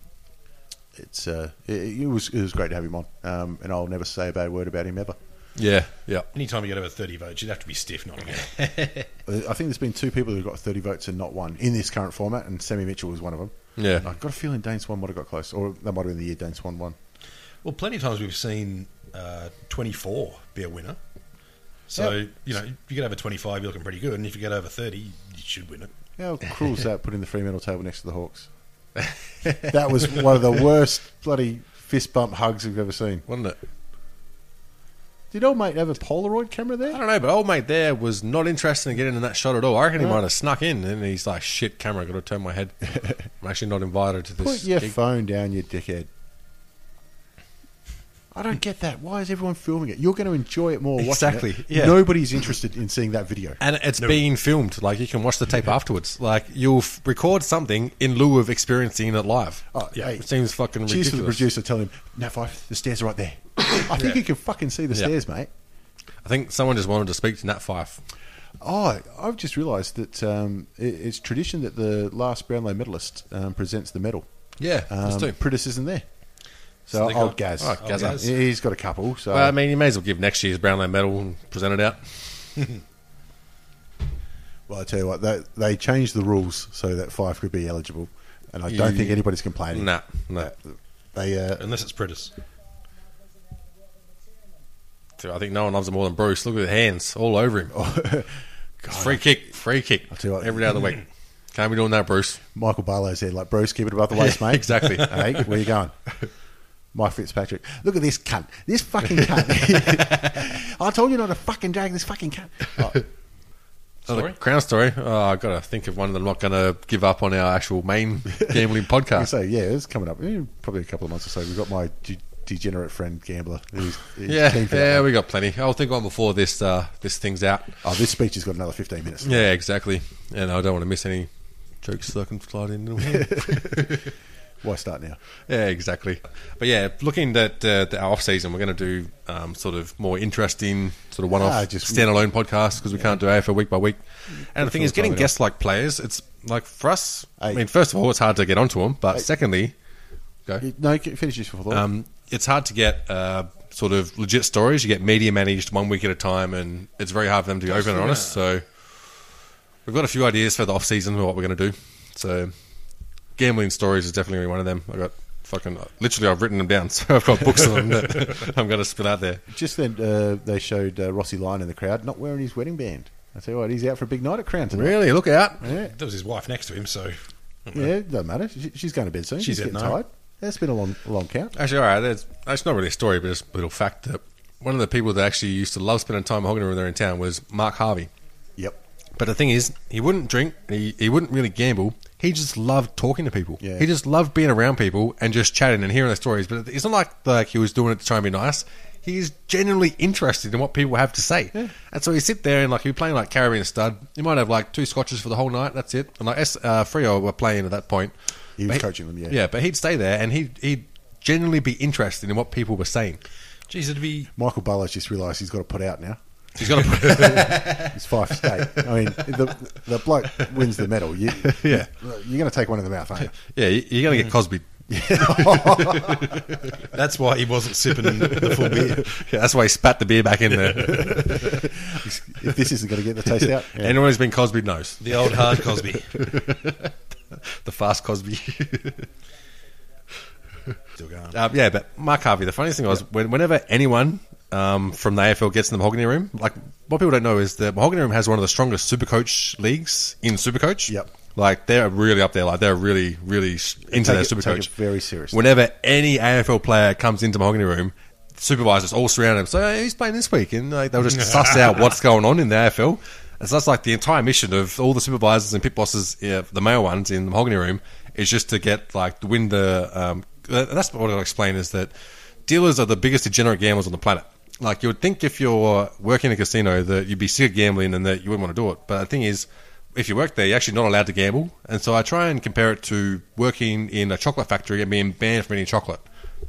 it's uh, it, it was it was great to have him on, um, and I'll never say a bad word about him ever.
[laughs] yeah, yeah.
Anytime you get over 30 votes, you'd have to be stiff, not again.
Uh, I think there's been two people who got 30 votes and not one in this current format, and Sammy Mitchell was one of them.
Yeah.
I've got a feeling Dane Swan might have got close, or that might have been the year Dane Swan won.
well, plenty of times we've seen uh, 24 be a winner. So, you know, if you get over 25, you're looking pretty good. And if you get over 30, you should win it.
How cruel is that putting the Fremantle table next to the
[laughs]
Hawks? that was one of the worst bloody fist bump hugs I've ever seen.
Wasn't it?
Did old mate have a Polaroid camera
I
there?
don't know, but old mate there was not interested in getting in that shot at all. I reckon he might have snuck in, and he's like, "Shit, camera, got to turn my head. I'm actually not invited to
Put
this."
your
gig."
phone down, you dickhead. I don't get that. Why is everyone filming it? You're going to enjoy it more watching
Exactly,
it.
yeah.
Nobody's interested in seeing that
[laughs]
video.
and it's being filmed. Like you can watch the tape afterwards. Like you'll f- record something in lieu of experiencing it live.
Oh, yeah.
it seems fucking
Cheers to the
ridiculous.
producer telling him, now, Fife, the stairs are right
[coughs]
there. I think you can fucking see the
Yeah.
stairs, mate.
I think someone just wanted to speak to Nat Fife.
Oh, I've just realised that um, it, it's tradition that the last Brownlow medalist um, presents the medal.
Yeah,
Um,
let's do.
Pritis isn't there. So,
they
old
got-
Gaz.
Oh, Gazza.
Yeah, He's got a couple. So
Well, I mean, you may as well give next year's Brownlow medal and present it out.
Well, I tell you what, they, they changed the rules so that five could be eligible, and I don't
Yeah.
think anybody's complaining.
Nah, no.
They, uh,
Unless it's Pritis.
Dude, I think no one loves him more than Bruce. Look at the hands all
[laughs]
over him. free kick, free kick.
Oh, I'll tell you what.
every day of
[clears throat]
the week. Can't be doing that, Bruce.
Michael Barlow's there, like, Bruce, keep it above the waist, mate. [laughs]
exactly.
hey, where you going? Mike Fitzpatrick. Look at this cunt. This fucking
[laughs]
cunt. I told you not to fucking drag this fucking cunt. Oh,
Another crown story. Oh, I've got to think of one that I'm not going to give up on our
[laughs]
actual main gambling podcast.
so, yeah, it's coming up. eh, Probably a couple of months or so. We've got my de- degenerate friend, Gambler. Who's, who's
yeah,
keen for that
yeah,
one.
we got plenty. I'll think of one before this uh, this thing's out.
Oh, this speech has got another 15 minutes.
Yeah, exactly. And I don't want to miss any jokes that I can
[laughs]
slide in.
Why start now?
Yeah, exactly. But yeah, looking at uh, the off season, we're going to do um, sort of more interesting, sort of one off
Ah, just-
standalone podcasts because we can't do AFL week by week. And the thing is, getting guests like players, it's like for us. I
Hey.
mean, first of all, it's hard to get onto them, but secondly, go.
No, finish this before thought.
Um, it's hard to get uh, sort of legit stories. You get media managed one week at a time, and it's very hard for them to be open and honest. So we've got a few ideas for the off season of what we're going to do. So gambling stories is definitely gonna be one of them. I got fucking literally I've written them down, [laughs] so I've got books of them that [laughs] I'm going to spit out there.
Just then, uh, they showed uh, Rossi Lyon in the crowd, not wearing his wedding band. I tell you what, he's out for a big night at Crown tonight.
Really, look out!
Yeah,
There was his wife next to him, so
yeah, it doesn't matter. She, she's going to bed soon. She's,
She's at
getting
night.
tired. That's been a long, a long count.
Actually, all right, it's, it's not really a story, but it's a little fact that one of the people that actually used to love spending time at Hogner when they were in town was Mark Harvey.
Yep.
But the thing is, he wouldn't drink. He, he wouldn't really gamble. He just loved talking to people.
Yeah.
He just loved being around people and just chatting and hearing their stories. But it's not like like he was doing it to try and be nice. He is genuinely interested in what people have to say. And so he sit there and like he'd be playing like Caribbean Stud. He might have like two scotches for the whole night. That's it. And like S, uh, Frio were playing at that point.
He was
But
coaching them, yeah.
Yeah, but he'd stay there and he he'd genuinely be interested in what people were saying.
geez, it'd
[laughs]
be
Michael Bullard's just realised he's got to put out now.
He's
[laughs]
got [laughs] to
It's five [laughs] state. I mean, the the bloke wins the medal. You,
[laughs] Yeah.
you're going to take one in the mouth, aren't you?
yeah, you- you're gonna get Cosby.
[laughs] that's why he wasn't sipping the full beer.
Yeah, that's why he spat the beer back in
[laughs]
there.
If this isn't going to get the taste out, yeah.
Anyone who's been Cosby knows.
The old hard Cosby.
the fast [laughs] Cosby.
Still going.
um, yeah, but Mark Harvey. The funniest thing was when, whenever anyone um, from the AFL gets in the Mahogany Room, like what people don't know is the Mahogany Room has one of the strongest Supercoach leagues in Supercoach.
Yep.
Like they're really up there. Like they're really, really s- into
Take
their
it-
Supercoach.
take it very seriously.
Whenever any AFL player comes into Mahogany Room. Supervisors all surround him. So hey, who's playing this week? And
[laughs]
like, they'll just suss out what's going on in the AFL. And so that's like the entire mission of all the supervisors and pit bosses, yeah, the male ones in the Mahogany Room, is just to get like to win the. Um, th- that's what I'll explain is that dealers are the biggest degenerate gamblers on the planet. Like you would think if you're working in a casino that you'd be sick of gambling and that you wouldn't want to do it. But the thing is, if you work there, you're actually not allowed to gamble. And so I try and compare it to working in a chocolate factory and being banned from eating chocolate.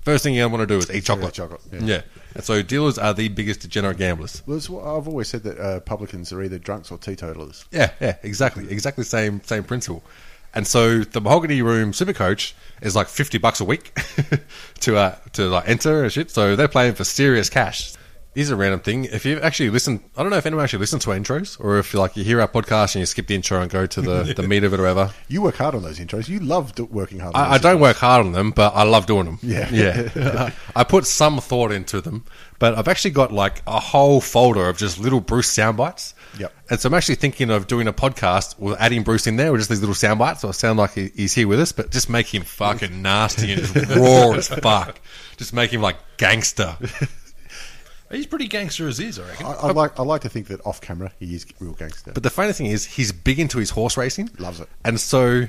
First thing you want to do is eat chocolate.
chocolate, yeah.
Yeah. And so dealers are the biggest degenerate gamblers.
Well, it's what I've always said that uh, publicans are either drunks or teetotalers.
Yeah, yeah, exactly. Exactly same same principle. And so the Mahogany Room Supercoach is like fifty bucks a week [laughs] to uh, to like enter and shit. So they're playing for serious cash. Here's a random thing. If you actually listen, I don't know if anyone actually listens to our intros, or if like you hear our podcast and you skip the intro and go to the, the meat of it or whatever.
You work hard on those intros. You love do- working hard. on
I, I
those
don't
intros.
work hard on them, but I love doing them.
Yeah.
yeah. I put some thought into them, but I've actually got like a whole folder of just little Bruce sound bites.
Yep.
And so I'm actually thinking of doing a podcast with adding Bruce in there with just these little sound bites. So I sound like he, he's here with us, but just make him fucking nasty and just
[laughs]
raw as fuck. Just make him like gangster.
He's pretty gangster as is, I reckon.
I, I like. I like to think that off camera he is real gangster.
But the funny thing is, he's big into his horse racing.
Loves it.
And so,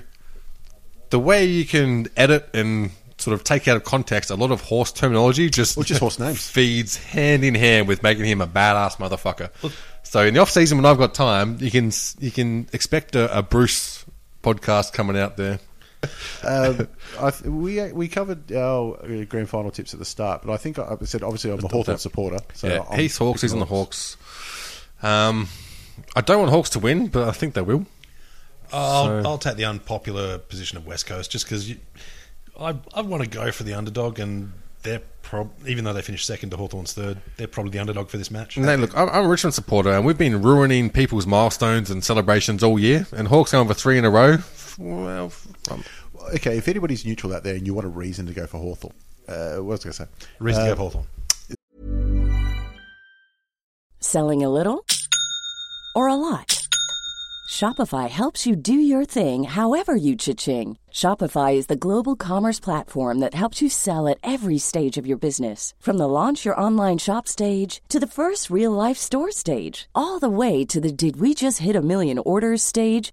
the way you can edit and sort of take out of context a lot of horse terminology just,
Or just horse names.
[laughs] feeds hand in hand with making him a badass motherfucker. So in the off season when I've got time, you can s- you can expect a, a Bruce podcast coming out there.
um, I th- we we covered our uh, grand final tips at the start, but I think I I said obviously I'm a Hawthorn supporter. So
yeah,
I'm
he's Hawks. He's on the Hawks. Um, I don't want Hawks to win, but I think they will.
I'll, I'll take the unpopular position of West Coast just because I, I want to go for the underdog, and they're prob- even though they finished second to Hawthorn's third, they're probably the underdog for this match.
And they look, I'm, I'm a Richmond supporter, and we've been ruining people's milestones and celebrations all year. And Hawks going for three in a row. Well, um,
Okay, if anybody's neutral out there and you want a reason to go for Hawthorn, uh, what was I going to say?
Reason to
Uh,
go Hawthorn.
Selling a little or a lot? Shopify helps you do your thing however you cha-ching. Shopify is the global commerce platform that helps you sell at every stage of your business. From the launch your online shop stage to the first real life store stage, all the way to the did we just hit a million orders stage.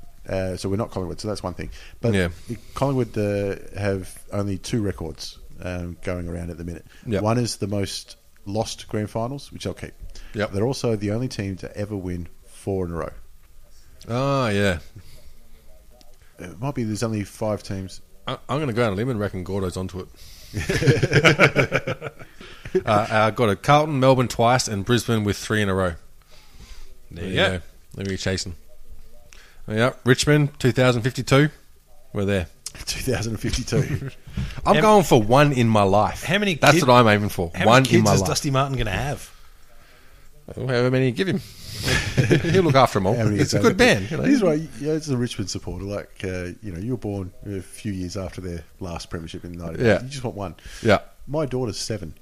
Uh, so we're not Collingwood, so that's one thing. But
Yeah.
the- Collingwood uh, have only two records um, going around at the minute.
Yep.
One is the most lost grand finals, which they'll keep.
Yep.
They're also the only team to ever win four in a row.
oh yeah,
It might be there's only five teams.
I, I'm going to go on a limb and reckon Gordo's onto it.
[laughs]
uh, I got a Carlton, Melbourne twice, and Brisbane with three in a row.
There you go.
Let me chasing. Yeah, Richmond 2052. We're there.
2052.
[laughs] I'm
How-
going for one in my life.
How many
That's
kid-
what I'm aiming for.
How
one
many kids
in my
is
life.
Dusty Martin going to have?
However many you give him, [laughs] he'll look after them all.
How many
It's a
years
good
over?
band. you know.
He's right. Yeah, it's a Richmond supporter. Like uh, you know, you were born a few years after their last premiership in the nineties.
Yeah.
you just want one.
Yeah.
my daughter's seven.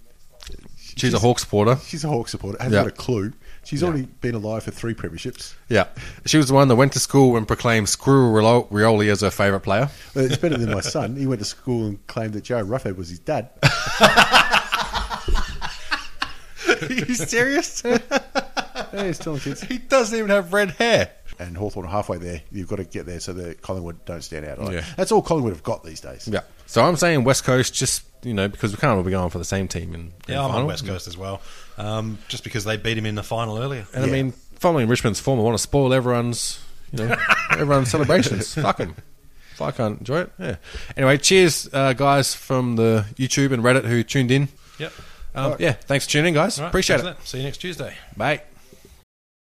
She's a Hawks supporter.
She's a Hawk supporter. Hasn't
Yeah.
got a clue. She's already been alive for three premierships.
Yeah, she was the one that went to school and proclaimed Squirrel Rio- Rioli as her favourite player.
Uh, It's better
[laughs]
than my son. He went to school and claimed that Joe Ruffhead was his dad.
Are you serious?
Yeah, he's telling kids.
he doesn't even have red hair.
And Hawthorn are halfway there. You've got to get there so that Collingwood don't stand out. Like,
Yeah.
That's all Collingwood have got these days.
Yeah. So I'm saying West Coast, just you know, because we can't all be going for the same team. And
Yeah, I'm on West Coast as well. Um, just because they beat him in the final earlier.
And I mean, following Richmond's form, I want to spoil everyone's, you [laughs] know, everyone's [laughs] celebrations. Fuck them. If I can't enjoy it, yeah. Anyway, cheers, uh, guys from the YouTube and Reddit who tuned in.
Yep.
Um, Yeah, thanks for tuning, in, guys.
All right,
Appreciate
thanks
it.
for that. See you next Tuesday.
Bye.